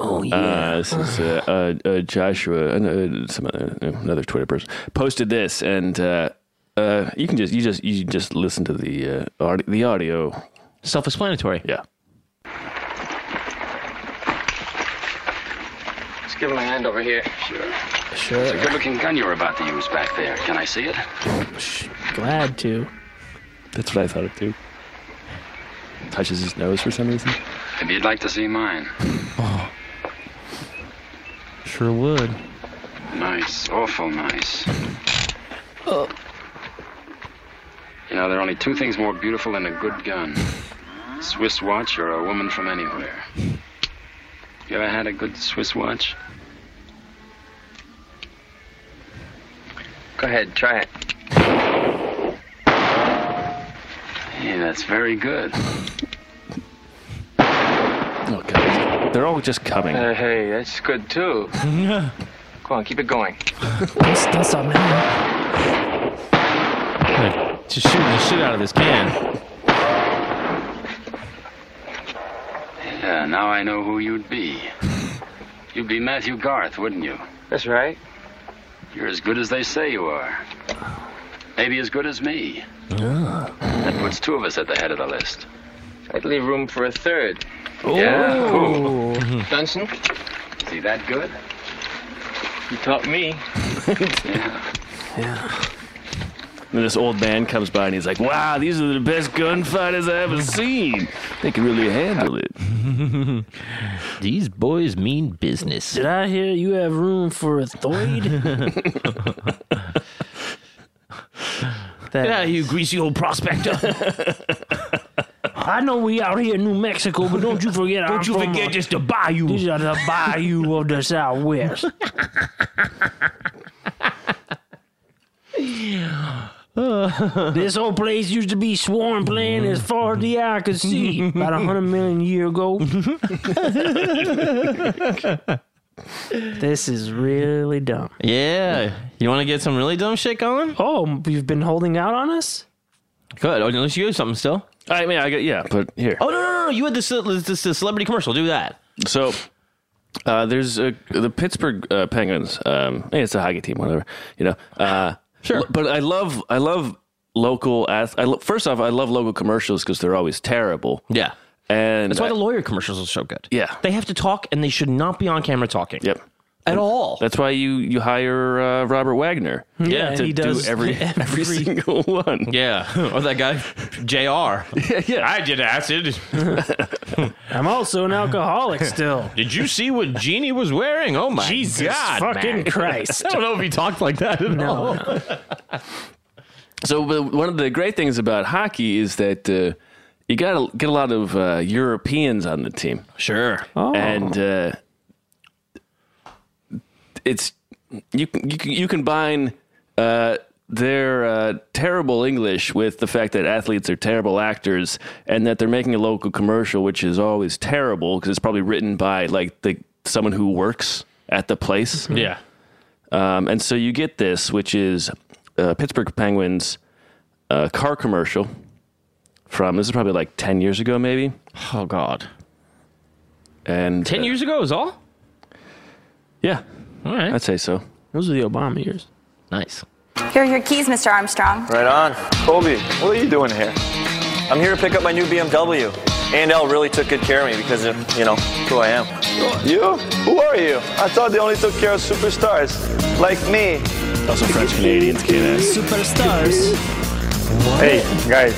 Speaker 4: Oh yeah. Uh, this is uh, uh, uh, Joshua, uh, some other, another Twitter person, posted this, and uh, uh, you can just you just you just listen to the uh, audi- the audio.
Speaker 2: Self-explanatory.
Speaker 4: Yeah.
Speaker 12: Just give him a hand over here. Sure.
Speaker 3: Sure.
Speaker 12: It's a good looking gun you were about to use back there. Can I see it?
Speaker 3: Glad to.
Speaker 4: That's what I thought it too. Touches his nose for some reason.
Speaker 12: Maybe you'd like to see mine.
Speaker 2: Sure would.
Speaker 12: Nice. Awful nice. Oh. You know, there are only two things more beautiful than a good gun Swiss watch or a woman from anywhere. You ever had a good Swiss watch? Go ahead, try it. Hey, that's very good.
Speaker 4: Oh god, they're all just coming. [laughs]
Speaker 12: Uh, hey, that's good too. Go on, keep it going.
Speaker 3: That's that's a man.
Speaker 2: Just shooting the shit out of this can.
Speaker 12: Yeah, Uh, now I know who you'd be. You'd be Matthew Garth, wouldn't you? That's right. You're as good as they say you are. Maybe as good as me. That puts two of us at the head of the list. I'd leave room for a third. Yeah.
Speaker 13: Ooh.
Speaker 12: who? Dunson? Is he that good? You taught me. [laughs] yeah.
Speaker 4: And this old man comes by and he's like, "Wow, these are the best gunfighters I ever seen. They can really [laughs] handle it."
Speaker 2: [laughs] These boys mean business.
Speaker 3: Did I hear you have room for
Speaker 2: [laughs]
Speaker 3: a thoid? That-
Speaker 2: Get out of here, you greasy old [laughs] prospector.
Speaker 3: I know we out here in New Mexico, but don't you forget
Speaker 2: [laughs] Don't
Speaker 3: I'm
Speaker 2: you
Speaker 3: from
Speaker 2: forget
Speaker 3: a,
Speaker 2: just the bayou.
Speaker 3: These are the bayou of
Speaker 2: [laughs]
Speaker 3: the Southwest. this old place used to be sworn plain as far as the eye could see about a hundred million year
Speaker 2: [laughs]
Speaker 3: ago. this is really dumb.
Speaker 2: yeah. You want to get some really dumb shit going?
Speaker 3: Oh, you've been holding out on us?
Speaker 2: Good. Oh, Unless you have something still.
Speaker 4: I mean, I got yeah, but here.
Speaker 2: Oh no no no! no. You had this uh, this, this celebrity commercial. Do that.
Speaker 4: So uh, there's uh the Pittsburgh uh,
Speaker 2: [laughs]
Speaker 4: Penguins. Um, hey, it's a hockey team, whatever you know. Uh, sure. But I love I love local. ath- I lo- first off, I love local commercials because they're always terrible.
Speaker 2: Yeah,
Speaker 4: and
Speaker 2: That's why
Speaker 4: I-
Speaker 2: the lawyer commercials are so good.
Speaker 4: Yeah.
Speaker 2: They have to talk and they should not be on camera talking.
Speaker 4: Yep.
Speaker 2: At all.
Speaker 4: That's why you you
Speaker 2: [laughs]
Speaker 4: hire uh, Robert Wagner.
Speaker 2: Hmm. Yeah,
Speaker 4: to
Speaker 2: he does
Speaker 4: do every
Speaker 2: [laughs] every-
Speaker 4: every, [laughs] single one.
Speaker 2: Yeah. Or Oh, that guy, [laughs] JR.
Speaker 4: Yeah, yeah.
Speaker 2: I did [laughs] acid.
Speaker 3: I'm also an alcoholic still.
Speaker 2: Did you see what Genie was wearing? Oh my
Speaker 3: Jesus
Speaker 2: God.
Speaker 3: fucking
Speaker 2: man. [laughs]
Speaker 3: Christ.
Speaker 2: I don't know if he talked like that at
Speaker 3: No,
Speaker 2: all.
Speaker 3: [laughs]
Speaker 4: So but one of the great things about hockey is that uh, you got to get a lot of uh, Europeans on the team.
Speaker 2: Sure.
Speaker 4: And uh, it's you can- you can- you combine uh, their uh, terrible English with the fact that athletes are terrible actors and that they're making a local commercial, which is always terrible because it's probably written by like the someone who works at the place.
Speaker 2: Yeah.
Speaker 4: Um, and so you get this, which is uh, Pittsburgh Penguins uh, car commercial from this is probably like 10 years ago, maybe.
Speaker 2: Oh, God.
Speaker 4: And uh,
Speaker 2: 10 years ago is all?
Speaker 4: Yeah.
Speaker 2: All right.
Speaker 4: I'd say so.
Speaker 3: Those are the Obama years.
Speaker 2: Nice.
Speaker 23: Here are your keys, Mr. Armstrong.
Speaker 24: Right on. Colby, what are you doing here? I'm here to pick up my new BMW. A&L really took good care of me because of, you know, who I am. You? Who are you? I thought they only took care of superstars. Like me.
Speaker 20: Also French Canadians can't
Speaker 3: Superstars.
Speaker 18: Hey, guys,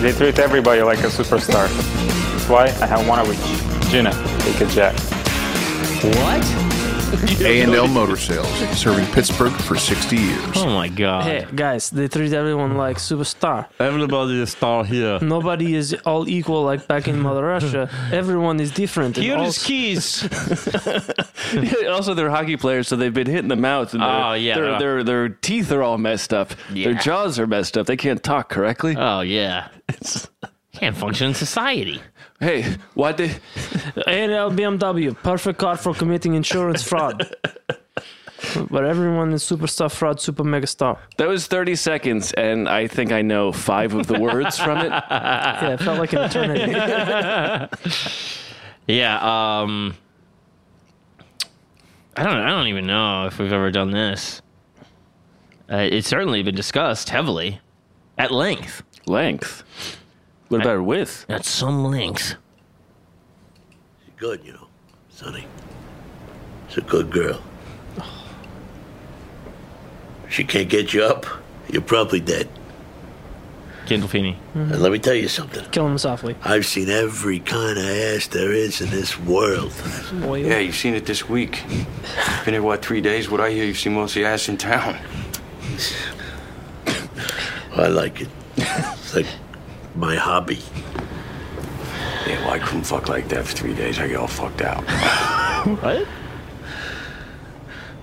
Speaker 18: they treat everybody like a superstar. That's why I have one of each. Gina, take a jack.
Speaker 25: [laughs] What? A&L Motor Sales, serving Pittsburgh for 60 years.
Speaker 2: Oh my God.
Speaker 3: Hey, guys, they treat everyone like superstar.
Speaker 2: Everybody is star here.
Speaker 3: Nobody is all equal like back in Mother Russia. Everyone is different. and
Speaker 4: Here
Speaker 3: all
Speaker 4: is
Speaker 2: keys.
Speaker 4: Yeah, [laughs] also, they're hockey players, so they've been hit in the mouth. And their-
Speaker 2: Oh, yeah.
Speaker 4: Their, their, their teeth are all messed up. Their
Speaker 2: Yeah.
Speaker 4: jaws are messed up. They can't talk correctly. [laughs]
Speaker 2: Oh, yeah. Can't function in society.
Speaker 4: Hey, why did.
Speaker 3: ANL BMW, perfect car for committing insurance fraud. but everyone is superstar fraud, super mega star.
Speaker 4: That was 30 seconds, and I think I know five of the words from it.
Speaker 3: [laughs] Yeah, it felt like an [laughs] eternity.
Speaker 2: Yeah. Um, I don't. I don't even know if we've ever done this. Uh, it's certainly been discussed heavily, at length.
Speaker 4: Length. What about width?
Speaker 2: At some length.
Speaker 26: Good, you know, Sonny. It's a good girl. She can't get you up. You're probably dead.
Speaker 2: Gandolfini.
Speaker 26: And let me tell you something.
Speaker 3: Kill
Speaker 2: [laughs]
Speaker 3: him softly.
Speaker 26: I've seen every kind of ass there is in this world.
Speaker 27: Yeah, you've seen it this week. Been here, what, three days? What I hear, you've seen most of the ass in town.
Speaker 26: I like it. It's like my hobby.
Speaker 27: Yeah, well, I couldn't fuck like that for three days. I get all fucked out.
Speaker 2: what?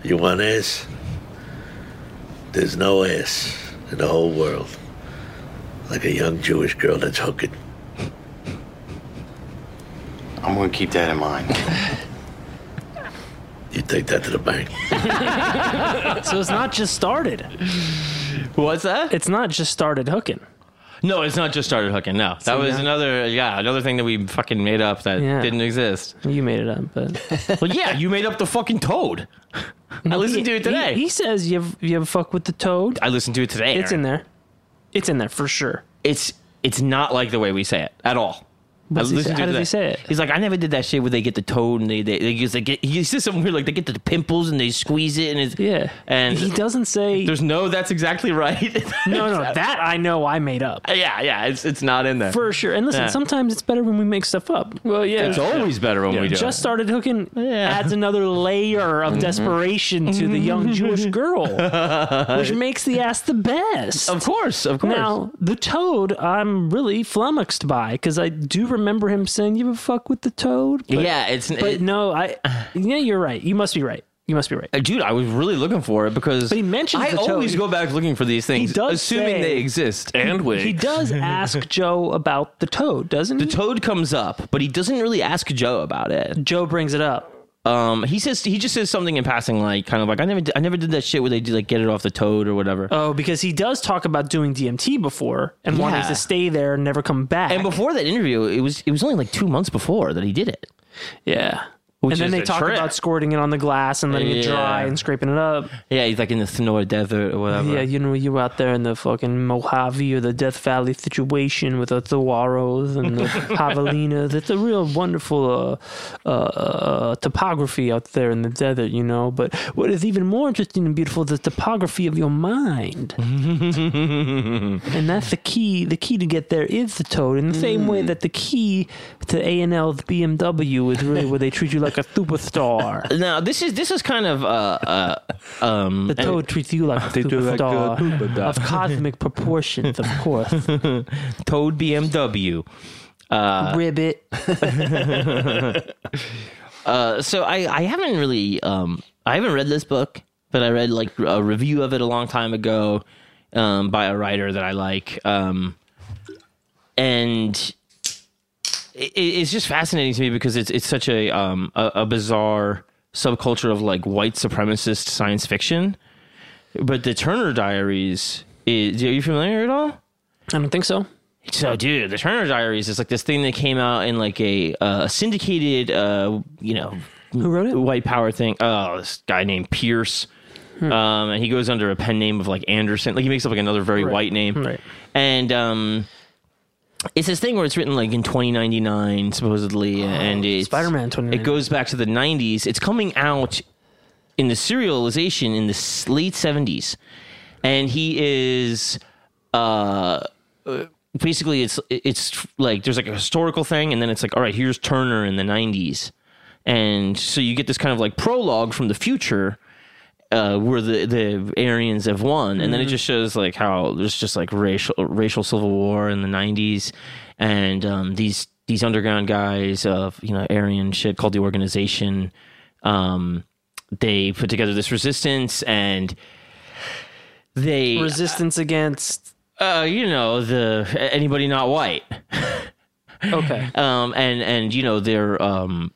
Speaker 26: You want ass? There's no ass in the whole world like a young Jewish girl that's hooking.
Speaker 27: I'm gonna keep that in mind.
Speaker 26: [laughs] You take that to the bank.
Speaker 3: so it's not just started.
Speaker 2: What's that?
Speaker 3: It's not just started hooking.
Speaker 2: No, it's not just started hooking. No, that
Speaker 3: So,
Speaker 2: was
Speaker 3: yeah.
Speaker 2: another. Yeah, another thing that we fucking made up that
Speaker 3: Yeah.
Speaker 2: didn't exist.
Speaker 3: You made it up, but
Speaker 2: well, yeah, you made up the
Speaker 3: [laughs]
Speaker 2: fucking toad. I listened to it today.
Speaker 3: He, he says you have, you have fuck with the toad.
Speaker 2: [laughs] I listened to it today.
Speaker 3: It's in there. It's in there for sure.
Speaker 2: It's it's not like the way we say it at all.
Speaker 3: What's he say- how does he
Speaker 2: say it? He's like, I never did that shit where they get the toad and they they, they, use- they get he says something weird like they get the pimples and they squeeze it and it's
Speaker 3: yeah
Speaker 2: and
Speaker 3: He doesn't say.
Speaker 2: There's no. That's exactly right.
Speaker 3: No, no,
Speaker 2: [laughs]
Speaker 3: that I know I made up.
Speaker 2: yeah, yeah. It's it's not in there
Speaker 3: For sure. And listen,
Speaker 2: Yeah. [laughs]
Speaker 3: sometimes it's better when we make stuff up. Well,
Speaker 2: yeah. It's always better when we do
Speaker 3: Just
Speaker 2: it.
Speaker 3: started hooking adds another layer of
Speaker 2: Mhm.
Speaker 3: desperation to the young
Speaker 2: [laughs]
Speaker 3: Jewish girl, which makes the ass the best. Of
Speaker 2: course, of
Speaker 3: course. Now, the toad, I'm really flummoxed by because I do remember him saying, "You ever fuck with the toad?"
Speaker 2: Yeah, it's-
Speaker 3: but
Speaker 2: it-
Speaker 3: no, I. Yeah, you're right. You must be right. You must be right.
Speaker 2: Uh, Dude, I was really looking for it because
Speaker 3: But he mentions
Speaker 2: I
Speaker 3: the toad.
Speaker 2: always go back looking for these things,
Speaker 3: does
Speaker 2: assuming
Speaker 3: say-
Speaker 2: they exist.
Speaker 3: He-
Speaker 2: [laughs]
Speaker 3: He does ask Joe about the toad, doesn't he?
Speaker 2: The toad comes up, but he doesn't really ask Joe about it.
Speaker 3: Joe brings it up.
Speaker 2: Um, he says he just says something in passing, like kind of like I never, did, I never did that shit where they do like get it off the toad or whatever.
Speaker 3: Oh, because he does talk about doing DMT before and wanting
Speaker 2: Yeah.
Speaker 3: to stay there and never come back.
Speaker 2: And before that interview, it was it was only like two months before that he did it.
Speaker 3: Yeah.
Speaker 2: Which
Speaker 3: and then
Speaker 2: is
Speaker 3: they
Speaker 2: a
Speaker 3: talk
Speaker 2: trip.
Speaker 3: about squirting it on the glass and letting it dry
Speaker 2: Yeah.
Speaker 3: and scraping it up.
Speaker 2: Yeah, he's like in the Sonora Desert or whatever.
Speaker 3: Yeah, you know, you out there in the fucking Mojave or the Death Valley situation with the Zawaros and
Speaker 2: [laughs]
Speaker 3: the Javelinas. It's a real wonderful uh, uh, uh, topography out there in the desert, you know. But what is even more interesting and beautiful is the topography of
Speaker 2: [laughs]
Speaker 3: your mind. and that's the key. The key to get there is the toad. In the same
Speaker 2: Mm.
Speaker 3: way that the key to A&L's BMW is really where they treat you
Speaker 2: [laughs]
Speaker 3: like a superstar.
Speaker 2: Now this is this is kind of uh, uh um
Speaker 3: The toad treats you like
Speaker 2: [laughs]
Speaker 3: a
Speaker 2: They do like
Speaker 3: superstar
Speaker 2: a superstar.
Speaker 3: of cosmic proportions, of
Speaker 2: [laughs]
Speaker 3: course.
Speaker 2: Uh, Toad BMW. Uh, [laughs]
Speaker 3: Ribbit.
Speaker 2: uh, so I, I haven't really um, I haven't read this book, but I read like a review of it a long time ago um, by a writer that I like, um, and it, it's just fascinating to me because it's it's such a um, a, a bizarre subculture of like white supremacist science fiction. But the Turner Diaries is are you familiar at all?
Speaker 3: I don't think so.
Speaker 2: So, dude, the Turner Diaries is like this thing that came out in like a uh, syndicated, uh, you know,
Speaker 3: who wrote it?
Speaker 2: White power thing. Oh, this guy named Pierce,
Speaker 3: Hmm.
Speaker 2: um, and he goes under a pen name of like Anderson. Like he makes up like another very
Speaker 7: Right.
Speaker 2: white name,
Speaker 7: Right.
Speaker 2: and um, it's this thing where it's written like in 2099 supposedly, and it's
Speaker 3: Spider-Man
Speaker 2: It
Speaker 3: 2099.
Speaker 2: goes back to the 90s. It's coming out in the serialization in the s- late 70s and he is uh uh, basically it's it's like there's like a historical thing and then it's like all right here's turner in the 90s and so you get this kind of like prologue from the future uh, where the the Aryans have won, and then it
Speaker 7: Mhm.
Speaker 2: just shows like how there's just like racial racial civil war in the '90s, and um, these these underground guys of you know Aryan shit called the organization, um, they put together this resistance, and they
Speaker 3: resistance against
Speaker 2: uh you know the anybody not white [laughs]
Speaker 3: okay
Speaker 2: um and and you know they're um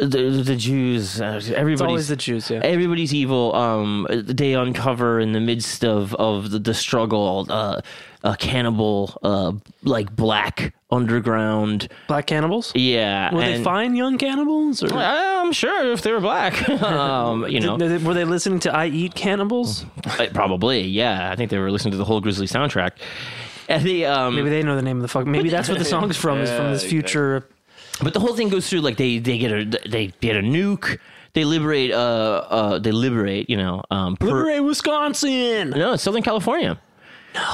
Speaker 2: the, the Jews, uh, everybody's
Speaker 3: always the Jews, yeah.
Speaker 2: Everybody's evil. Um, they uncover in the midst of of the, the struggle, uh, a cannibal, uh, like black underground
Speaker 3: black cannibals.
Speaker 2: Yeah,
Speaker 3: Were they
Speaker 2: and-
Speaker 3: fine young cannibals? Or?
Speaker 2: I'm sure if they were black. [laughs] Um, you know.
Speaker 3: Did- did- were they listening to "I Eat Cannibals"?
Speaker 2: Uh, Probably, yeah. I think they were listening to the whole Grizzly soundtrack. And the, um,
Speaker 3: Maybe they know the name of the fuck. Maybe that's what the song's from. is from this
Speaker 2: Yeah,
Speaker 3: future.
Speaker 2: But the whole thing goes through like they they get a they get a nuke. They liberate uh uh they liberate you know um
Speaker 3: Liberate Wisconsin.
Speaker 2: No, it's Southern California.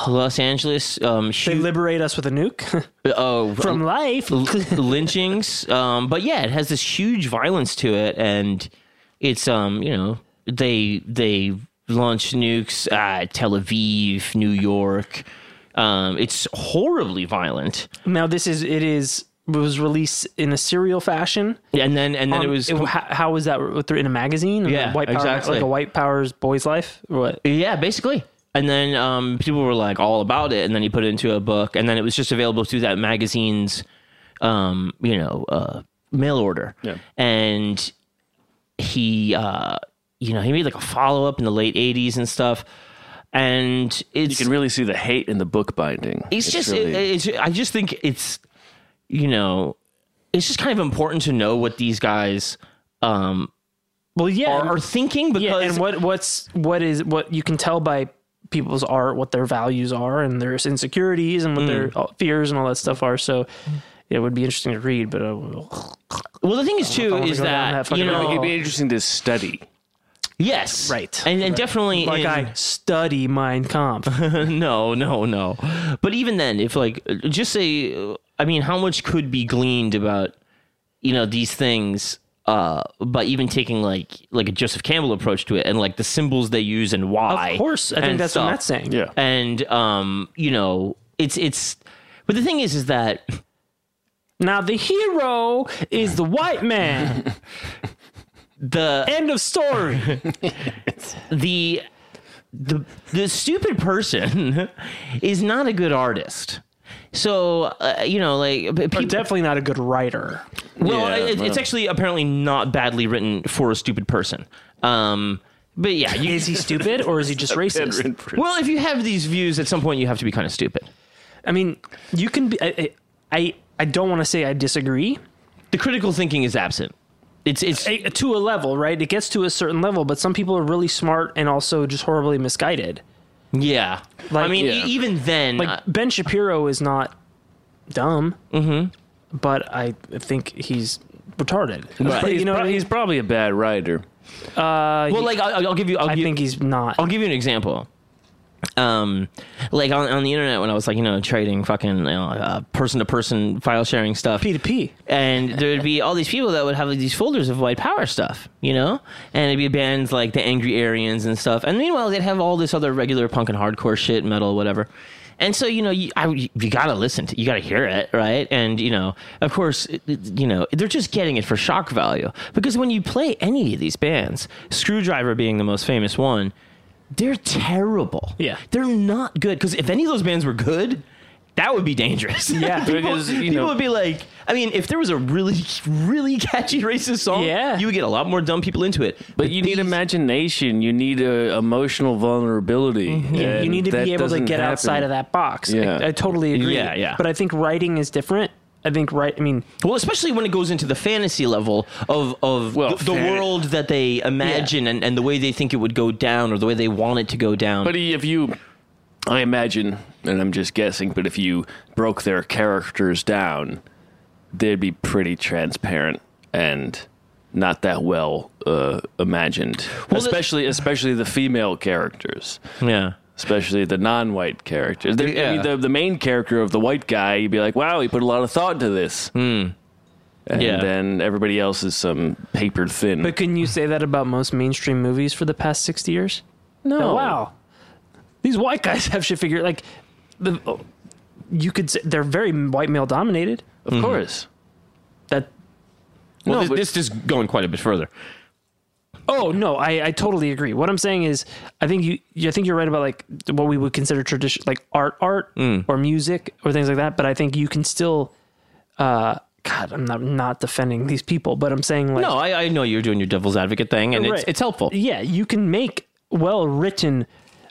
Speaker 2: Los Angeles. Um,
Speaker 3: They liberate us with a nuke. [laughs]
Speaker 2: oh,
Speaker 3: From life.
Speaker 2: lynchings. Um, but yeah, it has this huge violence to it, and it's um, you know, they they launch nukes at Tel Aviv, New York. Um, it's horribly violent.
Speaker 3: now this is it is it was released in a serial fashion. Um,
Speaker 2: Yeah, and then and then it was com-
Speaker 3: how, how was that with- in a magazine?
Speaker 2: Yeah,
Speaker 3: white power,
Speaker 2: exactly.
Speaker 3: Like a white power's boy's life. Or what?
Speaker 2: Yeah, basically. And then um, people were like all about it, and then he put it into a book, and then it was just available through that magazine's, um, you know, uh, mail order.
Speaker 7: Yeah.
Speaker 2: And he, uh, you know, he made like a follow up in the late '80s and stuff. And it's
Speaker 4: you can really see the hate in the book binding.
Speaker 2: it's, just
Speaker 4: really-
Speaker 2: it, it's, i just think it's you know it's just kind of important to know what these guys um
Speaker 3: well yeah
Speaker 2: are, are thinking because
Speaker 3: yeah, and what what's what is what you can tell by people's art what their values are and their insecurities and what their fears and all that stuff are. So it would be interesting to read, but uh,
Speaker 2: well the thing is too is that, you know
Speaker 4: it'd be interesting to study.
Speaker 2: Yes.
Speaker 3: Right.
Speaker 2: And, and
Speaker 3: Right.
Speaker 2: definitely
Speaker 3: Like I study Mein Kampf.
Speaker 2: [laughs] no, no, no. But even then, if like, just say, uh, I mean, how much could be gleaned about, you know, these things uh, by even taking like like a Joseph Campbell approach to it and like the symbols they use and why.
Speaker 3: Of course. I think
Speaker 2: and
Speaker 3: that's what Matt's saying. Yeah.
Speaker 2: And, um, you know, it's, it's, but the thing is, is that
Speaker 3: now the hero is the
Speaker 2: [laughs]
Speaker 3: white man.
Speaker 2: the
Speaker 3: end of story.
Speaker 2: [laughs] the the the stupid person [laughs] is not a good artist. So uh, you know, like but people,
Speaker 3: definitely not a good writer.
Speaker 2: Well,
Speaker 3: Yeah,
Speaker 2: it, it's
Speaker 3: well.
Speaker 2: actually apparently not badly written for a stupid person. Um, but yeah, you,
Speaker 3: is he stupid or is he just racist?
Speaker 2: Well, if you have these views, at some point you have to be kind of stupid.
Speaker 3: I mean, you can be. I I, I don't want to say I disagree.
Speaker 2: The critical thinking is absent. It's it's
Speaker 3: to a level, right? It gets to a certain level, but some people are really smart and also just horribly misguided.
Speaker 2: Yeah, I mean, e- even then,
Speaker 3: like Ben Shapiro is not dumb,
Speaker 2: mm-hmm.
Speaker 3: but I think he's retarded. But,
Speaker 4: He's
Speaker 3: you know,
Speaker 4: prob- he's probably a bad writer.
Speaker 3: uh,
Speaker 2: well,
Speaker 3: he-
Speaker 2: like I'll, I'll give you. I'll
Speaker 3: I
Speaker 2: give,
Speaker 3: think he's not.
Speaker 2: I'll give you an example. Um, like on, on the internet when I was like you know trading fucking you know person to person file sharing stuff P
Speaker 3: to P,
Speaker 2: and there'd be all these people that would have these folders of white power stuff, you know, and it'd be bands like the Angry Aryans and stuff, and meanwhile they'd have all this other regular punk and hardcore shit, metal, whatever. And so you know you I, you gotta listen to you gotta hear it right and you know of course it- it- you know they're just getting it for shock value because when you play any of these bands Screwdriver being the most famous one they're terrible.
Speaker 3: Yeah.
Speaker 2: They're not good. Because if any of those bands were good, that would be dangerous.
Speaker 3: Yeah.
Speaker 2: [laughs] people,
Speaker 3: Because, you
Speaker 2: people
Speaker 3: know-
Speaker 2: would be like, I mean, if there was a really, really catchy racist song,
Speaker 4: Yeah.
Speaker 2: you would get a lot more dumb people into it.
Speaker 4: But you need imagination. You need uh emotional vulnerability.
Speaker 3: Mm-hmm. You, you
Speaker 4: and
Speaker 3: need to
Speaker 4: that
Speaker 3: be able to
Speaker 4: doesn't
Speaker 3: get
Speaker 4: happen.
Speaker 3: outside of that box. I-
Speaker 4: Yeah.
Speaker 3: I, totally agree.
Speaker 4: Yeah, yeah.
Speaker 3: But I think writing is different. I think right. I mean,
Speaker 2: well, especially when it goes into the fantasy level of of the, the
Speaker 4: fan-
Speaker 2: world that they imagine and, and the way they think it would go down or the way they want it to go
Speaker 3: Um,
Speaker 2: down.
Speaker 4: But if you, I imagine, and I'm just guessing, but if you broke their characters down, they'd be pretty transparent and not that well uh, imagined. especially, especially the female characters.
Speaker 2: Yeah.
Speaker 4: Especially the non-white characters. The, I
Speaker 2: Yeah.
Speaker 4: mean, the, the main character of the white guy, you'd be like, "Wow, he put a lot of thought into this." And
Speaker 3: Hmm. Yeah.
Speaker 4: then everybody else is some paper thin.
Speaker 3: but can you say that about most mainstream movies for the past sixty years?
Speaker 4: No.
Speaker 3: wow, these white guys [laughs] have shit figured. Like the, you could say they're very white male dominated.
Speaker 4: Of course.
Speaker 3: That.
Speaker 2: Mm-hmm. well,
Speaker 3: no,
Speaker 2: this,
Speaker 3: but-
Speaker 2: this is going quite a bit further.
Speaker 3: Oh no, I, I totally agree. What I'm saying is, I think you, you I think you're right about like what we would consider tradition, like art, art
Speaker 2: Mm.
Speaker 3: or music or things like that. But I think you can still, uh, God, I'm not not defending these people, but I'm saying like,
Speaker 2: no, I, I know you're doing your devil's advocate thing, and it's,
Speaker 3: Right.
Speaker 2: it's helpful.
Speaker 3: yeah, you can make well written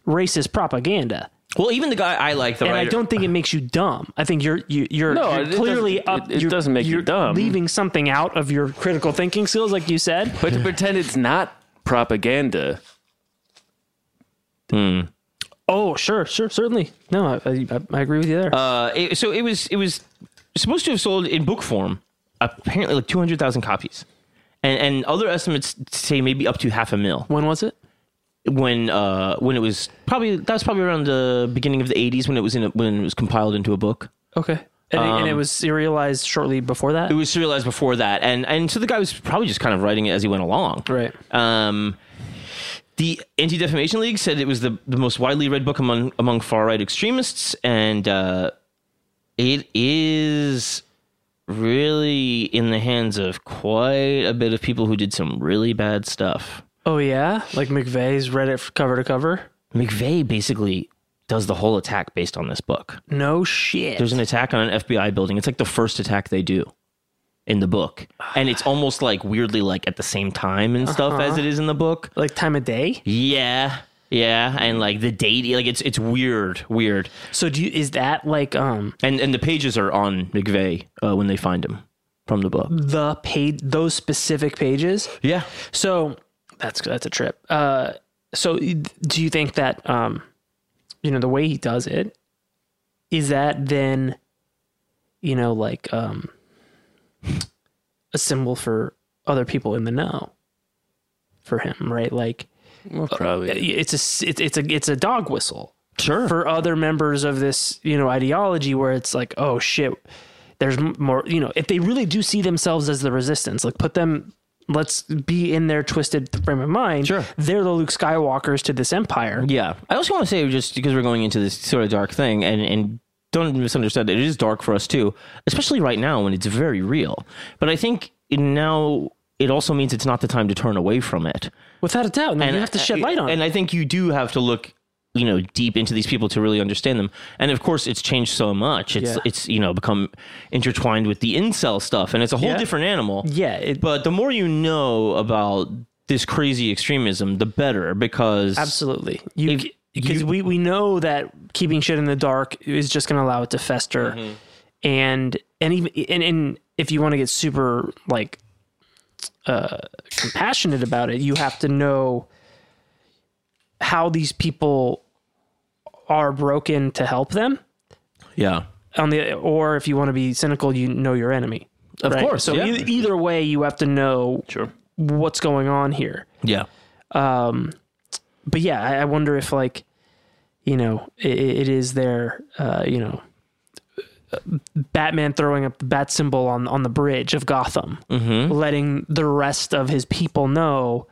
Speaker 3: racist propaganda.
Speaker 2: Well, even the guy I like, the
Speaker 3: and
Speaker 2: writer,
Speaker 3: I don't think it makes you dumb. I think you're you, you're,
Speaker 4: No,
Speaker 3: you're
Speaker 4: it- it
Speaker 3: clearly
Speaker 4: doesn't-
Speaker 3: up.
Speaker 4: it- it
Speaker 3: you're-
Speaker 4: doesn't make you
Speaker 3: you're
Speaker 4: dumb.
Speaker 3: Leaving something out of your critical thinking skills, like you said.
Speaker 4: But to pretend it's not propaganda.
Speaker 3: Oh, sure, sure, certainly. No, I, I, I agree with you there.
Speaker 2: Uh, it, so it was it was supposed to have sold in book form, apparently like two hundred thousand copies, and and other estimates say maybe up to half a mil.
Speaker 3: When was it?
Speaker 2: When uh when it was probably that was probably around the beginning of the eighties when it was in a, when it was compiled into a book.
Speaker 3: Okay. And, it, and it
Speaker 2: Um,
Speaker 3: was serialized shortly before that.
Speaker 2: It was serialized before that, and and so the guy was probably just kind of writing it as he went along.
Speaker 3: Right.
Speaker 2: Um, the Anti Defamation League said it was the, the most widely read book among among far right extremists, and uh, it is really in the hands of quite a bit of people who did some really bad stuff.
Speaker 3: Oh yeah, like McVeigh's read it f- cover to cover.
Speaker 2: McVeigh basically does the whole attack based on this book.
Speaker 3: No shit.
Speaker 2: There's an attack on an FBI building. It's like the first attack they do in the book, and it's almost like weirdly like at the same time and stuff as
Speaker 3: Uh-huh.
Speaker 2: it is in the book.
Speaker 3: like time of day.
Speaker 2: Yeah, yeah, and like the date, like it's it's weird, weird.
Speaker 3: So do you, is that like um
Speaker 2: And and the pages are on McVeigh uh, when they find him from the book.
Speaker 3: the page those specific pages?
Speaker 2: Yeah,
Speaker 3: So that's that's a trip. Uh, so y- do you think that um, you know, the way he does it is that then, you know, like um, a symbol for other people in the know for him, right? Like
Speaker 4: Well, probably.
Speaker 3: Uh, it's a s- it, it's a it's a dog whistle
Speaker 2: sure
Speaker 3: for other members of this you know ideology where it's like oh shit there's m- more you know if they really do see themselves as the resistance like put them let's be in their twisted frame of mind sure they're the luke skywalkers to this empire
Speaker 2: yeah. I also want to say just because we're going into this sort of dark thing, and and don't misunderstand that it is dark for us too, especially right now when it's very real. But I think now it also means it's not the time to turn away from it.
Speaker 3: without a doubt and you have to shed light on it
Speaker 2: And I think you do have to look, you know, deep into these people to really understand them. And of course, it's changed so much. It's
Speaker 3: Yeah.
Speaker 2: it's you know become intertwined with the incel stuff, and it's a whole
Speaker 3: Yeah.
Speaker 2: different animal.
Speaker 3: yeah it,
Speaker 2: But the more you know about this crazy extremism, the better because
Speaker 3: absolutely you
Speaker 2: If
Speaker 3: because
Speaker 2: you-
Speaker 3: we, we know that keeping shit in the dark is just going to allow it to fester and and even and, and if you want to get super like uh, compassionate about it, you have to know how these people are broken to help them.
Speaker 2: Yeah.
Speaker 3: On the or if you want to be cynical, you know your enemy.
Speaker 2: Of
Speaker 3: right?
Speaker 2: course,
Speaker 3: So
Speaker 2: yeah.
Speaker 3: eith- either way, you have to know what's going on here.
Speaker 2: Yeah.
Speaker 3: Um, but yeah, I, I wonder if like, you know, it, it is their, uh, you know, Batman throwing up the bat symbol on on the bridge of Gotham,
Speaker 2: Mhm.
Speaker 3: letting the rest of his people know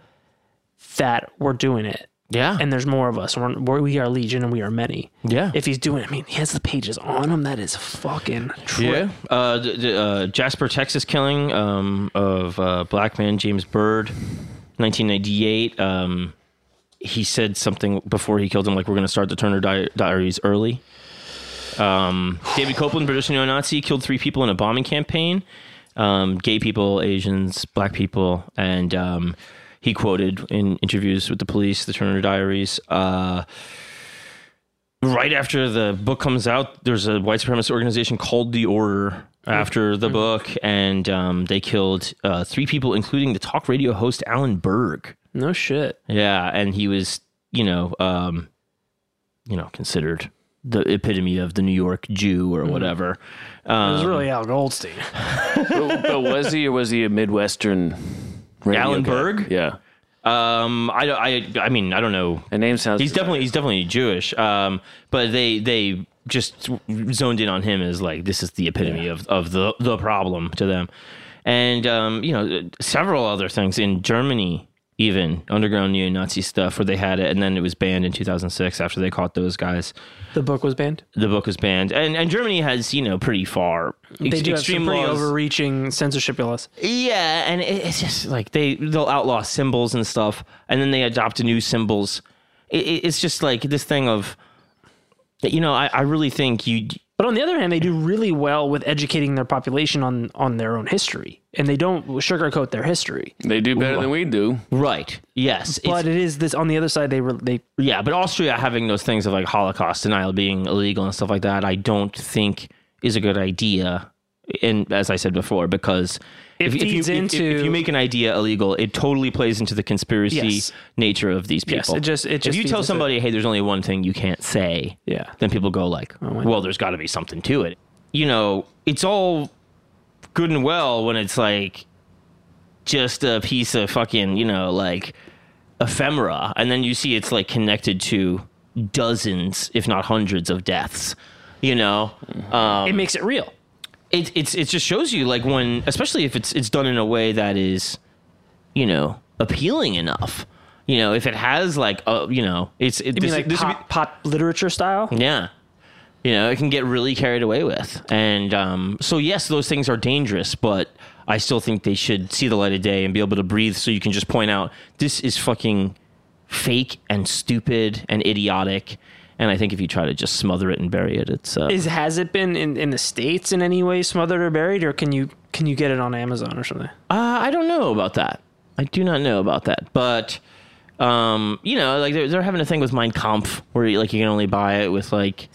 Speaker 3: that we're doing it.
Speaker 2: Yeah.
Speaker 3: And there's more of us. We're, we're, we are legion and we are many.
Speaker 2: Yeah.
Speaker 3: If he's doing, I mean, he has the pages on him. That is fucking true.
Speaker 2: Yeah. Uh, d- d- uh, Jasper, Texas killing um, of uh, black man James Byrd, 1998. Um, he said something before he killed him, like, we're going to start the Turner Di- Diaries early. Um, David Copeland, British neo Nazi, killed three people in a bombing campaign um, gay people, Asians, black people. And um, he quoted in interviews with the police the Turner Diaries. Uh, right after the book comes out, there's a white supremacist organization called The Order after
Speaker 3: Mm-hmm.
Speaker 2: the book, and um, they killed uh, three people, including the talk radio host Alan Berg.
Speaker 3: No shit.
Speaker 2: Yeah, and he was, you know, um, you know, considered the epitome of the New York Jew or whatever.
Speaker 3: Mm-hmm. it was
Speaker 2: Um,
Speaker 3: really Al
Speaker 2: [laughs]
Speaker 3: Goldstein.
Speaker 4: but, but was he or was he a Midwestern? radio
Speaker 2: Alan
Speaker 4: guy?
Speaker 2: Berg?
Speaker 4: Yeah.
Speaker 2: Um, I, don't- I, I mean, I don't know.
Speaker 4: The name sounds.
Speaker 2: He's definitely he's definitely Jewish. Um, but they they just zoned in on him as like this is the epitome of of the the problem to them, and um, you know several other things in Germany even underground neo-Nazi stuff where they had it, and then it was banned in 2006 after they caught those guys.
Speaker 3: The book was banned.
Speaker 2: The book was banned, and and Germany has you know pretty far
Speaker 3: They
Speaker 2: ex-
Speaker 3: do have some pretty
Speaker 2: laws.
Speaker 3: overreaching censorship laws.
Speaker 2: Yeah, and it, it's just like they they'll outlaw symbols and stuff, and then they adopt new symbols. It, it, it's just like this thing of, you know, I, I really think you.
Speaker 3: But on the other hand, they do really well with educating their population on on their own history, and they don't sugarcoat their history.
Speaker 4: They do better than we do.
Speaker 2: Right. Yes.
Speaker 3: But it is this on the other side. They re- they
Speaker 2: Yeah, but Austria having those things of like Holocaust denial being illegal and stuff like that, I don't think is a good idea. And as I said before, because
Speaker 3: It
Speaker 2: if, if you
Speaker 3: feeds
Speaker 2: if- if-
Speaker 3: into-
Speaker 2: if you make an idea illegal, it totally plays into the conspiracy
Speaker 3: Yes.
Speaker 2: nature of these people.
Speaker 3: Yes, it just- it
Speaker 2: if
Speaker 3: just
Speaker 2: you
Speaker 3: feeds
Speaker 2: tell
Speaker 3: into-
Speaker 2: somebody, hey, there's only one thing you can't say,
Speaker 3: yeah, Oh,
Speaker 2: then people go like, well, there's got to be something to it. You know, it's all good and well when it's like just a piece of fucking, you know, like ephemera. And then you see it's like connected to dozens, if not hundreds, of deaths. You know? Um,
Speaker 3: Mm-hmm. it makes it real.
Speaker 2: It it's it just shows you like when especially if it's it's done in a way that is, you know, appealing enough. You know, if it has like a you know, it's it,
Speaker 3: You mean like
Speaker 2: would be-
Speaker 3: pop, pop literature style?
Speaker 2: yeah. You know, it can get really carried away with. And um, so, yes, those things are dangerous, but I still think they should see the light of day and be able to breathe so you can just point out this is fucking fake and stupid and idiotic. And I think if you try to just smother it and bury it, it's. Uh,
Speaker 3: Is has it been in, in the states in any way smothered or buried, or can you can you get it on Amazon or something?
Speaker 2: Uh, I don't know about that. I do not know about that. But um, you know, like they're they're having a thing with Mein Kampf where you, like you can only buy it with like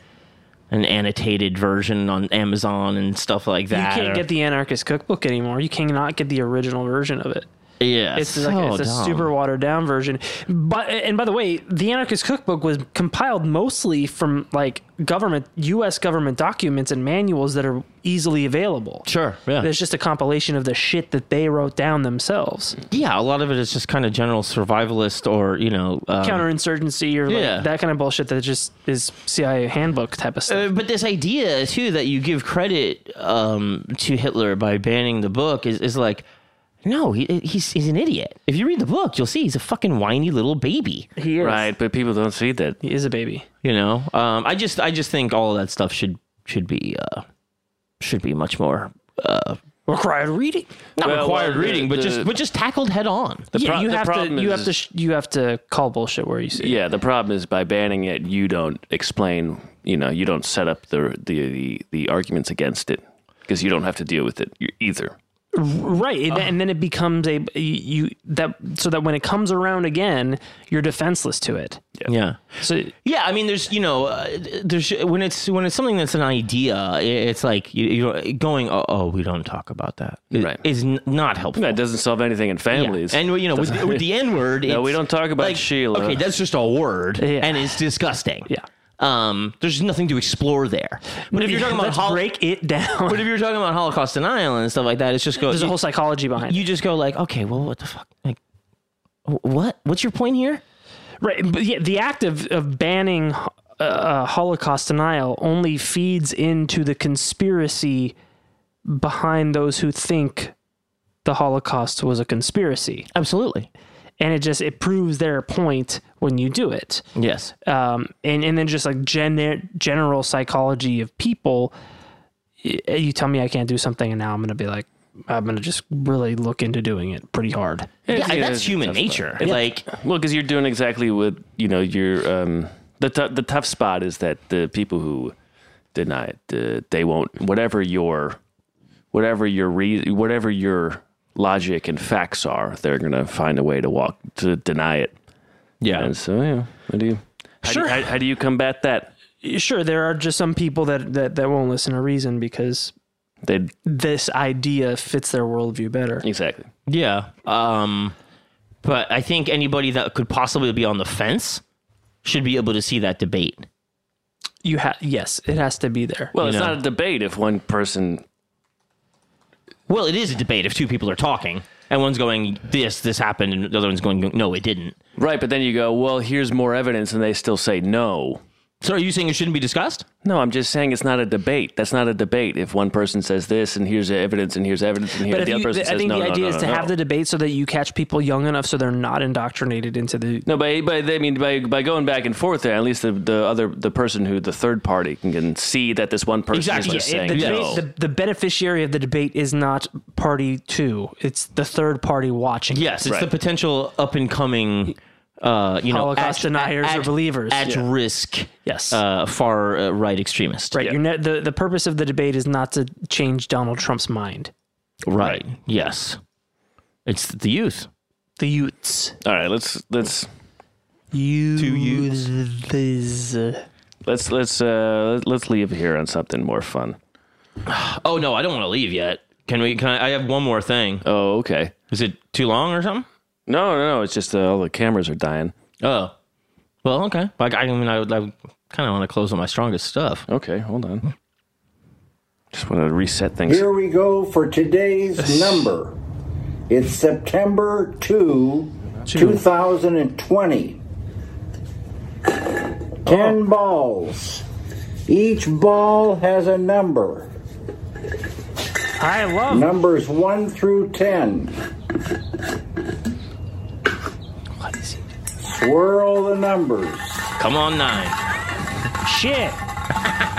Speaker 2: an annotated version on Amazon and stuff like that.
Speaker 3: you
Speaker 2: or-
Speaker 3: can't get the anarchist cookbook anymore. You cannot get the original version of it.
Speaker 2: yeah,
Speaker 3: it's like it's a
Speaker 2: so dumb.
Speaker 3: super watered down version. But and by the way, the Anarchist Cookbook was compiled mostly from like government U.S. government documents and manuals that are easily available.
Speaker 2: Sure, yeah.
Speaker 3: There's just a compilation of the shit that they wrote down themselves.
Speaker 2: Yeah, a lot of it is just kind of general survivalist or you know um,
Speaker 3: Counterinsurgency or like,
Speaker 2: yeah.
Speaker 3: that kind of bullshit that just is CIA handbook type of stuff.
Speaker 2: Uh, but this idea too that you give credit um, to Hitler by banning the book is, is like, no, he, he's he's an idiot. If you read the book, you'll see he's a fucking whiny little baby.
Speaker 3: He is.
Speaker 4: Right, but people don't see that.
Speaker 3: He is a baby.
Speaker 2: You know, um, I just I just think all of that stuff should should be uh, should be much more uh,
Speaker 3: required reading,
Speaker 2: not
Speaker 4: Well,
Speaker 2: required
Speaker 4: well, the-
Speaker 2: reading, but
Speaker 4: the-
Speaker 2: just but just tackled head on.
Speaker 4: The
Speaker 3: yeah,
Speaker 4: pro-
Speaker 3: you
Speaker 4: the
Speaker 3: have to
Speaker 4: problem
Speaker 3: you
Speaker 4: is-
Speaker 3: have to sh- you have to call bullshit where you see. it.
Speaker 4: Yeah, the problem is by banning it, you don't explain. You know, you don't set up the the the, the arguments against it because you don't have to deal with it e-, either.
Speaker 3: Right, and, and then it becomes a you that so that when it comes around again, you're defenseless to it.
Speaker 2: Yeah.
Speaker 3: So
Speaker 2: yeah, I mean, there's you know, uh, there's when it's when it's something that's an idea, i- it's like you, you know, going, oh, oh, we don't talk about that. It-
Speaker 4: Right.
Speaker 2: Is n- not helpful.
Speaker 4: That doesn't solve anything in families.
Speaker 2: Yeah. And you know, with,
Speaker 4: Doesn't-
Speaker 2: with the N
Speaker 4: [laughs]
Speaker 2: word,
Speaker 4: No, we don't talk about Sheila.
Speaker 2: Okay, that's just a word, and it's disgusting.
Speaker 3: Yeah.
Speaker 2: Um, there's nothing to explore there. But if you're talking about
Speaker 3: Let's
Speaker 2: hol-
Speaker 3: break it down.
Speaker 2: But if you're talking about Holocaust denial and stuff like that, it's just go.
Speaker 3: There's a
Speaker 2: you-
Speaker 3: whole psychology behind.
Speaker 2: You just go like, okay, well, what the fuck? Like, wh- what? What's your point here?
Speaker 3: Right, but yeah, the act of of banning uh, uh, Holocaust denial only feeds into the conspiracy behind those who think the Holocaust was a conspiracy.
Speaker 2: Absolutely,
Speaker 3: and it just it proves their point when you do it.
Speaker 2: Yes,
Speaker 3: um, and and then just like gen- general psychology of people. y- eh, You tell me I can't do something, and now I'm going to be like, I'm going to just really look into doing it pretty hard.
Speaker 4: It's- it is tough spot. It's- well, because you're doing exactly what you know. Your um, the tou- the tough spot is that the people who deny it, uh, they won't. Whatever your, whatever your re- whatever your logic and facts are, they're gonna find a way to walk to deny it.
Speaker 2: Yeah.
Speaker 4: And so yeah, what do you? How
Speaker 3: Sure.
Speaker 4: Do you, how, how do you combat that?
Speaker 3: sure there are just some people that that, that won't listen to reason because
Speaker 4: they
Speaker 3: this idea fits their worldview better
Speaker 4: exactly
Speaker 2: Yeah. Um, but I think anybody that could possibly be on the fence should be able to see that debate.
Speaker 3: you have yes it has to be there
Speaker 4: Well,
Speaker 3: You
Speaker 4: it's
Speaker 3: know?
Speaker 4: not a debate if one person.
Speaker 2: Well, it is a debate if two people are talking and one's going, "This, this happened," and the other one's going, "No, it didn't."
Speaker 4: Right, but then you go, well, here's more evidence, and they still say no.
Speaker 2: So are you saying it shouldn't be discussed?
Speaker 4: No, I'm just saying it's not a debate. That's not a debate. If one person says this, and here's the evidence, and here's evidence, and
Speaker 3: but
Speaker 4: here's
Speaker 3: if
Speaker 4: the other
Speaker 3: you,
Speaker 4: person
Speaker 3: th- I
Speaker 4: says
Speaker 3: think
Speaker 4: no,
Speaker 3: the
Speaker 4: no,
Speaker 3: idea
Speaker 4: no,
Speaker 3: is
Speaker 4: no,
Speaker 3: to
Speaker 4: no.
Speaker 3: have the debate so that you catch people young enough so they're not indoctrinated into the
Speaker 4: No, by, by I mean by by going back and forth there, at least the, the other the person who the third party can, can see that this one person is just
Speaker 3: Yeah,
Speaker 4: saying
Speaker 3: the,
Speaker 4: no.
Speaker 3: debate, the, the beneficiary of the debate is not party two; it's the third party watching.
Speaker 2: Yes, it's the potential up and coming, uh, you know,
Speaker 3: Holocaust deniers or believers.
Speaker 2: at
Speaker 3: Yeah.
Speaker 2: risk.
Speaker 3: Yes,
Speaker 2: uh, far uh, right extremist.
Speaker 3: right. You're ne- the the purpose of the debate is not to change Donald Trump's mind.
Speaker 2: Right. Yes. It's the youth.
Speaker 3: The youths.
Speaker 4: All right, let's let's
Speaker 3: You
Speaker 4: Two youths. let's let's uh, let's leave here on something more fun.
Speaker 2: Oh no, I don't want to leave yet. Can we? Can I, I have one more thing.
Speaker 4: Oh, okay.
Speaker 2: Is it too long or something?
Speaker 4: No, no, no. It's just uh, all the cameras are dying.
Speaker 2: Oh, well, okay. Like I mean, I, would- I kind of want to close on my strongest stuff.
Speaker 4: Okay, hold on. Just want to reset things.
Speaker 15: Here we go for today's number. It's September 2, 2020. 10
Speaker 3: Oh.
Speaker 15: balls. Each ball has a number.
Speaker 3: I love
Speaker 15: numbers 1 through 10. Swirl the numbers.
Speaker 2: Come on, nine.
Speaker 3: Shit,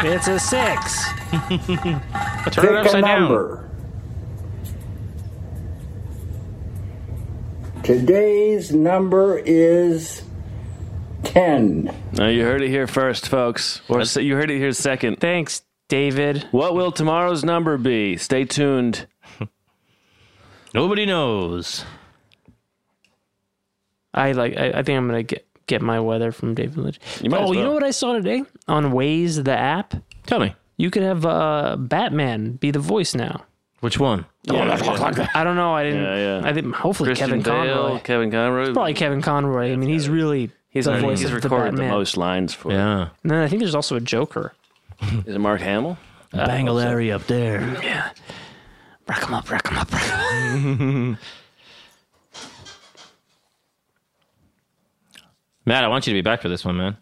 Speaker 3: it's a six.
Speaker 15: Turn it Pick a upside down. number. Today's number is 10.
Speaker 4: No, you heard it here first, folks. Or se- you heard it here second.
Speaker 3: Thanks, David.
Speaker 4: What will tomorrow's number be? Stay tuned.
Speaker 2: [laughs] Nobody knows.
Speaker 3: I like. I, I think I'm gonna get get my weather from David Lynch.
Speaker 4: You might as
Speaker 3: oh, you
Speaker 4: well.
Speaker 3: know what I saw today on Waze the app?
Speaker 2: Tell me.
Speaker 3: You could have uh, Batman be the voice now.
Speaker 2: Which one?
Speaker 3: I don't know. I didn't.
Speaker 4: Yeah, yeah.
Speaker 3: I didn't. Hopefully,
Speaker 4: Christian
Speaker 3: Kevin Conroy.
Speaker 4: Bale, Kevin Conroy.
Speaker 3: Probably Kevin Conroy. I mean, he's really
Speaker 4: He's,
Speaker 3: the voice
Speaker 4: he's
Speaker 3: of the
Speaker 4: recorded the,
Speaker 3: Batman.
Speaker 4: most lines for.
Speaker 2: Yeah.
Speaker 3: And then I think there's also a Joker.
Speaker 4: Is it Mark Hamill?
Speaker 2: Bangalore up there.
Speaker 3: Yeah. Rack 'em up, rack 'em up, rack 'em up.
Speaker 2: Matt, I want you to be back for this one, man.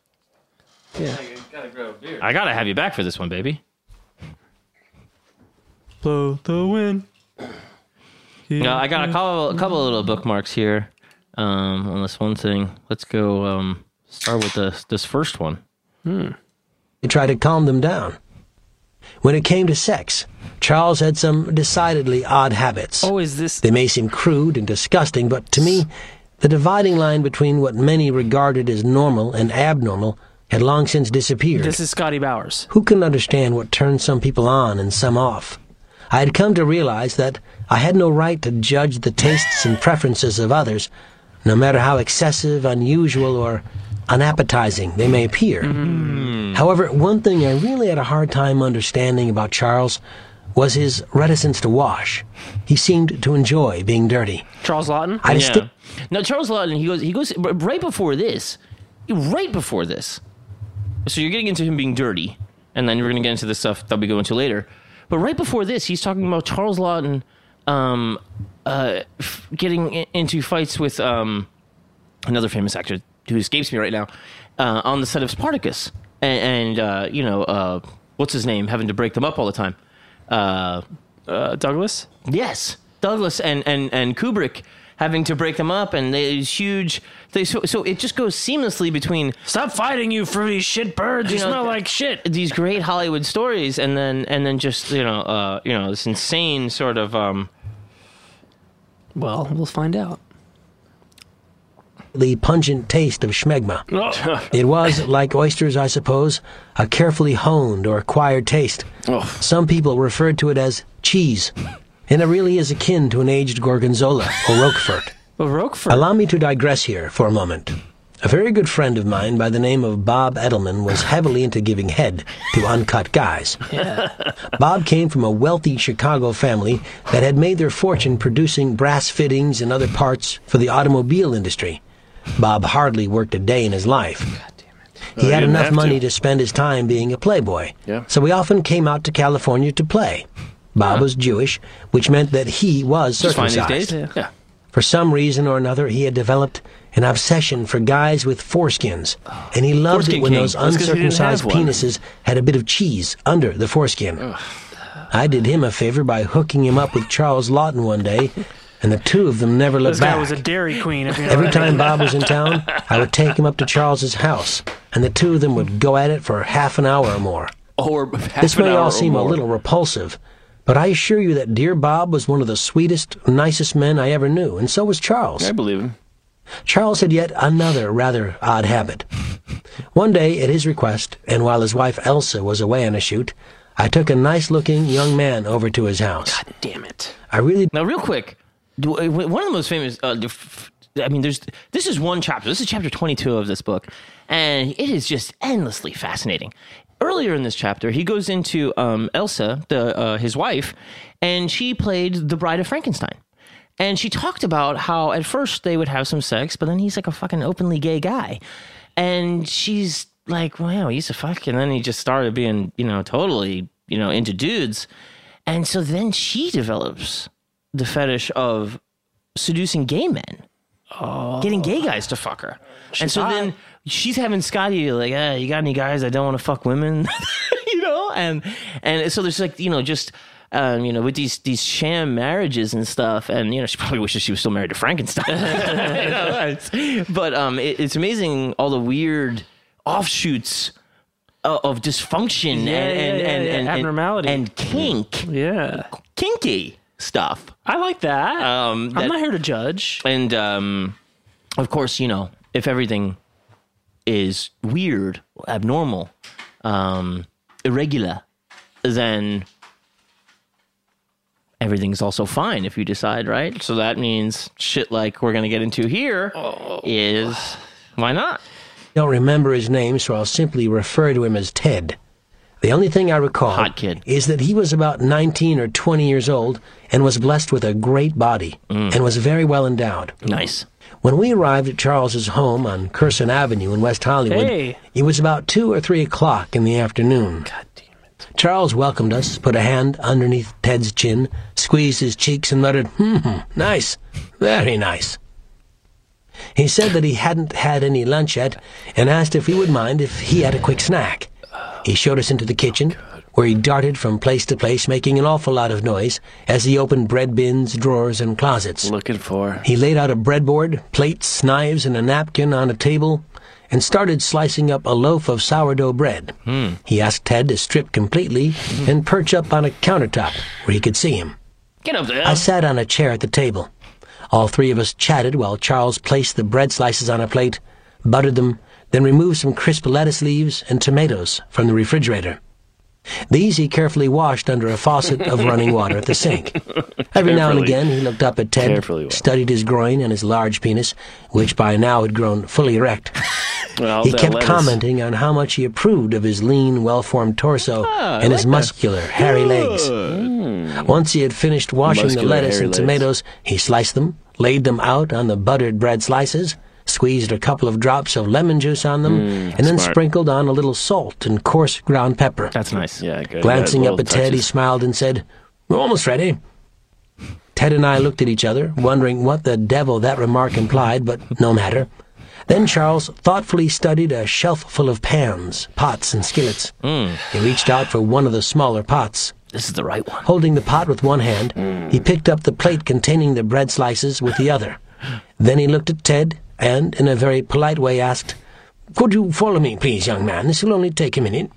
Speaker 3: Yeah.
Speaker 2: I gotta have you back for this one, baby.
Speaker 3: Blow the wind.
Speaker 2: Yeah, Uh, I got a couple, a couple of little bookmarks here um, on this one thing. Let's go um, start with this this first one.
Speaker 3: [laughs] Hmm.
Speaker 22: to try to calm them down. When it came to sex, Charles had some decidedly odd habits.
Speaker 3: Oh, is this?
Speaker 22: They may seem crude and disgusting, but to me, the dividing line between what many regarded as normal and abnormal had long since disappeared.
Speaker 3: This is Scotty Bowers.
Speaker 22: Who can understand what turns some people on and some off? I had come to realize that I had no right to judge the tastes and preferences of others, no matter how excessive, unusual, or unappetizing they may appear. However, one thing I really had a hard time understanding about Charles was his reticence to wash. He seemed to enjoy being dirty.
Speaker 3: Charles Lawton.
Speaker 22: I
Speaker 2: yeah.
Speaker 22: sti-
Speaker 2: now Charles Lawton, he goes, he goes r- right before this, right before this. So you're getting into him being dirty, and then we're going to get into the stuff that we go into later. But right before this, he's talking about Charles Lawton um, uh, f- getting i- into fights with um, another famous actor who escapes me right now uh, on the set of Spartacus, and, and uh, you know uh, what's his name, having to break them up all the time. Uh, uh, Douglas. Yes, Douglas and and and Kubrick having to break them up, and there's huge. They, so so it just goes seamlessly between. Stop fighting, you fruity shit birds!
Speaker 3: you smell like
Speaker 2: shit. These great Hollywood stories, and then and then just you know uh, you know this insane sort of. Um,
Speaker 3: Well, we'll find out.
Speaker 22: the pungent taste of schmegma. it was, like oysters, I suppose, a carefully honed or acquired taste. Some people referred to it as cheese, and it really is akin to an aged gorgonzola or
Speaker 3: [laughs]
Speaker 22: roquefort. Allow me to digress here for a moment. A very good friend of mine by the name of Bob Edelman was heavily into giving head to uncut guys. Bob came from a wealthy Chicago family that had made their fortune producing brass fittings and other parts for the automobile industry. Bob hardly worked a day in his life.
Speaker 25: Uh,
Speaker 22: He had
Speaker 25: you
Speaker 22: enough
Speaker 25: have to.
Speaker 22: money to spend his time being a playboy,
Speaker 25: Yeah.
Speaker 22: so he often came out to California to play. Bob was Jewish, which meant that he was
Speaker 2: just fine
Speaker 22: circumcised.
Speaker 2: these days. yeah.
Speaker 22: For some reason or another, he had developed an obsession for guys with foreskins, and he loved
Speaker 2: Foreskin
Speaker 22: it when
Speaker 2: king.
Speaker 22: those
Speaker 2: That's 'cause he didn't
Speaker 22: uncircumcised
Speaker 2: have one.
Speaker 22: penises had a bit of cheese under the foreskin. I did him a favor by hooking him up with Charles Lawton one day, and the two of them never looked
Speaker 3: This
Speaker 22: back.
Speaker 3: guy
Speaker 2: [laughs]
Speaker 3: was a Dairy Queen. If you know
Speaker 22: Every
Speaker 3: what I
Speaker 22: time
Speaker 3: mean.
Speaker 22: Bob was
Speaker 3: [laughs]
Speaker 22: in town, I would take him up to Charles's house, and the two of them would go at it for half an hour or more.
Speaker 4: Or Oh, half
Speaker 22: this
Speaker 4: an
Speaker 22: may
Speaker 4: hour
Speaker 22: all
Speaker 4: or
Speaker 22: seem a
Speaker 4: more.
Speaker 22: little repulsive, but I assure you that dear Bob was one of the sweetest, nicest men I ever knew, and so was Charles.
Speaker 4: I believe him.
Speaker 22: Charles had yet another rather odd habit. One day, at his request, and while his wife Elsa was away on a shoot, I took a nice looking young man over to his house. God
Speaker 2: damn
Speaker 22: it. I really
Speaker 2: Now, real quick, do- uh, one of the most famous. Uh, the f- I mean, there's this is one chapter. This is chapter 22 of this book, and it is just endlessly fascinating. Earlier in this chapter, he goes into um, Elsa, the uh, his wife, and she played the Bride of Frankenstein. And she talked about how at first they would have some sex, but then he's like a fucking openly gay guy. And she's like, wow, he's a fuck. And then he just started being, you know, totally, you know, into dudes. And so then she develops the fetish of seducing gay men, getting gay guys to fuck her. and so then she's having Scotty like, hey, you got any guys that don't want to fuck women? [laughs] you know? And and so there's like, you know, just um, you know, with these these sham marriages and stuff, and you know, she probably wishes she was still married to Frankenstein. [laughs] You know, it's- but um, it, it's amazing all the weird offshoots of, of dysfunction
Speaker 3: Yeah,
Speaker 2: and, and,
Speaker 3: yeah, yeah,
Speaker 2: and,
Speaker 3: yeah.
Speaker 2: and
Speaker 3: Abnormality.
Speaker 2: and, kink.
Speaker 3: Yeah,
Speaker 2: kinky stuff.
Speaker 3: I like that.
Speaker 2: Um,
Speaker 3: I'm
Speaker 2: that-
Speaker 3: not here to judge.
Speaker 2: And um, of course, you know, if everything is weird, abnormal, um, irregular, then everything's also fine if you decide, right? So that means shit like we're going to get into here is
Speaker 3: Oh.
Speaker 2: why not?
Speaker 22: don't remember his name, so I'll simply refer to him as Ted. The only thing I recall is that he was about 19 or 20 years old and was blessed with a great body and was very well endowed.
Speaker 2: Nice.
Speaker 22: When we arrived at Charles's home on Curzon Avenue in West Hollywood,
Speaker 3: Hey.
Speaker 22: it was about 2 or 3 o'clock in the afternoon. God damn it. Charles welcomed us, put a hand underneath Ted's chin, squeezed his cheeks, and muttered, Hmm, nice, very nice. He said that he hadn't had any lunch yet and asked if we would mind if he had a quick snack. He showed us into the kitchen, where he darted from place to place, making an awful lot of noise as he opened bread bins, drawers, and closets.
Speaker 4: Looking for.
Speaker 22: He laid out a breadboard, plates, knives, and a napkin on a table and started slicing up a loaf of sourdough bread.
Speaker 4: Hmm.
Speaker 22: He asked Ted to strip completely and perch up on a countertop where he could see him.
Speaker 2: Get up there.
Speaker 22: I sat on a chair at the table. All three of us chatted while Charles placed the bread slices on a plate, buttered them, then removed some crisp lettuce leaves and tomatoes from the refrigerator. These he carefully washed under a faucet
Speaker 10: [laughs]
Speaker 22: of running water at the sink. Every now and
Speaker 10: Carefully.
Speaker 22: again he looked up at Ted,
Speaker 10: Carefully washed.
Speaker 22: studied his groin and his large penis, which by now had grown fully erect.
Speaker 4: Well,
Speaker 22: he
Speaker 4: that
Speaker 22: kept
Speaker 4: lettuce.
Speaker 22: commenting on how much he approved of his lean, well formed torso
Speaker 4: Ah, I
Speaker 22: and his
Speaker 4: like that. Mm.
Speaker 22: muscular, hairy legs. Once he had finished washing the
Speaker 4: Muscular,
Speaker 22: lettuce
Speaker 4: hairy
Speaker 22: and
Speaker 4: legs.
Speaker 22: tomatoes, he sliced them, laid them out on the buttered bread slices, squeezed a couple of drops of lemon juice on them,
Speaker 4: Mm,
Speaker 22: and then
Speaker 4: smart.
Speaker 22: sprinkled on a little salt and coarse ground pepper. That's nice.
Speaker 4: Yeah, good.
Speaker 22: Glancing
Speaker 4: Yeah,
Speaker 22: up
Speaker 4: little
Speaker 22: at Ted, he
Speaker 4: touches.
Speaker 22: smiled and said, We're almost ready. Ted and I looked at each other, wondering what the devil that remark implied, but no matter. Then Charles thoughtfully studied a shelf full of pans, pots, and skillets.
Speaker 2: [laughs]
Speaker 22: He reached out for one of the smaller pots. This is the right one. Holding the pot with one hand, he picked up the plate containing the bread slices with the other. Then he looked at Ted and, in a very polite way, asked, Could you follow me, please, young man? This will only take a minute.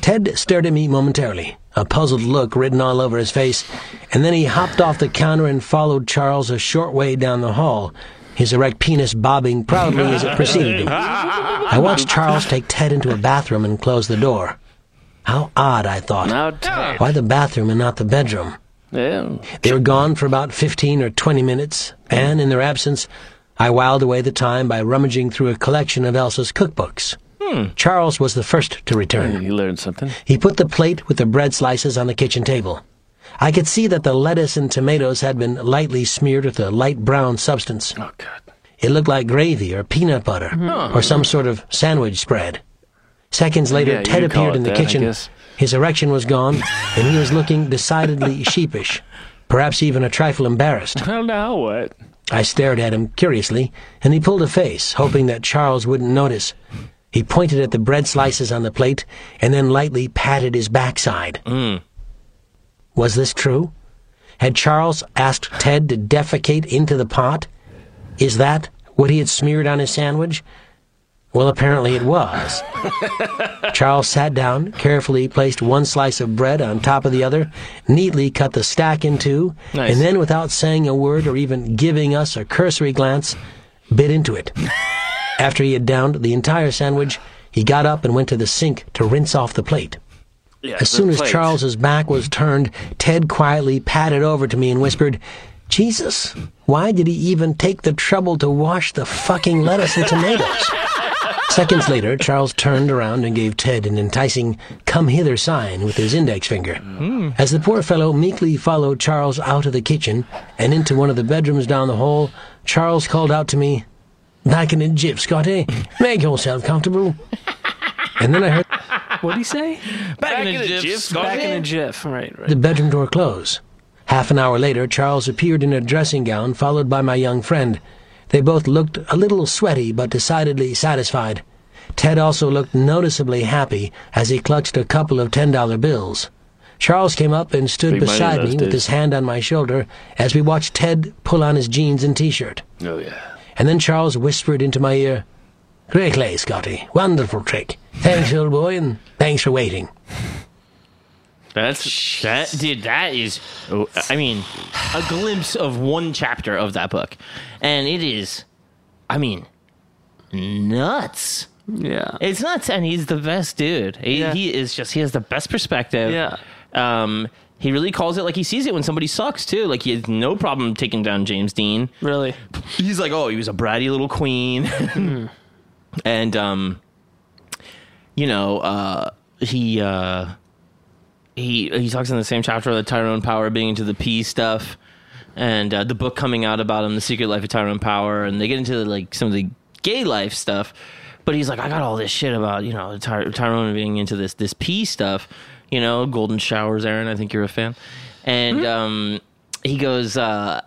Speaker 22: Ted stared at me momentarily, a puzzled look written all over his face, and then he hopped off the counter and followed Charles a short way down the hall, his erect penis bobbing proudly as it [laughs]
Speaker 2: [laughs]
Speaker 22: preceded
Speaker 7: [laughs]
Speaker 22: him. I watched Charles take Ted into a bathroom and close the door. How odd, I thought.
Speaker 4: Now, Ted.
Speaker 22: Why the bathroom and not the bedroom?
Speaker 4: Yeah.
Speaker 22: They were gone for about 15 or 20 minutes, and in their absence, I whiled away the time by rummaging through a collection of Elsa's cookbooks. Charles was the first to return.
Speaker 4: Hmm. He learned something.
Speaker 22: He put the plate with the bread slices on the kitchen table. I could see that the lettuce and tomatoes had been lightly smeared with a light brown substance. Oh, God. Mm-hmm. It looked like gravy or peanut butter
Speaker 4: Hmm.
Speaker 22: or some sort of sandwich spread. Seconds later,
Speaker 4: Yeah, you
Speaker 22: Ted
Speaker 4: could call
Speaker 22: appeared
Speaker 4: it
Speaker 22: in the
Speaker 4: that, I
Speaker 22: kitchen.
Speaker 4: guess.
Speaker 22: His erection was
Speaker 4: [laughs]
Speaker 22: gone, and he was looking decidedly sheepish, perhaps even a trifle embarrassed.
Speaker 4: Well, now what?
Speaker 22: I stared at him curiously, and he pulled a face, hoping that Charles wouldn't notice. He pointed at the bread slices on the plate and then lightly patted his backside.
Speaker 4: Mm.
Speaker 22: Was this true? Had Charles asked Ted to defecate into the pot? Is that what he had smeared on his sandwich? Well, apparently it was. Charles sat down, carefully placed one slice of bread on top of the other, neatly cut the stack in two,
Speaker 2: Nice.
Speaker 22: and then, without saying a word or even giving us a cursory glance, bit into it. After he had downed the entire sandwich, he got up and went to the sink to rinse off the plate.
Speaker 4: Yeah,
Speaker 22: as
Speaker 4: the
Speaker 22: soon as
Speaker 4: plate.
Speaker 22: Charles's back was turned, Ted quietly padded over to me and whispered, Jesus, why did he even take the trouble to wash the fucking lettuce and
Speaker 4: [laughs]
Speaker 22: tomatoes? Seconds later, Charles turned around and gave Ted an enticing come hither sign with his index finger.
Speaker 3: Hmm.
Speaker 22: As the poor fellow meekly followed Charles out of the kitchen and into one of the bedrooms down the hall, Charles called out to me, Back in a jiff, Scotty. Make yourself comfortable. And then I heard
Speaker 3: What'd he say? Back,
Speaker 2: in a jiff, Scotty.
Speaker 3: Back in a jiff. Right, right.
Speaker 22: the bedroom door close. Half an hour later, Charles appeared in a dressing gown, followed by my young friend. They both looked a little sweaty, but decidedly satisfied. Ted also looked noticeably happy as he clutched a couple of ten dollar bills. Charles came up and stood
Speaker 4: Big money
Speaker 22: beside
Speaker 4: those
Speaker 22: me with
Speaker 4: days.
Speaker 22: his hand on my shoulder as we watched Ted pull on his jeans and t shirt.
Speaker 4: Oh yeah.
Speaker 22: And then Charles whispered into my ear, Great play, Scotty. Wonderful trick. Thanks, old boy, and thanks for waiting.
Speaker 2: That's that, dude. That is, oh, I mean, a glimpse of one chapter of that book, and it is, I mean, nuts.
Speaker 3: Yeah,
Speaker 2: it's nuts, and he's the best dude. He,
Speaker 3: Yeah.
Speaker 2: he is just he has the best perspective.
Speaker 3: Yeah.
Speaker 2: Um, he really calls it like he sees it when somebody sucks too. Like he has no problem taking down James Dean.
Speaker 3: Really. Hmm.
Speaker 2: He's like, oh, he was a bratty little queen. [laughs] and um you know uh he uh he he talks in the same chapter about Tyrone Power being into the pee stuff and uh, the book coming out about him the secret life of Tyrone Power and they get into like some of the gay life stuff but he's like I got all this shit about you know Ty- Tyrone being into this this pee stuff you know golden showers Aaron I think you're a fan and um he goes uh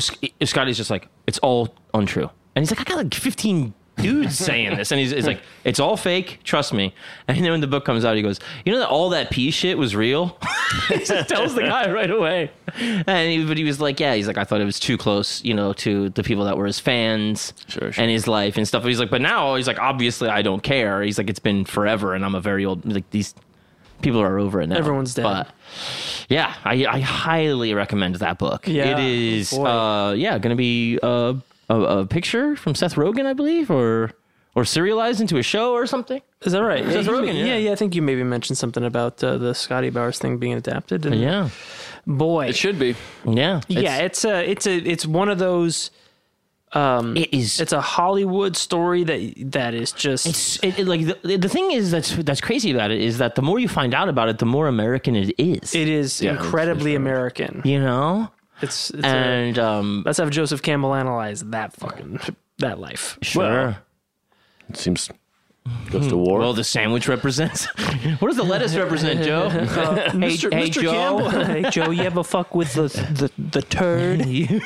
Speaker 2: Sc- Scotty's just like, it's all untrue. And he's like, I got like 15 dudes saying this. And he's, he's like, it's all fake. Trust me. And then when the book comes out, he goes, you know that all that pee shit was real? [laughs]
Speaker 3: [laughs]
Speaker 2: he just tells the [laughs] guy right away. And he, but he was like, yeah, he's like, I thought it was too close, you know, to the people that were his fans and his life and stuff. But he's like, but now he's like, obviously I don't care. He's like, it's been forever. And I'm a very old, like these people are over it now.
Speaker 3: Everyone's dead.
Speaker 2: But yeah, I, I highly recommend that book. it
Speaker 3: Yeah,
Speaker 2: is.
Speaker 3: boy.
Speaker 2: Uh, yeah, going to be uh, a, a picture from Seth Rogen, I believe, or or serialized into a show or something.
Speaker 3: Is that right?
Speaker 2: Seth
Speaker 3: you-
Speaker 2: Rogen, yeah.
Speaker 3: yeah, I think you maybe mentioned something about uh, the Scotty Bowers thing being adapted. And
Speaker 2: Yeah.
Speaker 3: boy,
Speaker 4: it should be.
Speaker 2: Yeah,
Speaker 3: yeah. It's a, it's a, it's one of those. Um,
Speaker 2: it is.
Speaker 3: It's a Hollywood story that that is just.
Speaker 2: It's it, it- like the, the thing is that's that's crazy about it is that the more you find out about it, the more American it is.
Speaker 3: It is incredibly American.
Speaker 2: You know,
Speaker 3: It's, it's
Speaker 2: and um,
Speaker 3: let's have Joseph Campbell analyze that fucking that life.
Speaker 2: Sure.
Speaker 4: It seems goes to war.
Speaker 2: Well, the sandwich represents. what does the lettuce represent, Joe?
Speaker 3: [laughs] Uh, Mr.
Speaker 2: Hey, hey,
Speaker 3: Mr.
Speaker 2: Joe.
Speaker 3: Campbell. [laughs] hey, Joe, you ever fuck with the the, the turd? [laughs]
Speaker 2: you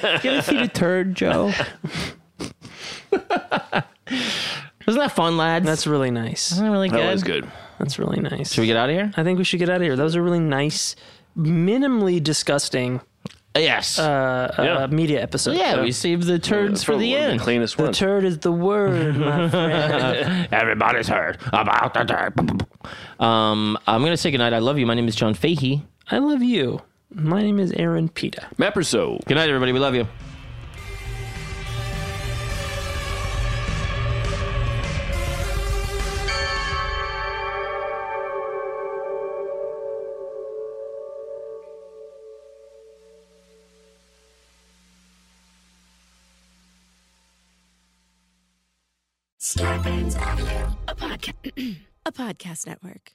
Speaker 2: ever see the turd, Joe? Isn't that fun, lads?
Speaker 3: That's really nice.
Speaker 2: Isn't that really good?
Speaker 3: That's really nice.
Speaker 2: Should we get out of here?
Speaker 3: I think we should get out of here. Those are really nice, minimally disgusting.
Speaker 2: Yes.
Speaker 3: Uh,
Speaker 2: Yeah.
Speaker 3: uh, media episodes.
Speaker 2: Yeah, we saved the turds for the end.
Speaker 4: cleanest
Speaker 3: The turd is the word, [laughs] [laughs] my friend.
Speaker 2: [laughs] Everybody's heard about the dirt. Um, I'm gonna say goodnight. I love you. My name is John Fahey.
Speaker 3: I love you. My name is Aaron Pita.
Speaker 4: Mapperso.
Speaker 2: Good night, everybody. We love you.
Speaker 10: Scarpins Avenue, a podcast, a podcast network.